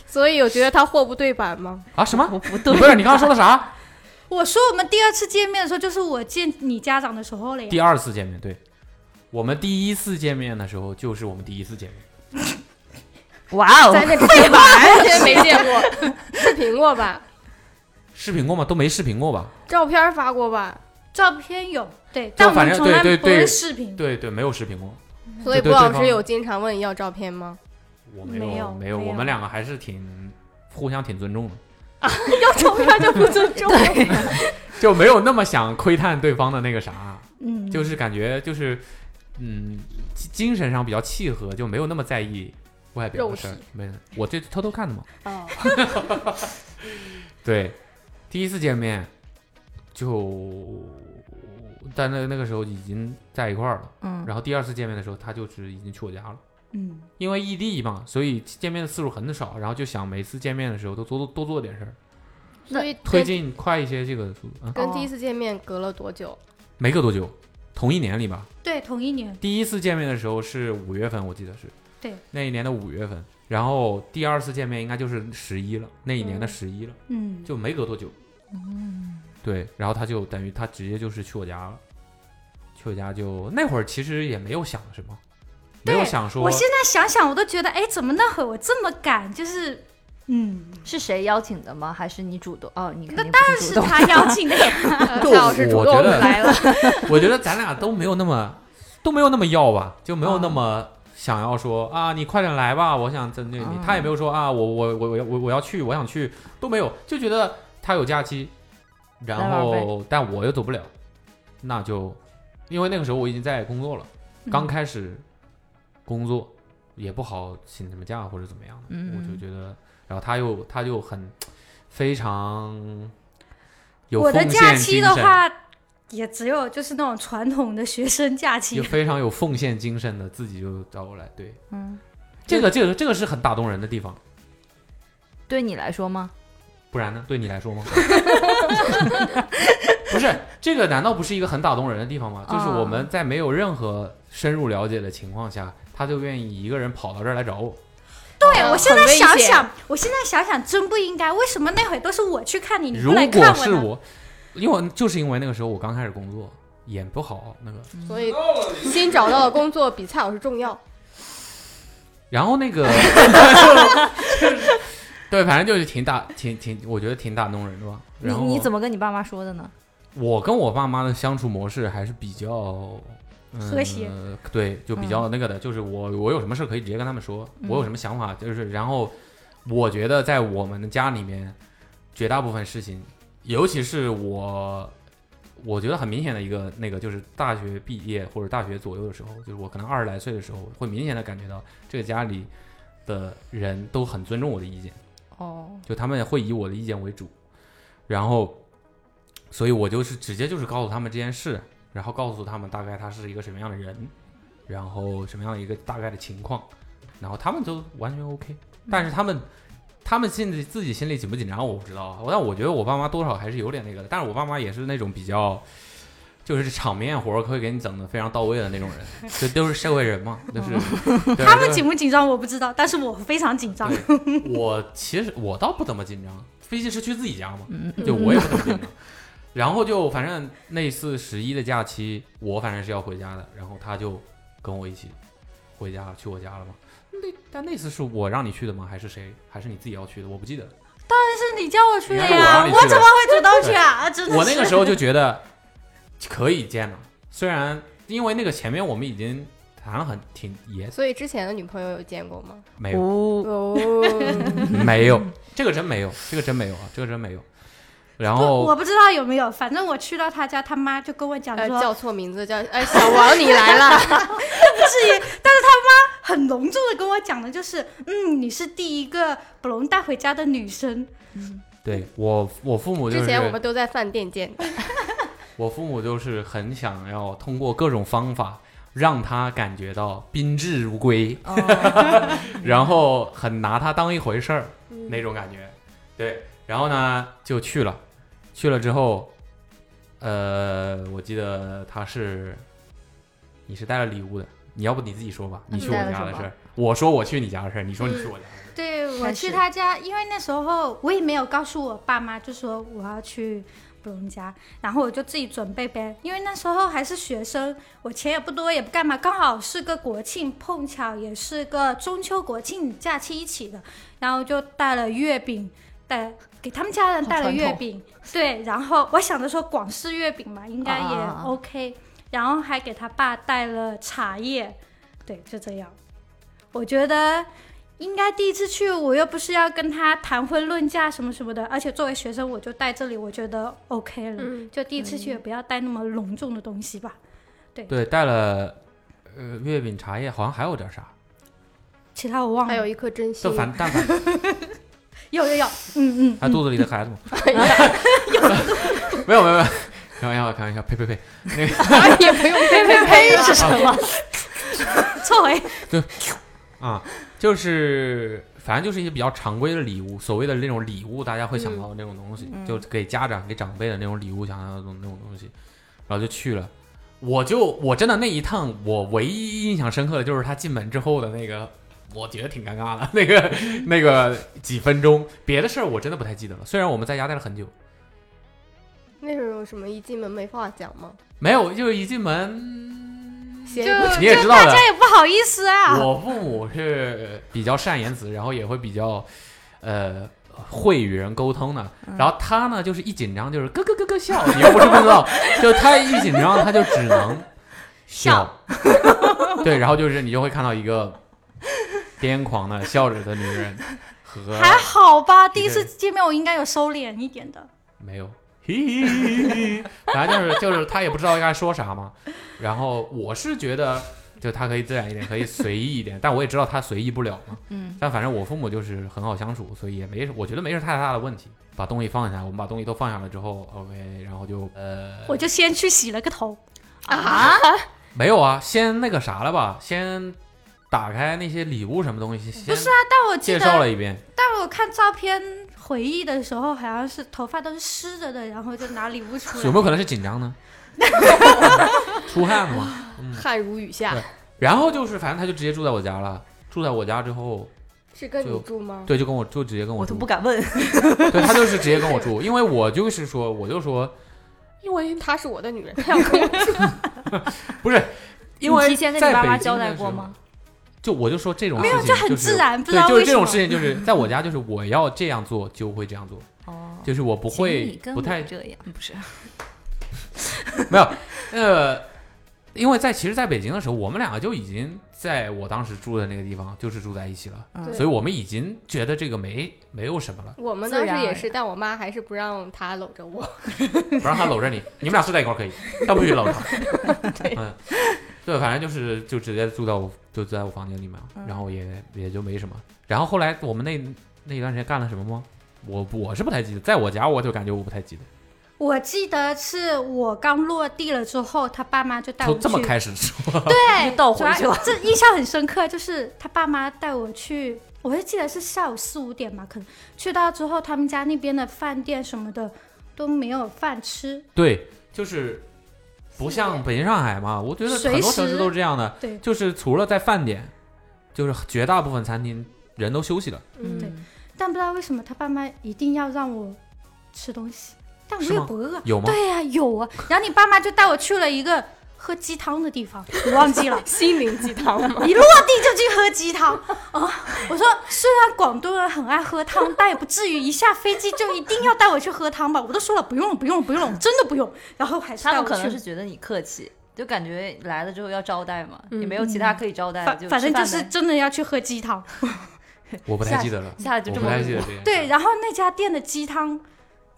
S4: 所以我觉得他货不对版吗？
S3: 啊什么？
S9: 不
S3: 不
S9: 对，
S3: 是你刚刚说的啥？
S8: 我说我们第二次见面的时候，就是我见你家长的时候了呀。
S3: 第二次见面， 对，我们第一次见面的时候就是我们第一次见面。
S9: 哇
S4: 在
S9: 哦，
S4: 那个
S3: 哎
S4: 地方完全 没见过， 视频过吧，
S3: 视频过吗？都没视频过吧？
S4: 照片发过吧，
S8: 照片有，对，但我
S3: 反
S8: 们
S3: 正
S8: 从来
S3: 对对
S8: 不会
S3: 对
S8: 视频。
S3: 对对，没有视频过。
S4: 所以
S3: 对
S4: 顾
S3: 对
S4: 老
S3: 方
S4: 师有经常问要照片吗？
S3: 我
S8: 没
S3: 有
S8: 有
S3: 没有，
S8: 没有
S3: 我们两个还是挺互相挺尊重的，
S8: 要照片就不尊重。
S3: 就没有那么想窥探对方的那个啥，
S8: 嗯，
S3: 就是感觉就是嗯，精精神上比较契合，就没有那么在意外表的事儿
S4: 肉体。
S3: 没，我这偷偷看的嘛。
S4: 哦，
S3: 对，第一次见面就，但那那个时候已经在一块儿了。
S9: 嗯
S3: 然后第二次见面的时候，他就是已经去我家了。
S9: 嗯，
S3: 因为异地嘛，所以见面的次数很少，然后就想每次见面的时候都多多做点事儿，
S4: 所以
S3: 推
S4: 跟
S3: 进快一些这个速度。嗯，
S4: 跟第一次见面隔了多久？
S3: 没隔多久，同一年里吧。
S8: 对，同一年，
S3: 第一次见面的时候是五月份，我记得是。
S8: 对。
S3: 那一年的五月份，然后第二次见面应该就是十一了，那一年的十一了，
S8: 嗯，
S3: 就没隔多久。对，然后他就等于他直接就是去我家了，去我家就那会儿其实也没有想什么，没
S8: 对
S3: 有想说
S8: 我现在想想，我都觉得，哎，怎么那会儿我这么敢？就是，嗯，
S9: 是谁邀请的吗？还是你主动？哦，你肯
S8: 那
S9: 定
S8: 当
S9: 不
S8: 然
S9: 主
S8: 是
S9: 动
S8: 他邀请 的呀。
S4: 蔡老师主
S3: 我
S4: 动
S3: 觉得
S4: 来了，
S3: 我觉得咱俩都没有那么都没有那么要吧，就没有那
S8: 啊
S3: 么想要说啊，你快点来吧，我想针对你。
S9: 啊
S3: 他也没有说啊，我我我我要我我要去，我想去，都没有，就觉得他有假期，然
S9: 来
S3: 后但我又走不了，那就因为那个时候我已经在工作了，
S8: 嗯
S3: 刚开始工作也不好请什么假或者怎么样的，
S9: 嗯
S3: 我就觉得，然后他又他就很非常。有
S8: 我的
S3: 奉
S8: 假
S3: 献
S8: 期
S3: 精
S8: 的
S3: 神
S8: 话，也只有就是那种传统的学生假
S3: 就
S8: 期。
S3: 非常有奉献精神的，自己就找我来。对，
S9: 嗯，
S3: 这个这个这个是很打动人的地方，
S9: 对你来说 吗？
S3: 不然呢？对你来说吗？ 不是，这个难道不是一个很打动人的地方吗？就是我们在没有任何深入了解的情况下，他就愿意一个人跑到这儿来找我。
S9: 啊
S8: 对，我现在想
S4: 很危
S8: 想，我现在想想，真不应该。为什么那会儿都是我去看你，你
S3: 如
S8: 不来看
S3: 果
S8: 我
S3: 是
S8: 呢？
S3: 我，因为就是因为那个时候我刚开始工作，演不好那个，
S4: 所以新找到的工作比蔡老师重要。
S3: 然后那个，对，反正就是挺打，挺挺，我觉得挺打动人的吧。
S9: 你
S3: 然后
S9: 你怎么跟你爸妈说的呢？
S3: 我跟我爸妈的相处模式还是比较、嗯
S8: 和谐，嗯
S3: 对，就比较那个的，就是我我有什么事可以直接跟他们说，我有什么想法就是，然后我觉得在我们的家里面，绝大部分事情，尤其是我，我觉得很明显的一个那个就是大学毕业或者大学左右的时候，就是我可能二十来岁的时候，会明显的感觉到这个家里的人都很尊重我的意见。
S9: 哦，
S3: 就他们会以我的意见为主，然后，所以我就是直接就是告诉他们这件事，然后告诉他们大概他是一个什么样的人，然后什么样的一个大概的情况，然后他们都完全 OK，但是他们。他们心里自己心里紧不紧张我不知道啊，但我觉得我爸妈多少还是有点那个的，但是我爸妈也是那种比较，就是场面活儿可以给你整的非常到位的那种人，就都是社会人嘛，就是 对
S8: 他
S3: 就
S8: 们
S3: 是
S8: 紧不紧张我不知道，但是我非常紧张。
S3: 对，我其实我倒不怎么紧张，毕竟是去自己家嘛，
S9: 嗯，
S3: 就我也不怎么紧张。然后就反正那次十一的假期，我反正是要回家的，然后他就跟我一起回家了，去我家了嘛。那但那次是我让你去的吗？还是谁？还是你自己要去的？我不记得了。
S8: 是你叫我去的
S3: 你看
S8: 呀，
S3: 我让你
S8: 我
S3: 去的
S8: 怎么会主 动去啊？真的是。
S3: 我那个时候就觉得可以见了，虽然因为那个前面我们已经谈了很挺也
S4: 所以之前的女朋友有见过吗？
S3: 没有。
S9: 哦，
S4: 哦，
S3: 没有，这个真没有，这个真没有啊，这个真没有。然
S8: 不，
S3: 后
S8: 我不知道有没有，反正我去到他家，他妈就跟我 讲
S4: 呃，
S8: 说，
S4: 叫错名字叫哎，小王你来了，
S8: 不至于，但是他妈很隆重的跟我讲的就是，嗯，你是第一个把龙带回家的女生，
S3: 对我我父母就
S4: 之
S3: 是
S4: 前我们都在饭店见，
S3: 我父母就是很想要通过各种方法让他感觉到宾至如归，
S9: 哦嗯
S3: 然后很拿他当一回事儿那种感觉。对，然后呢就去了，去了之后，呃，我记得他是你是带了礼物的，你要不你自己说吧，你去我
S9: 嗯带了
S3: 家的
S9: 什
S3: 事
S9: 么
S3: 儿，我说我去你家的事儿，你说你去我 家的事儿。
S8: 对我
S9: 但
S8: 去
S9: 是
S8: 他家，因为那时候我也没有告诉我爸妈，就说我要去呃布隆家，然后我就自己准备呗。因为那时候还是学生，我钱也不多，也不干嘛，刚好是个国庆，碰巧也是个中秋国庆假期一起的，然后就带了月饼，带给他们家人
S9: 好
S8: 带了
S9: 传
S8: 月
S9: 统
S8: 饼，对，然后我想着说广式月饼嘛，应该也
S9: 啊啊啊
S8: OK，然后还给他爸带了茶叶，对，就这样。我觉得应该第一次去，我又不是要跟他谈婚论嫁什么什么的，而且作为学生，我就带这里，我觉得 OK 了。
S4: 嗯
S8: 就第一次去也不要带那么隆重的东西吧。
S3: 对，带了呃月饼、茶叶，好像还有点啥，
S8: 其他我忘了，
S4: 还有一颗真
S3: 就，
S4: 心
S3: 反但凡
S8: 有 有有，嗯嗯，
S3: 他肚子里的 孩子嘛，
S9: 哎
S3: 没有没有没 有，开玩笑开玩笑，呸呸呸，
S4: 也不用呸呸呸是什么？
S8: 撤回。
S3: 啊，就是反正就是一些比较常规的礼物，所谓的那种礼物，大家会想到的那种东西，
S9: 嗯
S3: 就给家长、给长辈的那种礼物，想到的那种那种东西，然后就去了。我就我真的那一趟，我唯一印象深刻的就是他进门之后的那个，我觉得挺尴尬的那个那个几分钟，别的事儿我真的不太记得了。虽然我们在家待了很久，
S4: 那时候什么一进门没话讲吗？
S3: 没有，就是一进门，
S4: 先
S8: 就
S3: 你也知道
S8: 大
S3: 的
S8: 家也不好意思啊。
S3: 我父母是比较善言辞，然后也会比较呃会与人沟通的。
S8: 嗯
S3: 然后他呢，就是一紧张就是咯咯咯咯笑，你又不是不知道，就他一紧张他就只能笑。对，然后就是你就会看到一个癫狂的笑着的女人和
S8: 还好吧，第一
S3: 一
S8: 次
S3: 个
S8: 见面我应该有收敛一点的。
S3: 没有。 嘿嘿嘿嘿嘿反正就是就是他也不知道该说啥嘛，然后我是觉得就他可以自然一点，可以随意一点，但我也知道他随意不了嘛。
S9: 嗯，
S3: 但反正我父母就是很好相处，所以也没什，我觉得没什么太大的问题。把东西放下，我们把东西都放下了之后，OK，然后就呃，
S8: 我就先去洗了个头，
S4: 啊，
S3: 没有啊，先那个啥了吧，先打开那些礼物什么东西，先
S8: 不是啊，但我记
S3: 介
S8: 得
S3: 绍了一遍，
S8: 但我看照片回忆的时候，好像是头发都是湿着的，然后就拿礼物出来。
S3: 有没有可能是紧张 呢？出汗了嘛。
S4: 汗如雨下
S3: 对，然后就是反正他就直接住在我家了，住在我家之后，
S4: 是跟
S3: 就
S4: 你住吗？
S3: 对，就跟我就直接跟
S9: 哦
S3: 我
S9: 我
S3: 住
S9: 都，不敢问。
S3: 对他就是直接跟我住，因为我就是说，我就说，因为
S4: 她是我的女人，
S3: 不是，因为
S9: 你提前跟
S3: 在
S9: 你爸
S3: 北
S9: 妈
S3: 京
S9: 交
S3: 的
S9: 代
S3: 时
S9: 过
S3: 候
S9: 吗？？
S3: 就我就说这种
S8: 啊没
S3: 事
S8: 有
S3: 情
S8: 就很
S3: 是
S8: 自然不知
S3: 对，
S8: 道
S3: 就是
S8: 为
S3: 这
S8: 什
S3: 种
S8: 么
S3: 事情，就是 在我家，就是我要这样做就会这样做，
S9: 哦，
S3: 就是我不
S9: 请你
S3: 会
S9: 跟
S3: 不
S9: 我
S3: 太
S9: 这样，不是？
S3: 没有呃，因为在其实在北京的时候，我们两个就已经在我当时住的那个地方就是住在一起了，
S9: 嗯
S3: 所以我们已经觉得这个没没有什么了，
S4: 我们
S9: 自
S4: 当
S9: 然
S4: 时
S9: 而
S4: 也
S9: 然
S4: 是，但我妈还是不让她搂着我。
S3: 不让他搂着你，你们俩睡在一 块儿可以，但不许搂着他。嗯，对，反正就是就直接住到我就住在我房间里面，
S8: 嗯
S3: 然后也也就没什么。然后后来我们那那一段时间干了什么吗？我我是不太记得，在我家我就感觉我不太记得，
S8: 我记得是我刚落地了之后，他爸妈就带我
S3: 从
S8: 去。
S3: 这么开始说，
S8: 对，
S9: 倒回去
S8: 主要 这印象很深刻，就是他爸妈带我去，我是记得是下午四五点吧，可能去到之后，他们家那边的饭店什么的都没有饭吃。
S3: 对，就是不像北京、上海嘛，我觉得
S8: 随
S3: 很多城市
S8: 时
S3: 都是这样的，
S8: 对
S3: 就是除了在饭点，就是绝大部分餐厅人都休息了。
S4: 对
S9: 嗯，
S8: 但不知道为什么他爸妈一定要让我吃东西，但我
S3: 是
S8: 也
S3: 吗哦
S8: 不饿。
S3: 有吗
S8: 对呀、有啊。然后你爸妈就带我去了一个喝鸡汤的地方，我忘记了。
S4: 心灵鸡汤 嗯吗？
S8: 一落地就去喝鸡汤啊、我说，虽然广东人很爱喝汤，但也不至于一下飞机就一定要带我去喝汤吧。我都说了不用了，不用了，不用了，真的不用。然后还是
S9: 他
S8: 带
S9: 们
S8: 我
S9: 可能
S8: 去
S9: 是。觉得你客气，就感觉来了之后要招待嘛，
S4: 嗯
S9: 也没有其他可以招待的，
S8: 反反正
S9: 就
S8: 就
S9: 吃
S8: 是
S9: 饭呗
S8: 真的要去喝鸡汤，
S3: 我不太记得了，
S9: 下来就
S3: 我
S9: 这
S3: 不
S9: 么
S3: 太
S9: 问
S3: 记得
S9: 我
S3: 这件事
S8: 对，然后那家店的鸡汤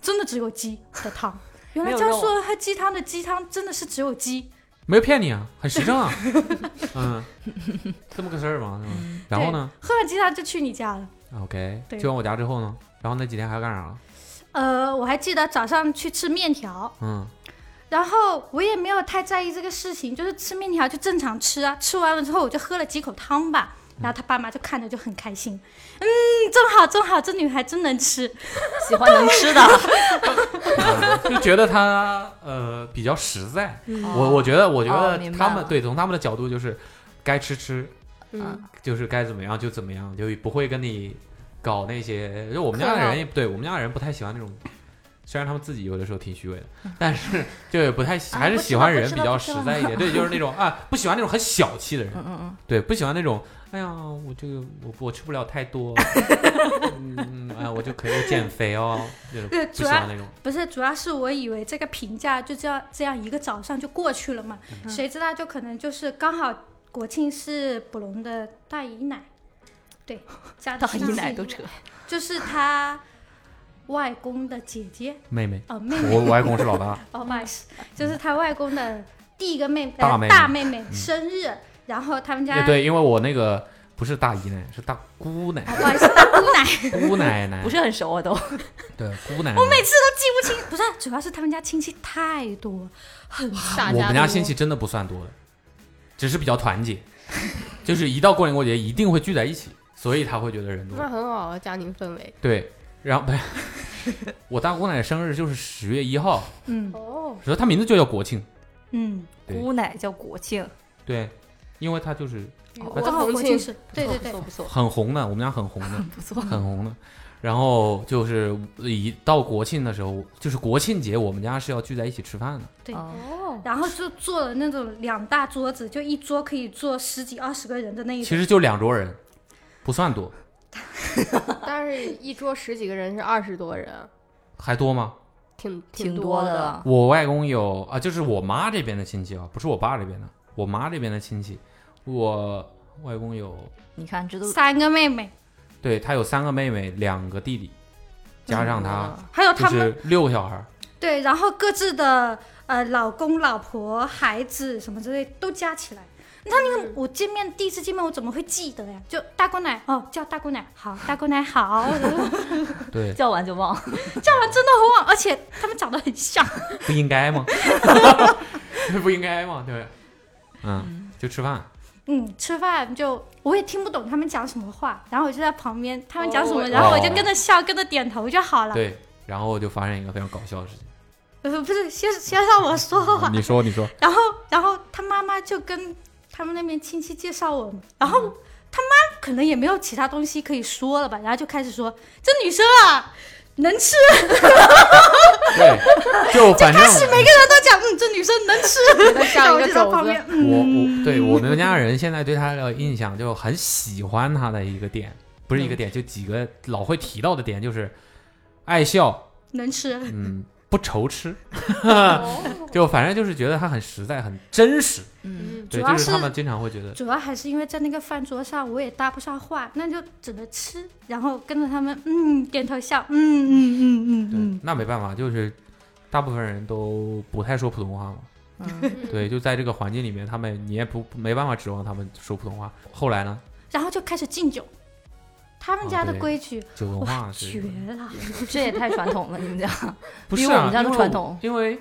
S8: 真的只有鸡的汤，原来
S9: 没有
S8: 江
S9: 肉
S8: 苏人喝鸡汤的鸡汤真的是只有鸡，
S3: 没有骗你啊，很实诚 啊，嗯，这么个事儿嘛，
S9: 嗯
S3: 是吧？然后呢啊
S8: 喝完鸡汤就去你家了。
S3: ？OK，
S8: 对
S3: 去完我家之后呢？然后那几天还干啥了？
S8: 呃，我还记得早上去吃面条，
S3: 嗯，
S8: 然后我也没有太在意这个事情，就是吃面条就正常吃啊。吃完了之后我就喝了几口汤吧，
S9: 嗯
S8: 然后他爸妈就看着就很开心，嗯，正好正好，这女孩真能吃。
S9: 喜欢能吃的， 嗯
S3: 就觉得他呃比较实在。
S9: 哦
S3: 我我觉得，我觉
S9: 哦
S3: 得
S9: 明白
S3: 他
S9: 了
S3: 们对从他们的角度就是，该吃吃，
S4: 嗯，
S3: 就是该怎么样就怎么样，就不会跟你搞那些。就我们家的
S4: 客套
S3: 人也对我们家的人不太喜欢那种，虽然他们自己有的时候挺虚伪的，但是就也不太喜还
S9: 嗯啊
S3: 是
S9: 不知
S3: 喜
S9: 道
S3: 欢
S9: 不
S3: 人
S9: 知
S3: 比
S9: 道
S3: 较
S9: 不
S3: 实
S9: 知道
S3: 在一点。对，就是 那种啊，不喜欢那种很小气的人，
S9: 嗯嗯
S3: 对，不喜欢那种。哎呀，我这个我我吃不了太多，嗯啊，我就可以减肥哦，就是
S8: 对
S3: 不
S8: 主
S3: 喜
S8: 要
S3: 欢
S9: 哦
S3: 那种。
S8: 不是，主要是我以为这个评价就这样这样一个早上就过去了嘛，
S9: 嗯
S8: 谁知道就可能就是刚好国庆是卜龙的大姨奶，对，家
S9: 嗯，大姨奶都扯，，
S8: 就是他外公的姐姐，
S3: 妹妹，
S8: 哦妹
S3: 我
S8: 妹，
S3: 我外公是老 大，
S8: 哦不好意思，就是他外公的第一个妹
S3: 大
S8: 呃
S3: 妹妹嗯
S8: 大妹妹生日，然后他们家
S3: 也对，因为我那个不是大姨奶，是大姑 奶，
S8: 不好意思大姑奶。
S3: 姑奶奶
S9: 不是很熟啊都。
S3: 对姑 奶奶。我每次
S8: 不亲不是，啊主要是他们家亲戚太多，很
S4: 大
S3: 我们
S4: 多
S3: 家亲戚真的不算多的，只是比较团结， 就是一到过年过节一定会聚在一起，所以他会觉得人多
S4: 那。很好啊，家庭氛围。
S3: 对，然后不是 我大姑奶奶生日就是十月一号，
S8: 嗯
S4: 哦，
S3: 然后她名字就叫国庆，
S8: 嗯，
S3: 对
S9: 姑奶叫国庆，
S3: 对，因为她就是
S4: 哦我
S8: 刚好
S4: 同
S8: 国
S4: 庆
S8: 庆是，对对对
S9: 不，错
S3: 很红的，我们家很红的，
S9: 不错不错。
S3: 很红的。然后就是一到国庆的时候，就是国庆节，我们家是要聚在一起吃饭的。
S8: 对
S9: 哦
S8: 然后就做了那种两大桌子，就一桌可以坐十几二十个人的那一
S3: 其
S8: 种。
S3: 实就两桌人，不算多，
S4: 但是一桌十几个人是二十多人，
S3: 还多吗？
S4: 挺
S9: 挺
S4: 多
S9: 多的
S4: 的。
S9: 了，
S3: 我外公有啊，就是我妈这边的亲戚啊，不是我爸这边的，我妈这边的亲戚，我外公有，
S9: 你看这都
S8: 三个妹妹，
S3: 对他有三个妹妹，两个弟弟，加上他
S8: 还有
S3: 就
S8: 哦他们
S3: 是六个小孩儿，
S8: 对，然后各自的呃老公、老婆、孩子什么之类都加起来。那那个我见面第一次见面，我怎么会记得呀？就大姑奶哦，叫大姑奶好，大姑奶好，我就
S3: 对，
S9: 叫完就 忘，
S8: 叫完真的很忘，而且他们长得很像。
S3: 不应该 吗？不应该吗？对，嗯，就吃饭，
S8: 嗯，吃饭就我也听不懂他们讲什么话，然后我就在旁边，他们讲什么，
S4: 哦
S8: 然后我就跟着笑，跟着点头就好了。
S3: 对，然后就发生一个非常搞笑的事情，
S8: 呃，不是，先先让我说话，
S3: 哦你说，你说，
S8: 然后然后他妈妈就跟他们那边亲戚介绍我们，然后
S3: 嗯
S8: 他妈可能也没有其他东西可以说了吧，然后就开始说这女生啊。能吃，
S3: 对，就反正
S8: 开始每个人都讲，嗯，这女生能
S4: 在
S8: 吃， 然后
S4: 下
S8: 我
S4: 一
S8: 就
S4: 个
S8: 在旁
S4: 肘子
S8: 边，，嗯，
S3: 我我对我们家人现在对他的印象就很喜欢他的一个点，不是一个点，就几个老会提到的点，就是爱笑，
S8: 能吃，
S3: 嗯，不愁吃，
S4: 哦
S3: 就反正就是觉得他很实在，很真实。
S9: 嗯，
S3: 对，
S8: 主要
S3: 就是他们经常会觉得，
S8: 主要还是因为在那个饭桌上，我也搭不上话，那就只能吃，然后跟着他们，嗯，点头笑，嗯嗯嗯嗯
S3: 对
S8: 嗯，，
S3: 那没办法，就是大部分人都不太说普通话嘛。
S8: 嗯
S3: 对，就在这个环境里面，他们你也不没办法指望他们说普通话。后来呢，
S8: 然后就开始敬酒。他们
S3: 啊
S8: 家的
S3: 对
S8: 规矩，
S3: 酒文
S8: 哇，
S3: 化
S8: 绝
S3: 是
S8: 了！
S9: 这也太传统了，你们家
S3: 不
S9: 比
S3: 是、啊、
S9: 我们家的
S3: 因为
S9: 传统
S3: 因为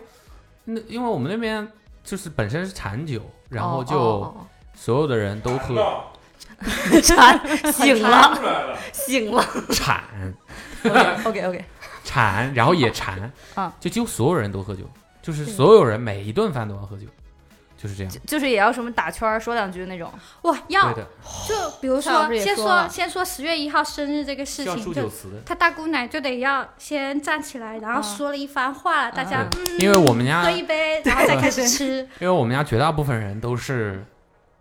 S3: 那因为我们那边就是本身是产酒，然后
S9: 哦
S3: 就。
S9: 哦
S3: 所有的人都喝
S9: 哦馋 醒了，醒了。
S3: 产
S9: OK OK，
S3: 产，然后也馋
S9: 啊，
S3: 就几乎所有人都喝酒，就是
S8: 对
S3: 所有人每一顿饭都要喝酒，就是这样。
S9: 就是也要什么打圈儿说两句那种，
S8: 哇，
S3: 对
S8: 要
S3: 的，
S8: 就比如
S4: 蔡老
S8: 说，
S4: 师也
S8: 先
S4: 说了
S8: 先说十月一号生日这个事
S3: 叫
S8: 情，
S3: 祝酒
S8: 就
S3: 词。
S8: 他大姑奶就得要先站起来，然后
S9: 啊
S8: 说了一番话，大家
S9: 啊
S8: 嗯
S3: 因为我们家，
S8: 喝一
S3: 因
S8: 杯，然后再开始吃。
S3: 为我们家绝大部分人都是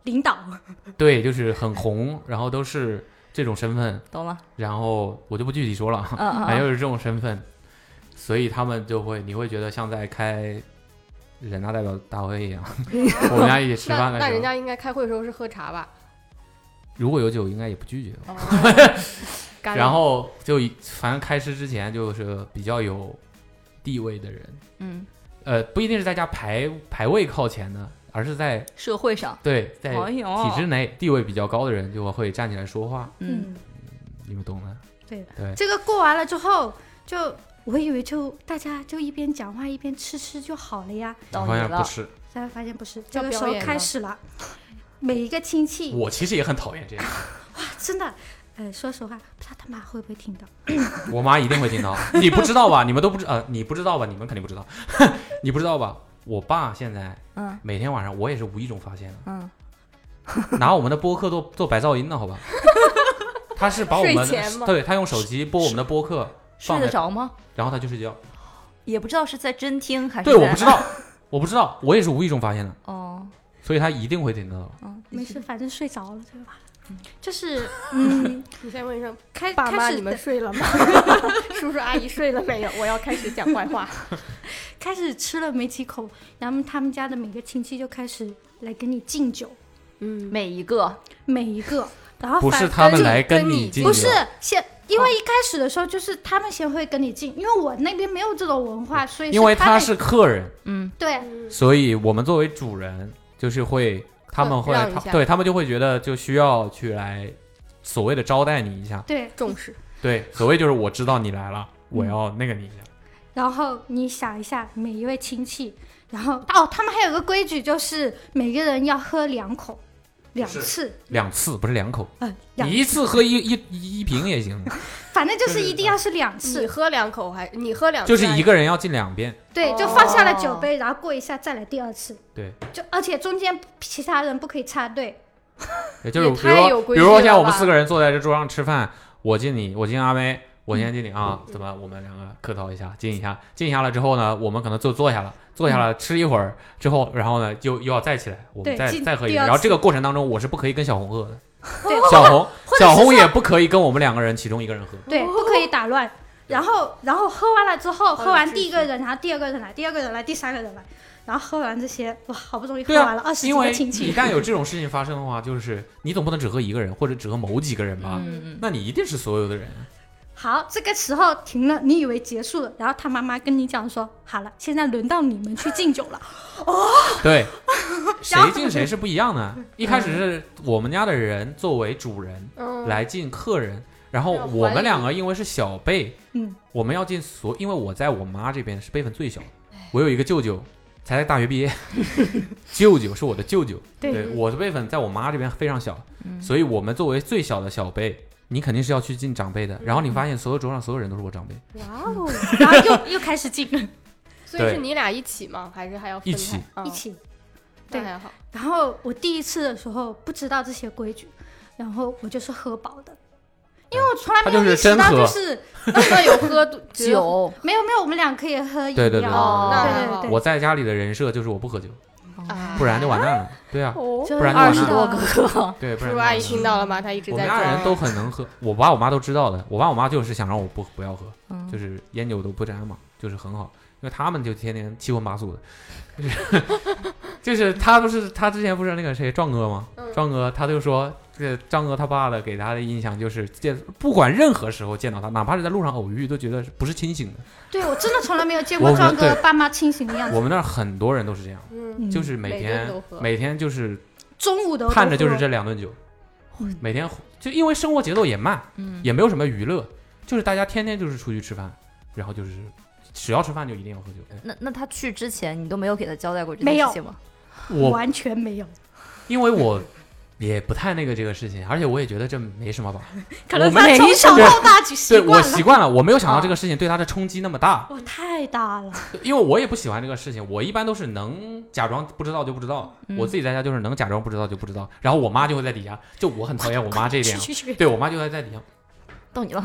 S8: 领导
S3: 对，就是很红，然后都是这种身份，
S9: 懂了？
S3: 然后我就不具体说了，
S9: 嗯 嗯
S3: 反
S9: 嗯，
S3: 正就是这种身份，所以他们就会，你会觉得像在开人大代表大会 一样，我们家一起吃
S4: 那
S3: 饭的
S4: 那人
S3: 时候，
S4: 家应该开会的时候是喝茶吧？
S3: 如果有酒，应该也不拒绝吧。
S9: 哦
S4: 干
S3: 然后就以反正开吃之前就是比较有地位的人，
S9: 嗯，
S3: 呃，不一定是在家排排位靠前的，而是在
S9: 社会上，
S3: 对在
S9: 哎呦，
S3: 体制内地位比较高的人就会站起来说话，
S9: 嗯，，
S3: 你们懂的。
S8: 对
S3: 对
S8: 这个过完了之后，就我以为就大家就一边讲话一边吃吃就好了呀，
S9: 到
S3: 好
S9: 你
S3: 像不
S9: 了，
S3: 是，
S8: 但发现不是，这
S4: 要
S8: 个时
S4: 表
S8: 候
S4: 演
S8: 开
S4: 了
S8: 始了，每一个亲戚
S3: 我其实也很讨厌这样，
S8: 真的，呃，说实话，不知道他妈会不会听到。
S3: 我妈一定会听到。你不知道吧？你们都不知呃，你不知道吧？你们肯定不知道， 你不知道吧？我爸现在
S9: 嗯
S3: 每天晚上我也是无意中发现的，
S9: 嗯，
S3: 拿我们的播客做做白噪音呢，好吧？他是把我们
S4: 睡前吗
S3: 对他用手机播我们的播客，
S9: 睡
S3: 放
S9: 得
S3: 在
S9: 着吗？
S3: 然后他就睡觉。
S9: 也不知道是在真听还是
S3: 对，我
S9: 在
S3: 不知道，我不知道，我也是无意中发现的，
S9: 哦，
S3: 所以他一定会听得到。
S9: 嗯，
S8: 没事，反正睡着了，对吧？就是，嗯，
S4: 你先问一声，
S8: 开
S4: 爸妈
S8: 开
S4: 你
S8: 始
S4: 们睡了吗？ 叔叔阿姨睡了没有？我要开始讲坏话。
S8: 开始吃了没几口，然后他们家的每个亲戚就开始来给你敬酒，
S4: 嗯，
S9: 每一个
S8: 每一个，然后
S3: 不
S8: 反
S3: 是他们
S8: 正
S3: 来跟
S4: 跟
S3: 你
S4: 你
S3: 敬酒，
S8: 不是先，因为一开始的时候就是他们先会跟你敬，因为我那边没有这种文化，所以
S3: 因为
S8: 嗯他
S3: 他
S8: 们
S3: 是客人，
S9: 嗯，
S8: 对
S3: 所以我们作为主人就是会，他们会
S4: 让一
S3: 他
S4: 下
S3: 对他们就会觉得就需要去来所谓的招待你一下，
S8: 对，
S4: 重视。
S3: 对，所谓就是我知道你来了，
S4: 嗯
S3: 我要那个你一下。
S8: 然后你想一下每一位亲戚，然后哦，他们还有个规矩就是每个人要喝两口，两次，
S3: 两次不是两口，
S8: 嗯，
S3: 你
S8: 两，
S3: 一次喝一一一一瓶也 行，
S8: 反正就是一定要是两
S4: 你
S8: 次，
S4: 喝两口还你喝两口，
S3: 就是一个人要敬两遍。
S8: 对，就放下了酒杯，然后过一下再来第二次，
S3: 对，
S8: 就而且中间其他人不可以插队，
S3: 也就是
S4: 也
S3: 比
S4: 太
S3: 如
S4: 有
S3: 说，
S4: 规
S3: 比如说
S4: 矩
S3: 像
S4: 了
S3: 我们
S4: 吧
S3: 四个人坐在这桌上吃饭，我敬你，我敬阿妹，我先敬你啊，怎么我们两个客套一下，敬一下，敬一下了之后呢，我们可能就坐下了，坐下了吃一会儿之后，然后呢又又要再起来，我们
S8: 对
S3: 再
S8: 敬
S3: 再喝一
S8: 第
S3: 杯，
S8: 二
S3: 然后
S8: 次
S3: 这个过程当中我是不可以跟小红喝的，
S8: 对，
S3: 小红
S8: 或者
S3: 小
S8: 是
S3: 红
S8: 说
S3: 也不可以跟我们两个人其中一个人喝，
S8: 对，不可以打乱。然后，然后喝完了之
S3: 哦
S8: 后，
S4: 好有
S8: 喝完
S4: 秩
S8: 第一
S4: 序
S8: 个人，然后第二个人来，第二个人来，第三个人来，然后喝完这些，哇，好不容易喝
S3: 对啊
S8: 完了二十几
S3: 因为
S8: 个亲
S3: 一
S8: 戚，
S3: 旦有这种事情发生的话，就是你总不能只喝一个人或者只喝某几个人吧，
S9: 嗯
S3: 那你一定是所有的人，
S8: 好，这个时候停了，你以为结束了，然后他妈妈跟你讲说，好了，现在轮到你们去敬 酒了，
S3: 对，谁敬谁是不一样的。一开始是我们家的人作为主人
S4: 嗯，
S3: 来敬客人，然后我们两个因为是小辈，
S8: 嗯，
S3: 我们要敬所，因为我在我妈这边是辈分最小的，我有一个舅舅。才在大学毕业，舅舅是我的舅舅，
S8: 对
S3: 我的辈分在我妈这边非常小，所以我们作为最小的小辈，你肯定是要去敬长辈的。然后你发现所有桌上所有人都是我长辈，
S8: 哇哦，然后又又开始敬，
S3: 嗯
S4: 所以是
S3: 对
S4: 你俩一起吗？还是还要分
S3: 一起
S4: 开？嗯
S8: 一，起。
S4: 那还好。
S8: 然后我第一次的时候不知道这些规矩，然后我就是喝饱的，因为我从来
S3: 他
S8: 没有
S3: 就是
S8: 意识
S3: 真
S8: 到
S3: 喝
S8: 是
S4: 那有喝酒？
S9: 酒
S8: 没有没有，我们俩可以喝饮料，
S3: 对对对
S4: 哦，那还
S8: 对
S4: 好
S8: 对
S3: 我在家里的人设就是我不喝酒，
S7: 哎
S4: 啊
S3: 不然就完蛋了。对啊，
S4: 哦，
S9: 就
S3: 不然
S9: 嗯
S3: 就
S9: 二
S3: 完
S9: 十
S3: 了
S9: 多个，
S3: 对，不然
S4: 叔叔
S3: 就
S4: 阿
S3: 完蛋
S4: 姨
S3: 了
S4: 听到了吗？她一直
S3: 我
S4: 在
S3: 们家人
S4: 装。
S3: 都很能喝，我爸我妈都知道的。我爸我妈就是想让我不不要喝，
S9: 嗯
S3: 就是烟酒都不沾嘛，就是很好，因为他们就天天七荤八素的， 就是 就是他不是他之前不是那个谁壮哥吗？
S4: 嗯
S3: 壮哥他就说，这张哥他爸的给他的印象就是见不管任何时候见到他，哪怕是在路上偶遇，都觉得是不是清醒的。
S8: 对我真的从来没有见
S3: 我
S8: 过
S3: 们
S8: 壮哥
S3: 对
S8: 爸妈清醒的样
S3: 我
S8: 子，
S3: 们那儿很多人都是这样，
S4: 嗯，
S3: 就是每
S4: 每个
S3: 天
S4: 人都喝
S3: 每天就是
S8: 中午的
S3: 盼着就是这两顿酒，
S8: 嗯
S3: 每天就因为生活节奏也慢，
S9: 嗯，
S3: 也没有什么娱乐，就是大家天天就是出去吃饭，然后就是只要吃饭就一定要喝酒。
S9: 那那他去之前你都没有给他交代过这
S8: 没
S9: 件
S8: 有
S9: 事情吗？
S3: 我
S8: 完全没有，
S3: 因为我也不太那个这个事情，而且我也觉得这没什么吧，
S8: 可能
S3: 我们
S8: 他
S3: 也
S8: 从
S3: 一
S8: 小
S3: 直
S8: 到大就习
S3: 对我
S8: 惯了啊
S3: 习，惯了，我没有想到这个事情对他的冲击那么大，
S8: 哇，太大了，
S3: 因为我也不喜欢这个事情，我一般都是能假装不知道就不知道，
S8: 嗯
S3: 我自己在家就是能假装不知道就不知道，然后我妈就会在底下，就我很讨厌我妈这一
S8: 去
S3: 点啊，
S8: 去去，
S3: 对我妈就会在底下，
S9: 到你了，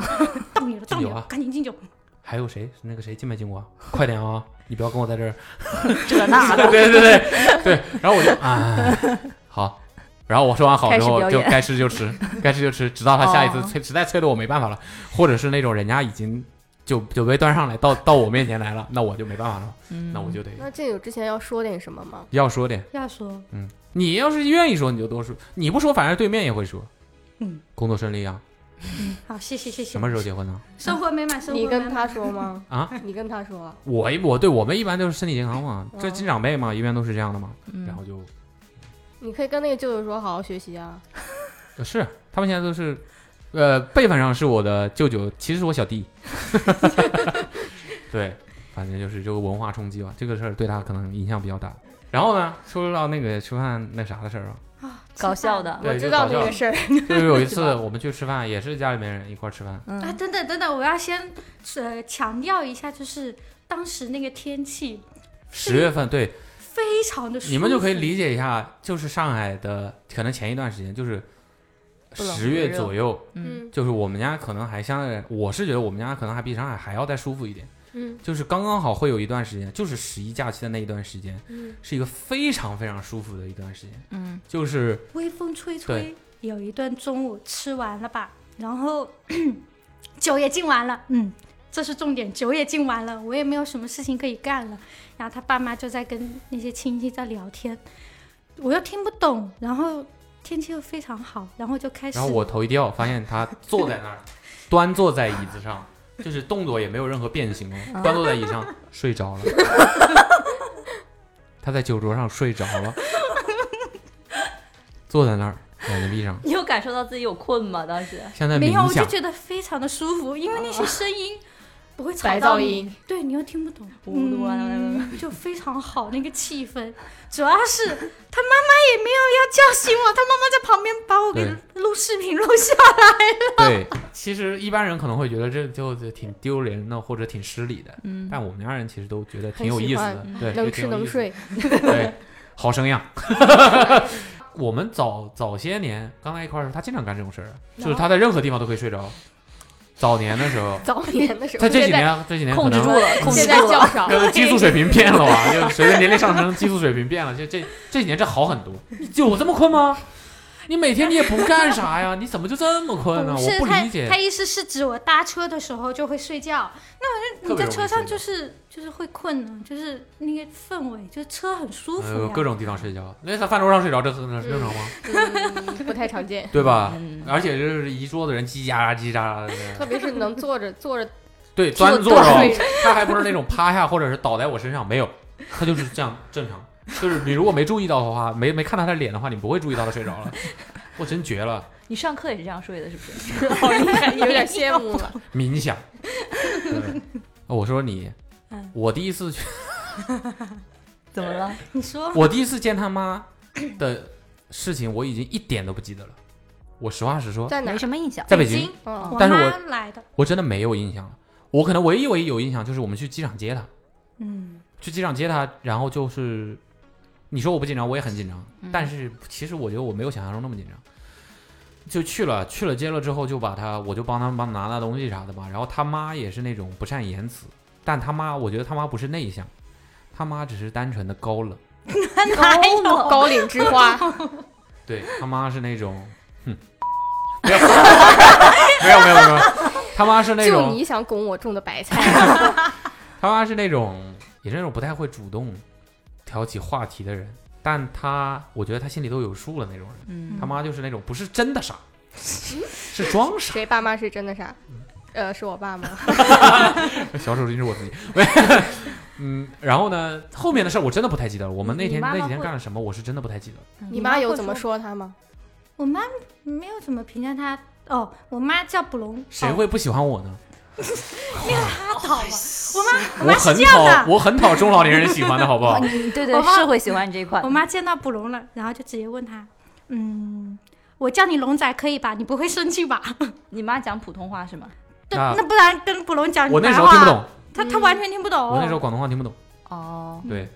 S8: 到你了，到你
S3: 敬酒
S8: 了
S3: 啊，
S8: 赶紧敬酒，
S3: 还有谁那个谁进没进过啊， 快点啊，你不要跟我在这儿
S9: 这那的，
S3: 对 对对对对，然后我就啊， 好，然后我说完好之后
S9: 开始表
S3: 就
S9: 演
S3: 该吃就吃， 该吃就吃，直到他下一次
S9: 哦
S3: 催，实在催的我没办法了，或者是那种人家已经就酒杯端上来到到我面前来了，那我就没办法了，
S9: 嗯
S3: 那我就得
S4: 那敬酒之前要说点什么吗？
S3: 要说点，
S8: 要说
S3: 你要是愿意说你就多说，你不说反正对面也会说，
S8: 嗯，
S3: 工作顺利啊，
S8: 好，谢谢谢谢，
S3: 什么时候结婚呢？
S8: 生活美满，生活
S4: 你
S8: 美
S4: 跟
S8: 满
S4: 他说吗？
S3: 啊，
S4: 你跟他说。
S3: 我一我对我们一般都是身体健康嘛，这
S4: 哦
S3: 金长辈嘛，一般都是这样的嘛，然
S9: 嗯
S3: 后就
S4: 你可以跟那个舅舅说好好学习啊。
S3: 呃是他们现在都是。呃，辈分上是我的舅舅，其实是我小弟。 对，反正就是这个文化冲击吧，这个事儿对他可能影响比较大。然后呢，说到那个吃饭那啥的事儿啊，
S8: 啊，
S9: 搞
S8: 吃饭
S9: 笑的，
S3: 对
S4: 我
S3: 就
S4: 知道
S3: 搞
S4: 那
S3: 笑
S4: 个事儿，
S3: 就是有一次我们去吃饭，也是家里面人一块儿吃饭，
S8: 啊，
S9: 嗯，
S8: 等等等等，我要先呃强调一下，就是当时那个天气
S3: 十月份对，
S8: 非非常的舒服。
S3: 你们就可以理解一下，就是上海的，可能前一段时间就是
S9: 不冷
S3: 十月
S9: 不热
S3: 左右，
S9: 嗯，
S4: 嗯
S3: 就是我们家可能还相对，我是觉得我们家可能还比上海还要再舒服一点，
S4: 嗯
S3: 就是刚刚好会有一段时间，就是十一假期的那一段时间，
S4: 嗯，
S3: 是一个非常非常舒服的一段时间，
S9: 嗯，
S3: 就是
S8: 微风吹
S3: 对
S8: 吹，有一顿中午吃完了吧，然后 酒也敬完了，嗯，这是重点，酒也敬完了，我也没有什么事情可以干了。然后他爸妈就在跟那些亲戚在聊天，我又听不懂，然后天气又非常好，然后就开始，
S3: 然后我头一掉，发现他坐在那儿，端坐在椅子 上，就是动作也没有任何变形
S8: 嗯
S3: 哦，端坐在椅子上睡着 了。他在酒桌上睡着了，坐在那儿，眼睛闭上。
S9: 你有感受到自己有困吗？当时
S3: 现在
S8: 没
S3: 冥
S8: 有，我就
S3: 想，啊
S8: 觉得非常的舒服，因为那些声音不会吵
S4: 白
S8: 到
S4: 噪
S8: 你，
S4: 音，
S8: 对你又听不懂，
S9: 咕噜啊
S8: 嗯，就非常好那个气氛。主要是他妈妈也没有要叫醒我，他妈妈在旁边把我给录视频录 下来。
S3: 对，其实一般人可能会觉得这就就挺丢人的，或者挺失礼的。
S9: 嗯，
S3: 但我们家人其实都觉得挺有意思的
S4: 很，嗯
S3: 对，
S4: 能
S3: 就挺
S4: 吃
S3: 有
S4: 能
S3: 意思的
S4: 睡，，
S3: 对，好生样。 我们早早些年刚在一块儿的时候，他经常干这种事儿，啊就是他在任何地方都可以睡着。早年的时候
S4: 早年的时
S3: 他
S4: 候，
S3: 这几
S4: 现在
S3: 年这几年可
S9: 控制住
S3: 能
S9: 了，控制
S4: 现
S9: 住
S4: 在
S9: 了。
S4: 较 少，
S3: 就是激素水平变了吧， 就是随着年龄上升，激素水平变了。就这这几年这好很多，有这么困吗？你每天你也不干啥呀？你怎么就这么困呢？
S8: 不
S3: 我
S8: 是
S3: 不
S8: 他
S3: 理解，
S8: 他。意思是指我搭车的时候就会睡觉，那我就
S3: 特别
S8: 你在
S3: 容易
S8: 车上
S3: 睡着
S8: 就是就是会困呢，就是那个氛围，就是车很舒服
S3: 呃
S8: 呀，
S3: 各种地方睡觉，那在饭桌上睡着，这很正常吗？
S4: 嗯不太常见，
S3: 对吧？
S9: 嗯
S3: 而且就是一桌子人叽叽喳喳、叽叽喳喳的，
S4: 特别是能坐着坐着
S3: 对，端坐
S4: 坐
S3: 着
S4: 睡
S3: 哦，他还不是那种趴下或者是倒在我身上，没有，他就是这样正常。就是你如果没注意到的话，没没看他的脸的话，你不会注意到他睡着了。我真绝了，
S9: 你上课也是这样睡的，是不是？ 好厉害，
S4: 有点羡慕 了，
S3: 冥想。对哦我说你
S8: 嗯，
S3: 我第一次去，
S9: 怎么了？
S8: 你说
S3: 我第一次见他妈的事情，我已经一点都不记得了。我实话实说，
S4: 在哪
S9: 没？什么印象。
S3: 在北
S8: 北
S3: 京，
S4: 嗯，
S8: 我
S3: 但是
S8: 妈
S3: 我
S8: 来的，
S3: 我真的没有印象了。我可能唯一唯一有印象就是我们去机场接他，
S8: 嗯，
S3: 去机场接他，然后就是，你说我不紧张，我也很紧张，
S4: 嗯
S3: 但是其实我觉得我没有想象中那么紧张。就去了，去了接了之后就把他，我就帮他帮拿拿东西啥的嘛。然后他妈也是那种不善言辞，但他妈我觉得他妈不是内向，他妈只是单纯的高冷。
S8: 哪有
S4: 哦高岭之花，
S3: 对他妈是那种，哼，没有没有没有没有，他妈是那
S4: 就
S3: 种
S4: 你想拱我种的 白菜，
S3: 他妈是那种也是那种不太会主动挑起话题的人，但他我觉得他心里都有数了那种人。
S9: 嗯
S3: 他妈就是那种不是真的傻，是装傻。
S4: 谁爸妈是真的傻？呃，是我爸妈，
S3: 小手巾是我自己。 嗯，然后呢，后面的事儿我真的不太记得了。我们那天
S9: 你妈妈
S3: 那几天
S9: 会
S3: 干了什么，我是真的不太记得了。
S4: 嗯你妈有
S8: 会
S4: 怎么说他吗？
S8: 我妈没有怎么评价她哦，我妈叫布隆，
S3: 谁
S8: 哦
S3: 会不喜欢我呢？
S8: 她讨吧？我妈，我
S3: 我
S8: 妈是
S3: 很
S8: 这样
S3: 讨，
S8: 的。
S3: 我很讨中老年人喜欢的好不好
S9: 哦？你对
S8: 我
S9: 对，
S8: 妈
S9: 是会喜欢你这一款
S8: 我。妈见到布隆了，然后就直接问她，嗯，我叫你龙仔可以吧？你不会生气吧？
S9: 你妈讲普通话是吗？
S8: 对，
S3: 那
S8: 那不然跟布隆讲
S3: 啊我那
S8: 白
S3: 时
S8: 话。
S3: 候听不懂，
S8: 她她完全听不懂。
S3: 我那时候广东话听不懂。
S9: 哦，
S3: 对，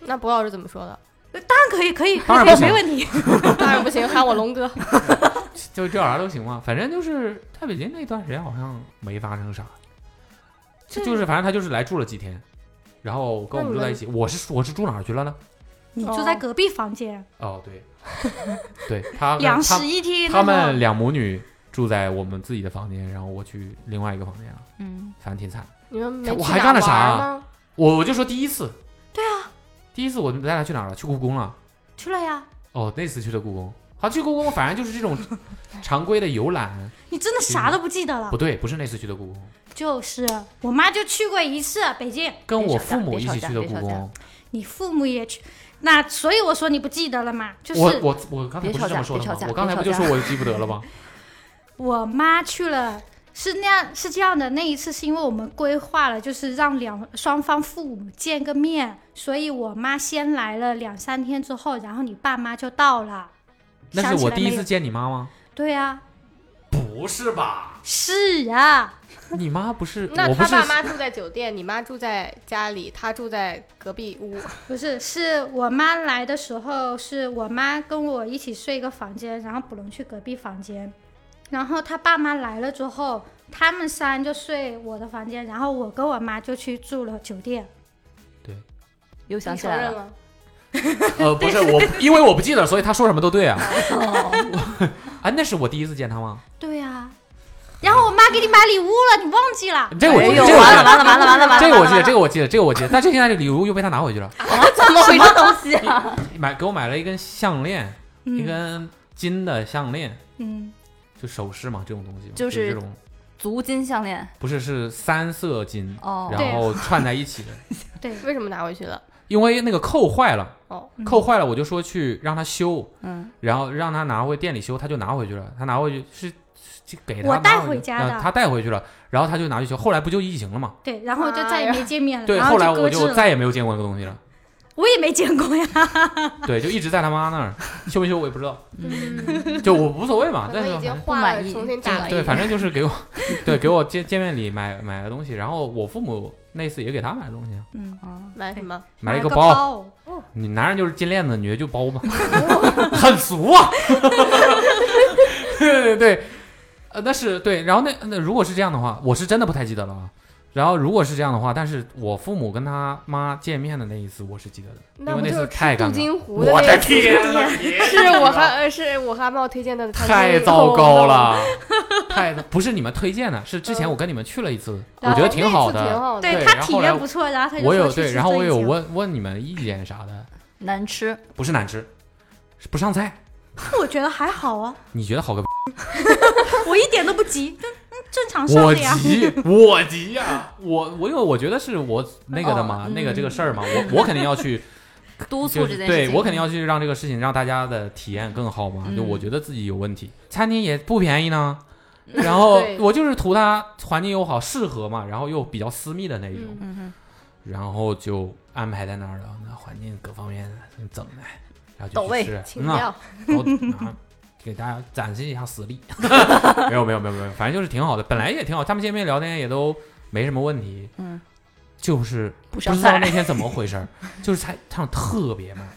S4: 那博老师怎么说的？
S8: 当然可以，可以，
S3: 当然
S8: 可以
S3: 不行
S8: 没问 题。
S4: 当然不行，喊我龙 哥。
S3: 就叫啥都行嘛，反正就是在北京那段时间好像没发生啥，就就是反正他就是来住了几天，然后跟我们住在一起。我是我是住哪儿去了呢？
S8: 你住在隔壁房间，
S3: 哦， 对，对他
S8: 两
S3: 他
S8: 室一厅那
S3: 他
S8: 种。
S3: 们两母女住在我们自己的房间，然后我去另外一个房间了，
S9: 嗯，
S3: 反正挺惨。
S4: 你们没
S3: 我
S4: 去
S3: 还
S4: 哪
S3: 干了啥啊
S4: 玩吗？
S3: 我我就说第一次，对啊，第一次我们带他去哪儿了？去故宫了。
S8: 去了呀？
S3: 哦，那次去的故宫，好去故宫，反正就是这 种常规的游览。
S8: 你真的啥都不记
S9: 啊
S8: 得了
S3: 不？对，不是那次去的故宫，
S8: 就是我妈就去过一次北京，
S3: 跟
S9: 别吵
S3: 我
S9: 架
S3: 父母
S9: 别
S3: 一
S9: 吵
S3: 起
S9: 架
S3: 去的
S9: 别
S3: 故
S9: 吵架
S3: 宫。
S8: 你父母也去，那所以我说你不记得了嘛？就是
S3: 我我我刚才
S9: 别
S3: 不是
S9: 吵
S3: 这么
S9: 架
S3: 说的
S9: 别
S3: 吗
S9: 吵？架
S3: 我刚才不就
S9: 别吵
S3: 说我记不得 了吗？
S8: 我妈去了，是那样是这样的，那一次是因为我们规划了，就是让两双方父母见个面，所以我妈先来了两三天之后，然后你爸妈就到了。
S3: 那
S8: 想
S3: 是
S8: 起
S3: 我
S8: 来
S3: 第一
S8: 没有
S3: 次见你妈吗？
S8: 对啊，
S3: 不是吧？
S8: 是啊，
S3: 你妈不是？
S4: 那
S3: 我不
S4: 他
S3: 是
S4: 爸妈住在酒店，你妈住在家里，他住在隔壁屋。
S8: 不是，是我妈来的时候，是我妈跟我一起睡一个房间，然后卜龙去隔壁房间，然后他爸妈来了之后，他们三就睡我的房间，然后我跟我妈就去住了酒店。
S9: 又想
S4: 你
S9: 起
S4: 承
S9: 来
S4: 认
S9: 了，
S4: 吗？
S3: 呃，不是我，因为我不记得，所以他说什么都对啊。
S9: 哦
S3: 啊，那是我第一次见他吗？
S8: 对呀、然后我妈给你买礼物了，你忘记了？
S3: 这个我记
S9: 哎
S3: 得，
S9: 呦，
S3: 这个
S9: 完了
S3: 我
S9: 完了完了完了完了，
S3: 记得，这个我记得，这
S9: 个
S3: 个我记得，这个我记得。但是现在这礼物又被他拿回去了，
S9: 怎么回事东西啊？
S3: 买给我买了一根项链，一
S8: 嗯
S3: 根金的项链，
S8: 嗯，
S3: 就首饰嘛，这种东西嘛，
S9: 就
S3: 就是这种，
S9: 足金项链
S3: 不是是三色金，
S9: 哦，
S3: 然后串在一起的，
S8: 对，
S4: 为什么拿回去了？
S3: 因为那个扣坏了，
S4: 哦，
S8: 嗯
S3: 扣坏了，我就说去让他修，
S9: 嗯，
S3: 然后让他拿回店里修，他就拿回去了，他拿回去是是是给他
S8: 我
S3: 拿
S8: 带
S3: 回
S8: 回
S3: 去
S8: 家
S3: 呃
S8: 的
S3: 他带回去了，然后他就拿去修，后来不就疫情了嘛？
S8: 对，然后就再也没见面了，
S3: 对，
S8: 然
S3: 后来
S8: 就
S3: 我
S8: 搁置
S3: 就
S8: 了。
S3: 再也没有见过那个东西了，
S8: 我也没见过呀，
S3: 对，就一直在他妈那 儿修没修我也不知道，
S8: 嗯
S3: 就我无所谓嘛，
S4: 可
S3: 但是
S4: 嗯能已经
S3: 反
S4: 花
S9: 不满
S4: 了，
S9: 意
S4: 重新打了一
S3: 对，
S4: 遍。
S3: 反正就是给我，对，给我见见面礼买买了东西，然后我父母那次也给他买了东西，啊
S8: 嗯，
S9: 哦，
S4: 买什么？
S3: 买了一
S8: 个
S3: 包，
S8: 包，
S3: 你男人就是金链子，女的就包 吧，很俗啊。 对对对，呃，但是对，然后那那如果是这样的话，我是真的不太记得了啊。然后如果是这样的话，但是我父母跟他妈见面的那一次，我是记得的，因
S4: 不
S3: 为
S4: 就
S3: 次
S4: 是
S3: 太
S4: 吃
S3: 尴
S4: 杜
S3: 尬，
S4: 金湖的
S3: 我的
S4: 那次？
S3: 天呐，
S4: 是我和呃是我和阿茂推荐 的，哦
S3: 太糟糕。了，太不是你们推荐的，是之前我跟你们去了一次，我觉得挺好
S4: 嗯那次挺
S3: 的。
S4: 好的。嗯
S3: 对
S8: 他
S3: 然后
S8: 体
S3: 后来
S8: 验不错，然后他就
S3: 我有
S8: 说去
S3: 对，
S8: 吃
S3: 然后我
S8: 顿
S3: 有
S8: 酒
S3: 问问你们意见啥的，
S9: 难吃，
S3: 不是难吃，是不上菜。
S8: 我觉得还好啊，
S3: 你觉得好个
S8: 我一点都不急，嗯嗯，正常上
S3: 我
S8: 的呀。
S3: 急，我急呀、我我因为我觉得是我那个的嘛，
S9: 哦
S3: 那个这个事儿嘛，我我肯定要去
S9: 督促
S3: 就
S9: 这
S3: 是
S9: 件事情，
S3: 对我肯定要去让这个事情让大家的体验更好嘛。就
S9: 嗯
S3: 我觉得自己有问题，餐厅也不便宜呢，然后
S4: 对
S3: 我就是图它环境又好，适合嘛，然后又比较私密的那种，
S4: 嗯
S9: 嗯哼，
S3: 然后就安排在那儿了，那环境各方面整的，然后
S9: 到
S3: 就去
S9: 位
S3: 吃，
S4: 情
S3: 嗯啊
S4: 调，
S3: 然后 啊，给大家展示一下实 力。没有没有没有没有，反正就是挺好的，本来也挺好，他们见面聊天也都没什么问题。
S9: 嗯，
S3: 就是
S9: 不
S3: 不
S9: 上
S3: 知道
S9: 菜
S3: 那天怎么回事儿， 就是菜唱特 别慢，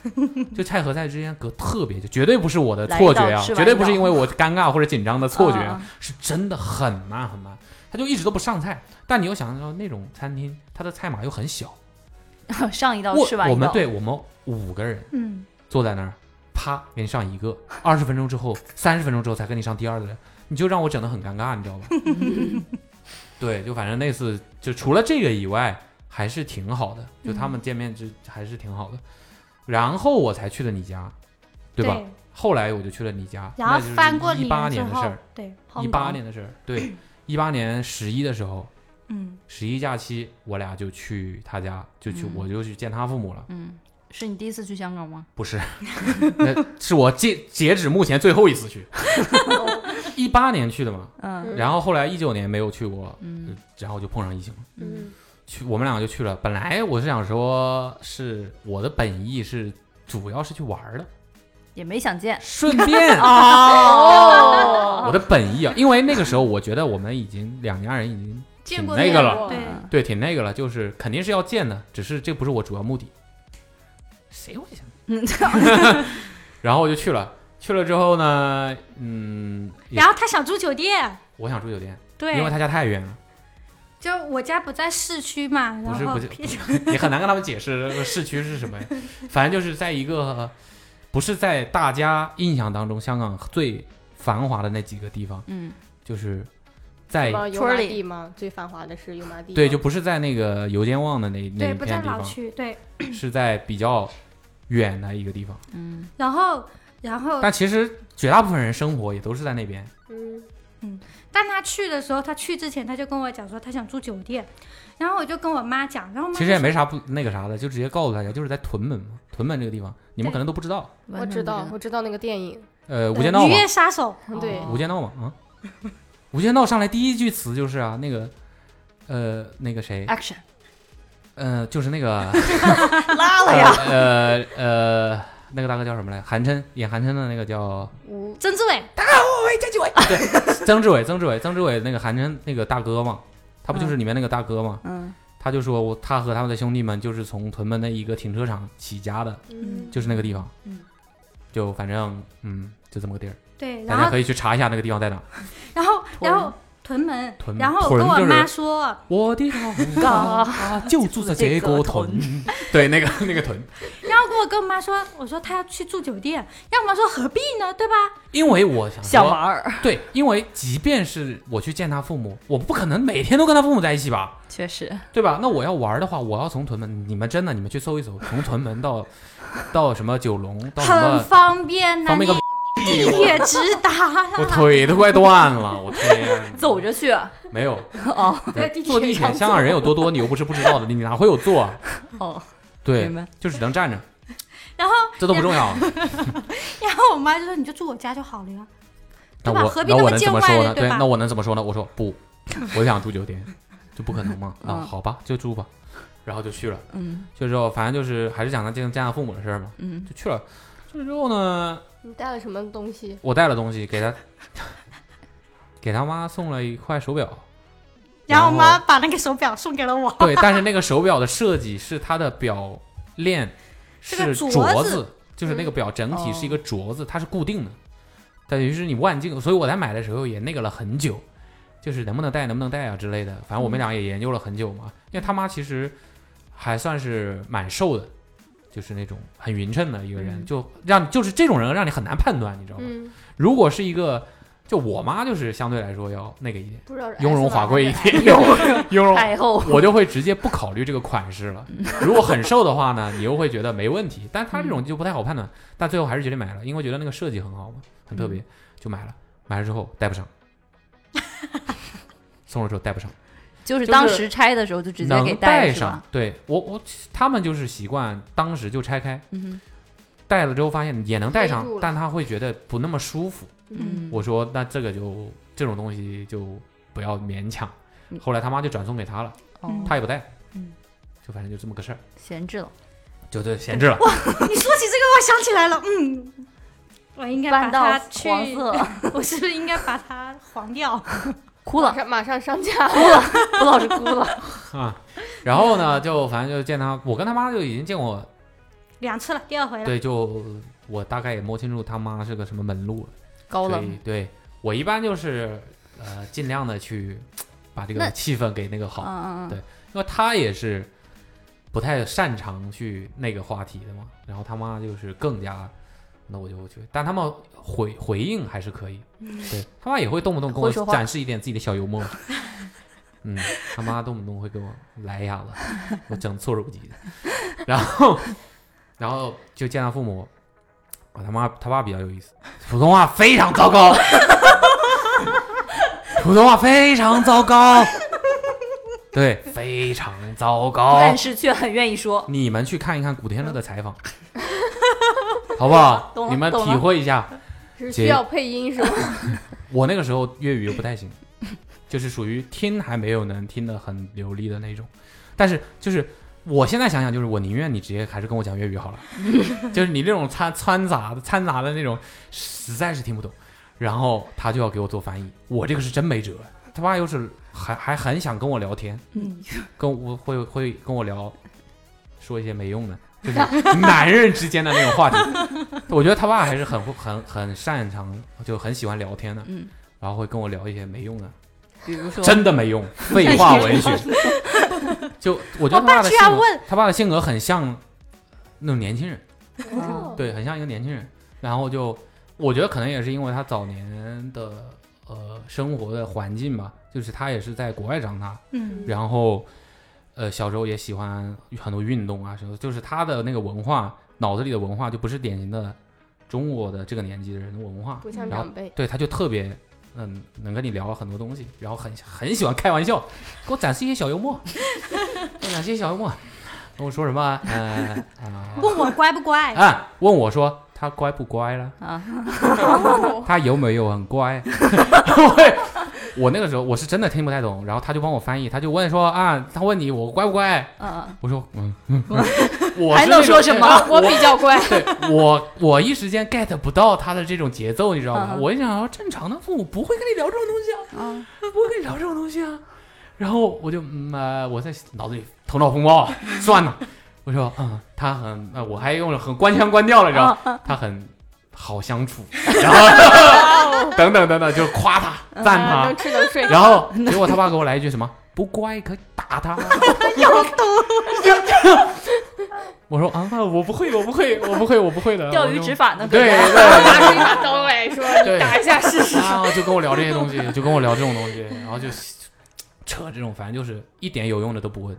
S3: 就菜和菜之间隔特别久，绝对不是我的
S9: 来一
S3: 错
S9: 道
S3: 觉啊
S9: 吃，完
S3: 绝对
S9: 一
S3: 不是
S9: 道
S3: 因为我尴尬或者紧张的错觉
S9: 啊
S3: 啊，是真的很慢很慢，他就一直都不上菜。但你又想到那种餐厅，它的菜码又很小，
S9: 嗯上一道
S3: 我
S9: 吃完一道，
S3: 我们对我们五个人。
S8: 嗯，
S3: 坐在那儿，啪给你上一个，二十分钟之后，三十分钟之后才给你上第二个人，你就让我整得很尴尬，你知道 吧？对，就反正那次就除了这个以外，还是挺好的，就他
S9: 嗯
S3: 们见面之还是挺好的，然后我才去的你家，对吧？后来我就去了你家，
S8: 然后翻过
S3: 一
S8: 年
S3: 八
S8: 之
S3: 年的事
S8: 后
S3: 儿，，
S8: 对，
S3: 一八年的事儿，对，一八年十一的时候，
S8: 嗯，
S3: 十一假期我俩就去他家，就去、
S9: 嗯
S3: 我就去见他父母了。
S9: 嗯，是你第一次去香港吗？
S3: 不是， 那是我截截止目前最后一次去， 一八年去的嘛，
S9: 嗯
S3: 然后后来一九年没有去过，呃
S9: 嗯
S3: 然后就碰上疫情了。
S4: 嗯，
S3: 去我们两个就去了。本来我是想说，是我的本意是主要是去玩儿的，
S9: 也没想见
S3: 顺 便
S9: 哦
S3: 我的本意啊，因为那个时候我觉得我们已经两家人已经
S8: 见过
S3: 那个
S8: 面
S3: 了
S8: 对，
S3: 对挺那个了，就是肯定是要见的，只是这不是我主要目的。谁会想？
S9: 嗯，
S3: 然后我就去了，去了之后呢，嗯，也
S8: 然后他想住酒店，
S3: 我想住酒店，因为
S8: 对，
S3: 他家太远了，
S8: 就我家不在市区嘛，
S3: 不
S8: 然
S3: 是
S8: 后
S3: 不是，也很难跟他们解释呃市区是什么呀。反正就是在一个不是在大家印象当中香港最繁华的那几个地方，
S9: 嗯
S3: 就是在
S4: 什么油
S9: 村
S4: 麻
S9: 里
S4: 地吗？最繁华的是油麻地吗。
S3: 对，就不是在那个油尖旺的那那
S8: 对，
S3: 一
S8: 不
S3: 片
S8: 在
S3: 地
S8: 老
S3: 方，
S8: 区，对，
S3: 是在比较远的一个地方。
S9: 嗯，
S8: 然后然后
S3: 但其实绝大部分人生活也都是在那边。
S4: 嗯，
S8: 但他去的时候，他去之前他就跟我讲说他想住酒店，然后我就跟我妈讲，然后我妈
S3: 其实也
S8: 就
S3: 没啥不那个啥的，就直接告诉大家，就是在屯门嘛，屯门这个地方，你们
S8: 对
S3: 可能都不知道。
S9: 完
S4: 我
S9: 全不
S4: 知道，我知道那个电影，
S3: 呃，
S8: 说
S3: 无间道
S8: 女
S3: 嘛，
S8: 月杀手，
S4: 对
S9: 哦
S3: 无间道嘛，啊，无间道上来第一句词就是啊，那个，呃，那个
S8: 哎
S3: 谁，
S9: action
S3: 呃，就是那个，
S9: 拉了呀，
S3: 呃呃，那个大哥叫什么来？韩琛演韩琛的那个叫
S4: 无
S8: 曾志伟，
S3: 曾志伟，曾志伟，曾志伟那个韩琛那个大哥嘛，他不就是里面那个大哥嘛？
S7: 嗯，
S3: 他就说我他和他们的兄弟们就是从屯门的一个停车场起家的，
S4: 嗯
S3: 就是那个地方。
S7: 嗯，
S3: 就反正嗯，就这么个地儿，
S8: 对，
S3: 大
S8: 然
S3: 家
S8: 后
S3: 可以去查一下那个地方在哪。
S8: 然后然后屯门
S3: 屯，门
S8: 然后我
S3: 屯
S8: 跟我
S3: 就是
S8: 妈说，
S3: 我的老家 就住在这个屯， 对，那个那个屯，
S8: 然后跟我跟我妈说，我说她要去住酒店，然后我妈说何必呢，对吧？
S3: 因为我想
S9: 想
S3: 说
S9: 玩儿，
S3: 对，因为即便是我去见他父母，我不可能每天都跟他父母在一起吧，
S9: 确实
S3: 对吧？那我要玩的话，我要从屯门，你们真的，你们去搜一搜，从屯门到 到什么九龙，到什
S8: 很
S3: 么
S8: 方便呐、
S3: 方便个
S8: 你地铁直达
S3: 我
S8: 啦。
S3: 腿都快断了，我天，
S9: 走着去啊。
S3: 没有
S9: 哦
S3: 对
S9: 地铁
S3: 坐地铁，
S9: 上
S3: 香港人有多多，你又不是不知道的，你哪会有坐 啊？
S9: 哦，
S3: 对
S9: 明白，
S3: 就只能站着，
S8: 然后
S3: 这都不重要。啊
S8: 然后我妈就说你就住我家就好了呀，
S3: 那
S8: 对吧
S3: 我
S8: 何必
S3: 那
S8: 那
S3: 我
S8: 么
S3: 能怎
S8: 见
S3: 么
S8: 外
S3: 说
S8: 呢
S3: 呢？
S8: 对吧
S3: 那我能怎么说呢？我说 不，我想住酒店，就不可能嘛。
S8: 嗯
S3: 啊，好吧，就住吧，然后就去了。
S9: 嗯
S3: 去了之后，反正就是还是讲他见见他父母的事儿嘛，
S9: 嗯，
S3: 就去了。去了之后呢，
S4: 你带了什么东西？
S3: 我带了东西给他，给他妈送了一块手表。
S8: 然后
S3: 然后
S8: 我妈把那个手表送给了我，
S3: 对，但是那个手表的设计是它的表链
S8: 是个
S3: 是
S8: 镯
S3: 镯
S8: 子
S3: 子，就是
S4: 嗯
S3: 那个表整体是一个
S4: 哦
S3: 镯子，它是固定的，等于是你万镜，所以我在买的时候也那个了很久，就是能不能戴能不能戴啊之类的，反正我
S4: 嗯
S3: 们俩也研究了很久嘛，因为他妈其实还算是蛮瘦的。就是那种很匀称的一个人，
S9: 嗯
S3: 就让就是这种人让你很难判断，你知道吗？
S4: 嗯，
S3: 如果是一个，就我妈就是相对来说要那个一点，
S4: 不知道是
S3: 雍容
S4: S 码
S3: 华贵一
S4: 还是
S3: 点， 雍容
S9: 太后
S3: 我就会直接不考虑这个款式了。
S9: 嗯
S3: 如果很瘦的话呢，你又会觉得没问题，但他这种就不太好判断。但最后还是决定买了，因为觉得那个设计很好嘛，很特
S9: 嗯
S3: 别，就买了。买了之后戴 不上，送了之后戴不上，
S9: 就是
S3: 就是
S9: 当时拆的时候就直接
S3: 能
S9: 给
S3: 戴
S9: 是
S3: 上
S9: 吧？。
S3: 对我我他们就是习惯当时就拆开，
S9: 嗯
S3: 戴了之后发现也能戴上
S4: 勒住了，
S3: 但他会觉得不那么舒服。
S4: 嗯，
S3: 我说那这个就这种东西就不要勉强。
S9: 嗯
S3: 后来他妈就转送给他了，
S9: 哦
S3: 他也不戴，
S9: 嗯，
S3: 就反正就这么个事儿，
S9: 闲置了，
S3: 就这闲置 了。
S8: 你说起这个，我想起来了，嗯，我应该把
S9: 搬到
S8: 它去，
S9: 黄色
S8: 我是不是应该把它黄掉？
S9: 哭
S4: 马
S9: 了，
S4: 上马上上架，
S3: 哦
S9: 吴老师 哭了，
S3: 啊，然后呢，就反正就见他，我跟他妈就已经见过，
S8: 两次了，第二回了，
S3: 对，就我大概也摸清楚他妈是个什么门路了，
S9: 高
S3: 所
S9: 冷
S3: 以对我一般就是呃尽量的去把这
S9: 那
S3: 个气氛给那个好，
S9: 嗯嗯
S3: 对因为他也是不太擅长去那个话题的嘛，然后他妈就是更加，那我就去，但他们回回应还是可以，对他妈也会动不动跟
S9: 嗯
S3: 我
S9: 会说话
S3: 展示一点自己的小幽默， 嗯，他妈动不动会跟我来一下子，我整措手不及， 然后然后就见他父母，我他妈他爸比较有意思，普通话非常糟糕，普通话非常糟糕。对，非常糟糕。
S9: 但是却很愿意说，
S3: 你们去看一看古天乐的采访，好不好
S9: 懂？了
S3: 你们体会一下。
S4: 是
S3: 姐
S4: 需要配音是吗？
S3: 我那个时候粤语又不太行，就是属于听还没有能听得很流利的那种。但是就是我现在想想，就是我宁愿你直接还是跟我讲粤语好了，就是你这种掺掺杂的掺杂的那种，实在是听不懂。然后他就要给我做翻译，我这个是真没辙。他爸又是还还很想跟我聊天，
S9: 嗯，
S3: 跟我会会跟我聊，说一些没用的，就是男人之间的那种话题。我觉得他爸还是很 会很很擅长，就很喜欢聊天的，
S9: 嗯，
S3: 然后会跟我聊一些没用的，
S9: 比如说
S3: 真的没用，废话文学。就我觉得他爸的
S8: 居
S3: 性
S8: 然
S3: 格
S8: 问，
S3: 他爸的性格很像那种年轻人，
S9: 嗯
S3: 对，很像一个年轻人。然后就我觉得可能也是因为他早年的呃生活的环境吧，就是他也是在国外长大，
S8: 嗯，
S3: 然后，呃，小时候也喜欢很多运动啊什么，就是他的那个文化，脑子里的文化就不是典型的中国的这个年纪的人的文化，
S4: 不像
S3: 然后
S4: 长辈，
S3: 对，他就特别嗯能跟你聊很多东西，然后很很喜欢开玩笑， 给我展示一些小幽默，给我展示一些小幽默，跟我说什么呃啊、
S8: 问我乖不乖？
S3: 啊，问我说他乖不乖了，哦
S9: 啊，
S3: 他有没有很乖，我会我那个时候我是真的听不太懂，然后他就帮我翻译，他就问说啊，他问你我乖不乖？
S9: 嗯，
S3: 我说 嗯，嗯 我
S9: 还
S3: 是
S9: 能
S3: 那
S9: 说
S3: 种
S9: 什么
S3: 啊
S4: 我比较乖，
S3: 对 我，我一时间 get 不到他的这种节奏，你知道吗？
S9: 嗯
S3: 我一想说，正常的父母不会跟你聊这种东西啊，
S9: 嗯
S3: 不会跟你聊这种东西啊。然后我就嗯、呃我在脑子里头脑风暴，啊 算了，我说嗯，他很，呃、我还用了很官腔官调了，你知道吗，
S4: 嗯
S3: 他很好相处，然后 等等等等，就是夸他赞
S4: 啊
S3: 他
S4: 哦能，吃能睡。
S3: 然后结果他爸给我来一句什么不乖可以打他，
S9: 有毒，
S3: 我说啊我不会我不会我不会我不会 的，
S9: 钓鱼
S3: 我就
S9: 执法呢？
S3: 对
S9: 不
S3: 对。
S4: 拿出一把刀 来说：“
S3: 对
S4: 你打一下试试。
S3: 然啊后就跟我聊这些东西，就跟我聊这种 东西，然后就扯这种，反正就是一点有用的都不问。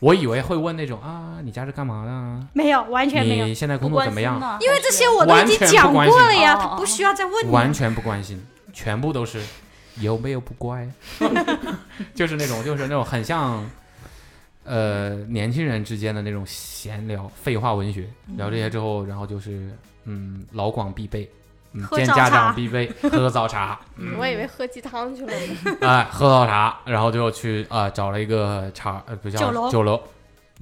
S3: 我以为会问那种啊，你家是干嘛的啊？
S8: 没有，完全没有，
S3: 你现在工
S9: 不
S3: 作
S9: 关
S3: 怎么
S9: 心
S3: 样？啊
S9: 呢？
S8: 因为这些我都已经讲过了呀，他不需要再问你
S3: 完
S8: 了。
S3: 全不关心，全部都是有没有不乖， 就是那种就是那种很像。呃，年轻人之间的那种闲聊、废话文学，
S8: 嗯
S3: 聊这些之后，然后就是，嗯，老广必备，嗯，
S8: 喝
S3: 见
S8: 早
S3: 家长
S8: 茶
S3: 必备，喝早 茶，”
S4: 我以为喝鸡汤去了呢。
S3: 哎，喝到茶，然后就去啊、找了一个茶呃不叫
S8: 酒楼
S3: 酒楼，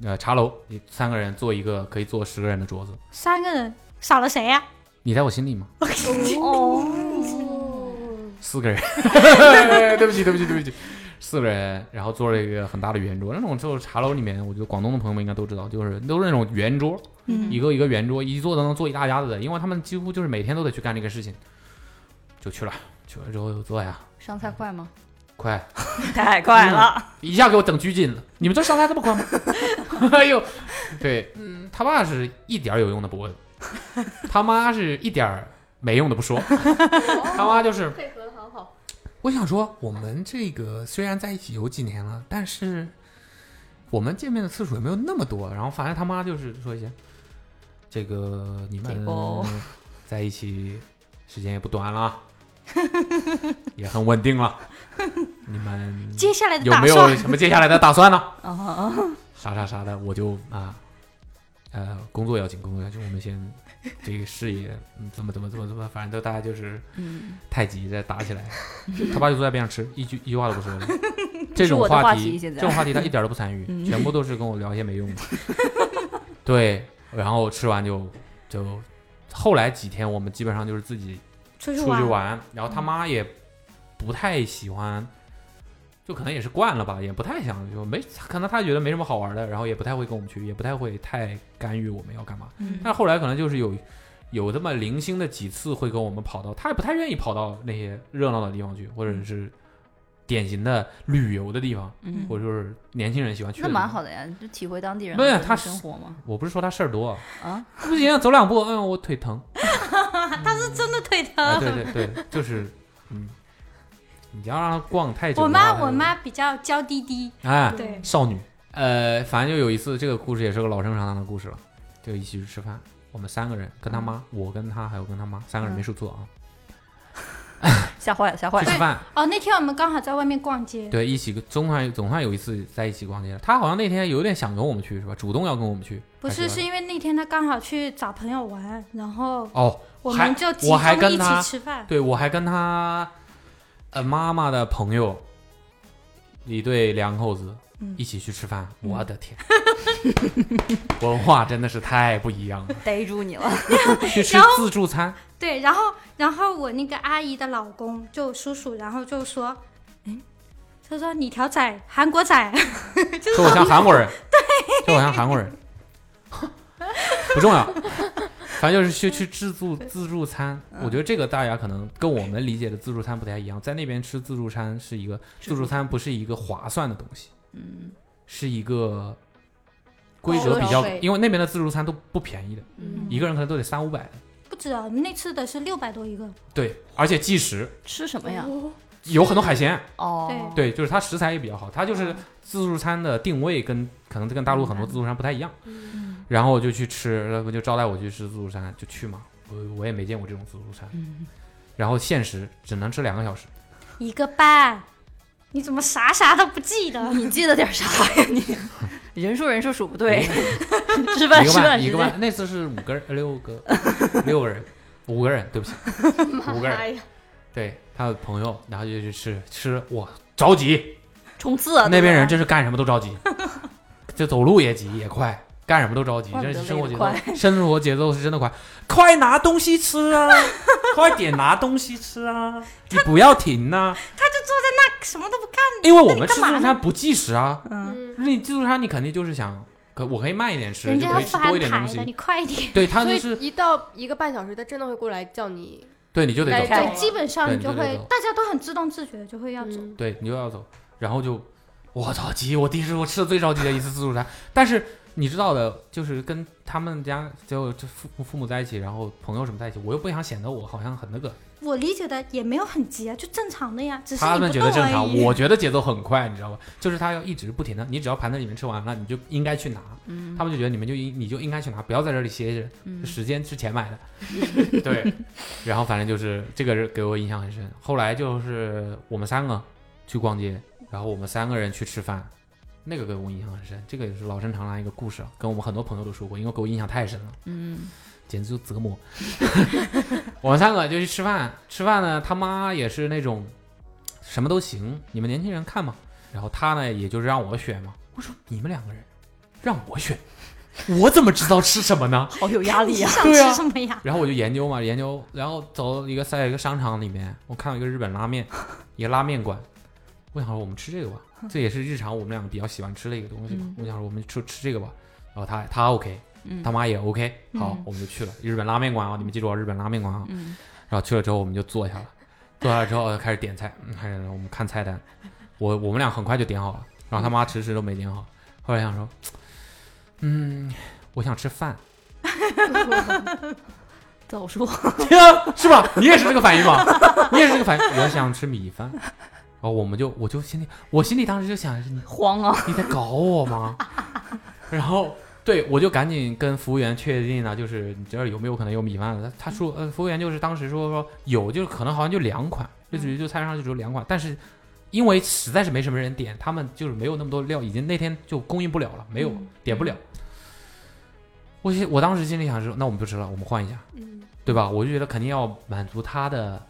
S3: 呃茶楼，你三个人坐一个可以坐十个人的桌子。
S8: 三个人少了谁呀？
S3: 你在我心里吗？嗯
S9: 哦，
S3: 四个人， 对不起对不起对不起，四个人，然后坐了一个很大的圆桌，那种就是茶楼里面，我觉得广东的朋友们应该都知道，就是都是那种圆桌，
S9: 嗯
S3: 一个一个圆桌，一坐都能坐一大家子的，因为他们几乎就是每天都得去干这个事情，就去了，去了之后就坐呀，
S9: 上菜快吗？
S3: 快 嗯
S9: 太快了，
S3: 一下给我整拘禁了。你们这上菜这么快吗？ 哎呦，对，嗯，他爸是一点儿有用的不问，他妈是一点儿没用的不说， 他妈就是
S4: 配合的好好，
S3: 我想说，我们这个虽然在一起有几年了，但是我们见面的次数也没有那么多。然后反正他妈就是说一些，这个你
S9: 结
S3: 们
S9: 果
S3: 在一起时间也不短了，也很稳定了，你们
S8: 接下来的
S3: 有
S8: 打
S3: 没有
S9: 哦
S8: 算
S3: 什么接下来的打算呢？
S9: 啊，
S3: 啥啥啥的，我就啊，呃，工作要紧，工作要紧，我们先这个事业嗯怎么怎么怎么怎么，反正都大家就是
S9: 嗯，
S3: 太极再打 起来。他爸就坐在边上吃，一句一句话都不说的。这种
S9: 是我的话
S3: 题，
S9: 题现在
S3: 这种话题他一点都不参与，
S9: 嗯
S3: 全部都是跟我聊一些没用 的。对，然后吃完就就后来几天，我们基本上就是自己
S8: 出去
S3: 出去玩，然后他妈也不太喜欢，就可能也是惯了吧，也不太想就没，可能他觉得没什么好玩的，然后也不太会跟我们去，也不太会太干预我们要干嘛。
S9: 嗯
S3: 但后来可能就是有有这么零星的几次会跟我们跑到，他也不太愿意跑到那些热闹的地方去，或者是典型的旅游的地方，
S9: 嗯
S3: 或者就是年轻人喜欢去的。
S9: 那蛮。好的呀，就体会当地人
S3: 不是
S9: 的
S3: 他是
S9: 生活嘛。
S3: 我不是说他事儿多，
S9: 啊，
S3: 不行，走两步，嗯，我腿疼。
S8: 真的腿
S3: 哎，
S8: 疼。
S3: 对对对，就是，嗯，你要让他逛太久
S8: 我
S3: 的话。
S8: 妈我妈比较娇滴滴，
S3: 哎，
S8: 对，
S3: 少女，呃，反正就有一次，这个故事也是个老生常谈的故事了，就一起去吃饭，我们三个人跟他妈，
S8: 嗯
S3: 我跟他还有跟他妈，三个人没处坐啊，
S9: 吓坏了，吓坏
S3: 去
S9: 了
S3: 吃。饭，
S8: 哦，那天我们刚好在外面逛街，
S3: 对，一起总算总算有一次在一起逛街了。他好像那天有点想跟我们去是吧？主动要跟我们去，
S8: 不
S3: 还啊
S8: 是是因为那天她刚好去找朋友玩，然后
S3: 哦，
S8: 我
S3: 还
S8: 们就集
S3: 我还
S8: 中
S3: 跟
S8: 一
S3: 她
S8: 起吃 饭。
S3: 对我还跟他呃妈妈的朋友一对两口子
S8: 嗯
S3: 一起去吃饭，我的天， 文化真的是太不一样了，
S9: 逮住你了，
S3: 去吃自助餐。
S8: 对，然后然后我那个阿姨的老公就叔叔，然后就说，哎，他说你条仔韩国仔，
S3: 说我像韩国人，对， 说我像韩国人，不重要，反正就是去去自助自助餐。我觉得这个大家可能跟我们理解的自助餐不太一样，在那边吃自助餐是一个自助餐不是一个划算的东西，
S9: 嗯
S3: 是一个规则比较
S9: 高消费，
S3: 因为那边的自助餐都不便宜的，
S9: 嗯，
S3: 一个人可能都得三五百的。
S8: 不止啊，我们那次的是六百多一个，
S3: 对，而且计时
S9: 吃什么呀？
S3: 有很多海鲜，
S9: 哦，
S8: 对
S3: 对，就是它食材也比较好，它就是自助餐的定位跟可能跟大陆很多自助餐不太一样。
S9: 嗯
S3: 然后我就去吃，然后就招待我去吃自助餐，就去嘛。我我也没见过这种自助餐，
S9: 嗯，
S3: 然后限时只能吃两个小时，
S8: 一个半，你怎么啥啥都不记得？
S9: 你记得点啥呀你？人数人数数不对，吃
S3: 一
S9: 饭
S3: 个
S9: 吃饭
S3: 半一
S9: 时间
S3: 个半。那 次是五个人，呃六个，六个人，五个人，对不起，五个人
S4: 妈呀！
S3: 对他的朋友，然后就去吃吃，哇，着急，
S9: 冲刺啊！
S3: 那边人
S9: 对
S3: 真是干什么都 着急，就走路也急也快，干什么都着急，
S9: 怪不
S3: 真是
S9: 得
S3: 生活
S9: 累
S3: 节
S9: 得
S3: 奏，生活节奏是真的快，快拿东西吃啊，快点拿东西 吃啊，你不要停呐、
S8: 他就坐在那什么都不干，
S3: 因为我们吃自
S8: 那你干嘛
S3: 助
S8: 呢
S3: 餐不计时 啊，
S8: 嗯，
S3: 那你自助餐你肯定就是想，可我可以慢一点吃，
S9: 人
S3: 就
S9: 家要
S3: 可以吃多
S9: 翻
S3: 一点东
S9: 牌的，
S3: 西
S9: 你，快一点。
S3: 对他
S4: 所
S3: 就
S4: 以
S3: 是
S4: 一到一个半小时，他真的会过来叫你
S3: 对你就得
S4: 该
S3: 走
S9: 该，
S8: 对，基本上
S3: 对
S8: 你就
S3: 对对
S8: 会
S3: 对
S8: 大家都很自动自觉的就会要走。
S4: 嗯
S3: 对你就要走，然后就我着急，我第一次我吃的最着急的一次自助餐，但是你知道的，就是跟他们家就就父父母在一起，然后朋友什么在一起，我又不想显得我好像很那个，
S8: 我理解的也没有很急啊，就正常的呀，只是
S3: 他
S8: 你不
S3: 们觉得
S8: 动
S3: 正
S8: 而
S3: 常，
S8: 已。
S3: 我觉得节奏很快，你知道吧？就是他要一直不停的，你只要盘子里面吃完了，你就应该去拿，
S9: 嗯
S3: 他们就觉得你们就应你就应该去拿，不要在这里歇着。
S9: 嗯
S3: 时间是钱买的， 对。然后反正就是这个是给我印象很深。后来就是我们三个去逛街，然后我们三个人去吃饭，那个给我印象很深。这个也是老生常谈一个故事，啊，跟我们很多朋友都说过，因为给我印象太深了，
S9: 嗯，
S3: 简直就折磨。 我们三个就去吃饭，吃饭呢，他妈也是那种什么都行，你们年轻人看嘛。然后他呢，也就是让我选嘛。我说你们两个人让我选，我怎么知道吃什么呢？
S9: 好有压力
S8: 你
S9: 啊！
S8: 想
S3: 对啊
S8: 吃什么呀？
S3: 然后我就研究嘛，研究，然后走一个在一个商场里面，我看到一个日本拉 面，一个拉面馆，我想说我们吃这个吧，这也是日常我们两个比较喜欢吃的一个东西嘛，
S9: 嗯
S3: 我想说我们就吃这个吧，然后他他 OK，
S9: 嗯
S3: 他妈也 OK，好，
S9: 嗯
S3: 我们就去了日本拉面馆啊，你们记住啊，日本拉面馆啊，
S9: 嗯
S3: 然后去了之后我们就坐下了，坐下了之后开始点菜，嗯开始我们看菜单，我我们俩很快就点好了，然后他妈迟迟都没点好，后来想说，嗯，我想吃饭，
S9: 早说，
S3: 是吧？你也是这个反应吗？你也是这个反应。我想吃米饭，然后我们就我就心里我心里当时就想你
S9: 慌啊！
S3: 你在搞我吗？然后对我就赶紧跟服务员确定了，就是你这里有没有可能有米饭的？他他说呃，服务员就是当时说说有，就是可能好像就两款，就只就菜单上就只有两款，但是。因为实在是没什么人点，他们就是没有那么多料，已经那天就供应不了了，没有、点不了。我心我当时心里想说，那我们不吃了，我们换一下。
S4: 嗯，
S3: 对吧？我就觉得肯定要满足他的。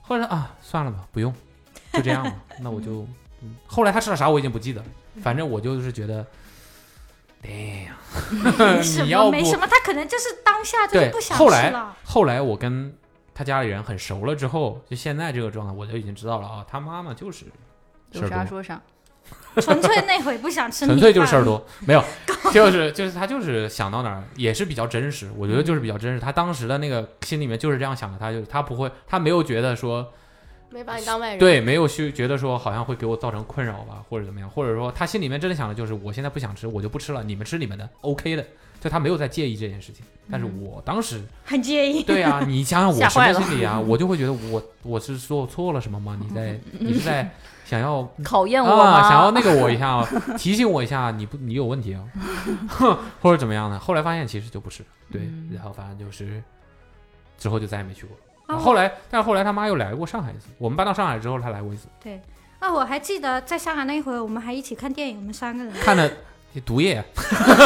S3: 后来啊，算了吧，不用，就这样吧。那我就，嗯后来他吃了啥我已经不记得了，反正我就是觉得，哎呀，
S8: 没什
S3: 你要不
S8: 么，没什么，他可能就是当下就是
S3: 对
S8: 不，想
S3: 后
S8: 吃
S3: 来
S8: 了。
S3: 后来我跟他家里人很熟了之后，就现在这个状态，我就已经知道了啊，他妈妈就是事
S9: 有
S3: 儿
S9: 啥说
S3: 多，
S9: 啥。
S8: 纯粹那会不想吃米
S3: 纯
S8: 饭，
S3: 粹就是事儿多，没有，就是就是他就是想到哪儿也是比较真实，我觉得就是比较真实。他当时的那个心里面就是这样想的，他就他不会，他没有觉得说。
S4: 没把你当
S9: 哎
S4: 外人。，
S3: 对，没有去觉得说好像会给我造成困扰吧，或者怎么样，或者说他心里面真的想的就是我现在不想吃，我就不吃了，你们吃你们的，OK 的，就他没有在介意这件事情。但是我当时，
S8: 很介意。
S3: 对啊，你想想我
S9: 嗯吓
S3: 什么
S9: 坏了嗯
S3: 心理啊，我就会觉得我我是做错了什么吗？你在你是在想要
S9: 考验我吗？
S3: 啊，想要那个我一下哦，提醒我一下，你不你有问题啊， 或者怎么样呢？后来发现其实就不是，对，
S9: 嗯
S3: 然后反正就是之后就再也没去过。
S8: 啊
S3: 后来，但是后来他妈又来过上海一次，我们搬到上海之后，他来过一次。
S8: 啊，我还记得在上海那会，我们还一起看电影，我们 三个人。
S3: 看了毒液，
S8: 嗯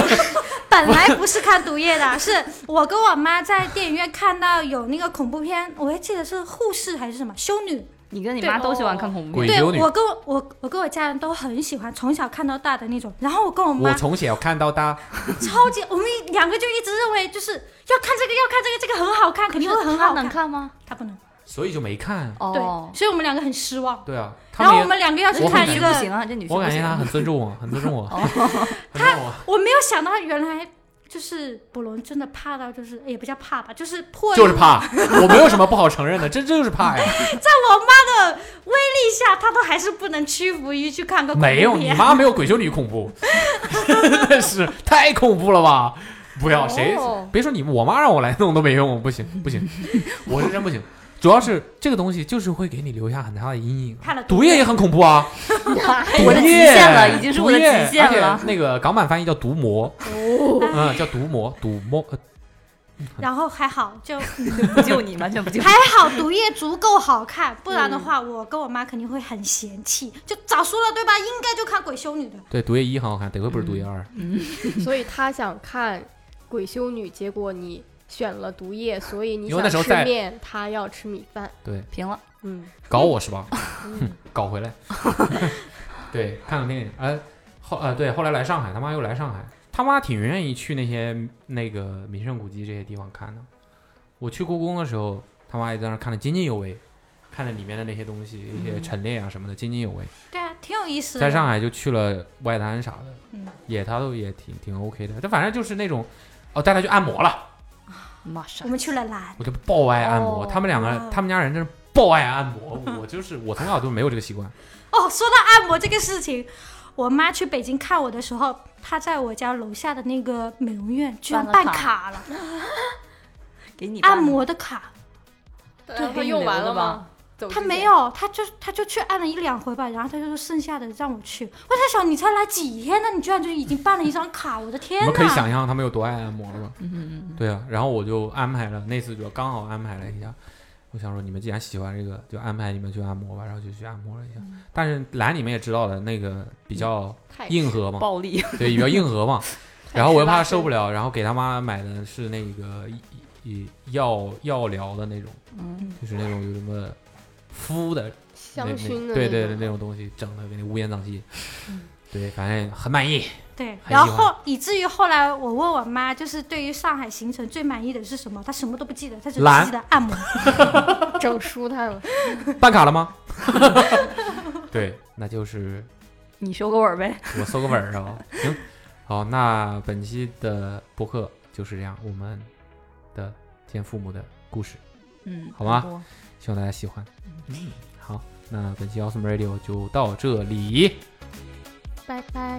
S8: 本来不是看毒液的，是我跟我妈在电影院看到有那个恐怖片，我还记得是护士还是什么修女。
S9: 你跟你妈
S4: 对
S9: 都喜欢看恐怖
S3: 鬼
S9: 片，
S8: 对
S3: 修女
S8: 我跟我我我跟我家人都很喜欢，从小看到大的那种。然后我跟我
S3: 我
S8: 妈
S3: 从小看到大，
S8: 超级，我们两个就一直认为就是要看这个要看这个，这个很好看，肯定会很好
S9: 他能
S8: 看。
S9: 看吗？
S8: 他不能，
S3: 所以就没看。
S8: 对
S9: 哦，，
S8: 所以我们两个很失望。
S3: 对啊，他
S8: 然后我
S3: 们
S8: 们两个要
S9: 这
S8: 去
S3: 我很
S8: 看
S9: 女
S8: 一
S9: 婿
S8: 个
S9: 不，行啊，这女
S3: 也，
S9: 婿
S3: 我
S9: 不
S3: 感觉
S9: 行
S3: 他
S9: 啊。
S3: 很尊重我，很尊重我，
S9: 哦
S3: 很尊重我。
S8: 我没有想到原来就是博龙真的怕到就是也不叫怕吧，就是迫于
S3: 就是怕，我没有什么不好承认的，这这就是怕呀。
S8: 在我妈的威力下，他都还是不能屈服于去看个恐怖片。
S3: 没有，你妈没有鬼修女恐怖， 真的是太恐怖了吧？不要谁
S4: 哦，
S3: 别说你，我妈让我来弄都没用，不行不行，我是真不行。主要是这个东西就是会给你留下很大的阴影啊。
S8: 看了
S3: 毒液也很恐怖啊，毒
S9: 我的极
S3: 液
S9: 限了，已经是我的
S3: 毒液
S9: 极限
S3: 而
S9: 了哦
S3: 且。那个港版翻译叫毒魔，嗯，叫毒魔，毒魔，呃
S8: 然后还好，就 还
S9: 不救你，完全不救你。
S8: 好，毒液足够好看，不然的话，我跟我妈肯定会很嫌弃。就早说了，对吧？应该就看鬼修女的。
S3: 对，毒液
S9: 嗯
S3: 一很好看，得亏不是毒液二。
S4: 所以他想看鬼修女，结果你选了毒液，所以你
S3: 因为那
S4: 想
S3: 时候
S4: 吃
S3: 在
S4: 面，他要吃米饭。
S3: 对，
S9: 平了，
S4: 嗯，
S3: 搞我是吧？
S8: 嗯
S3: 搞回来。 对，看了电影，哎，后呃对，后来来上海，他妈又来上海，他妈挺愿意去那些那个名胜古迹这些地方看的。我去故宫的时候，他妈也在那儿看的津津有味，看着里面的那些东西，一些陈列啊什么的津津有味。
S8: 对啊，挺有意思的。
S3: 在上海就去了外滩啥的，
S8: 嗯
S3: 也他都也挺挺 OK 的。但反正就是那种，哦，带他去按摩了，
S9: 马上
S8: 我们去了蓝，
S3: 我就爆爱按摩。
S4: 哦
S3: 他们两
S8: 哇
S3: 个，他们家人真是爆爱按摩。我就是我从小就没有这个习惯。
S8: 哦，说到按摩这个事情，我妈去北京看我的时候，她在我家楼下的那个美容院居然
S9: 办
S8: 办
S9: 了
S8: 卡 了，
S9: 给你
S8: 按摩的卡。
S9: 对
S4: 他用完了吗？走之
S8: 她
S4: 前
S8: 没，有，她就她就去按了一两回吧，然后她就说剩下的让我去。我在想，你才来几天呢，你居然就已经办了一张卡，我
S3: 你
S8: 的天
S3: 们可以
S8: 呐！
S3: 想象他们有多爱按摩了吧？
S9: 嗯，
S3: 对啊，然后我就安排了，那次就刚好安排了一下。我想说，你们既然喜欢这个，就安排你们去按摩吧，然后就去按摩了一下。但是蓝你们也知道的，那个比较
S4: 太
S3: 硬核嘛，
S9: 暴力，
S3: 对，比较硬核嘛。然后我又怕他受不了，然后给他妈买的是那个一一药药疗的那种，
S9: 嗯，
S3: 就是那种有什么敷的那
S4: 香
S3: 那
S4: 薰的
S3: 对对
S4: 那
S3: 对
S4: 种
S3: 那种东西，整的给你乌烟瘴气。对，反正很满意。
S8: 对，
S3: 很
S8: 然
S3: 喜
S8: 后后以至于后来我问我妈，就是对于上海行程最满意的是什么？她什么都不记得，她只
S3: 蓝
S8: 记得按摩。
S4: 整舒坦了。
S3: 办卡 了吗？对，那就是
S9: 你收个尾儿呗。
S3: 我搜个本儿啊。行，好，那本期的播客就是这样，我们的见父母的故事，
S9: 嗯，
S3: 好吧
S9: 差不多，
S3: 希望大家喜欢。嗯，好，那本期 Awesome Radio 就到这里，
S4: 拜拜。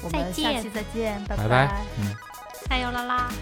S9: 我
S8: 再
S9: 们下
S8: 见
S9: 期再见，
S3: 拜
S9: 拜
S3: 拜。嗯。
S8: 加油啦啦！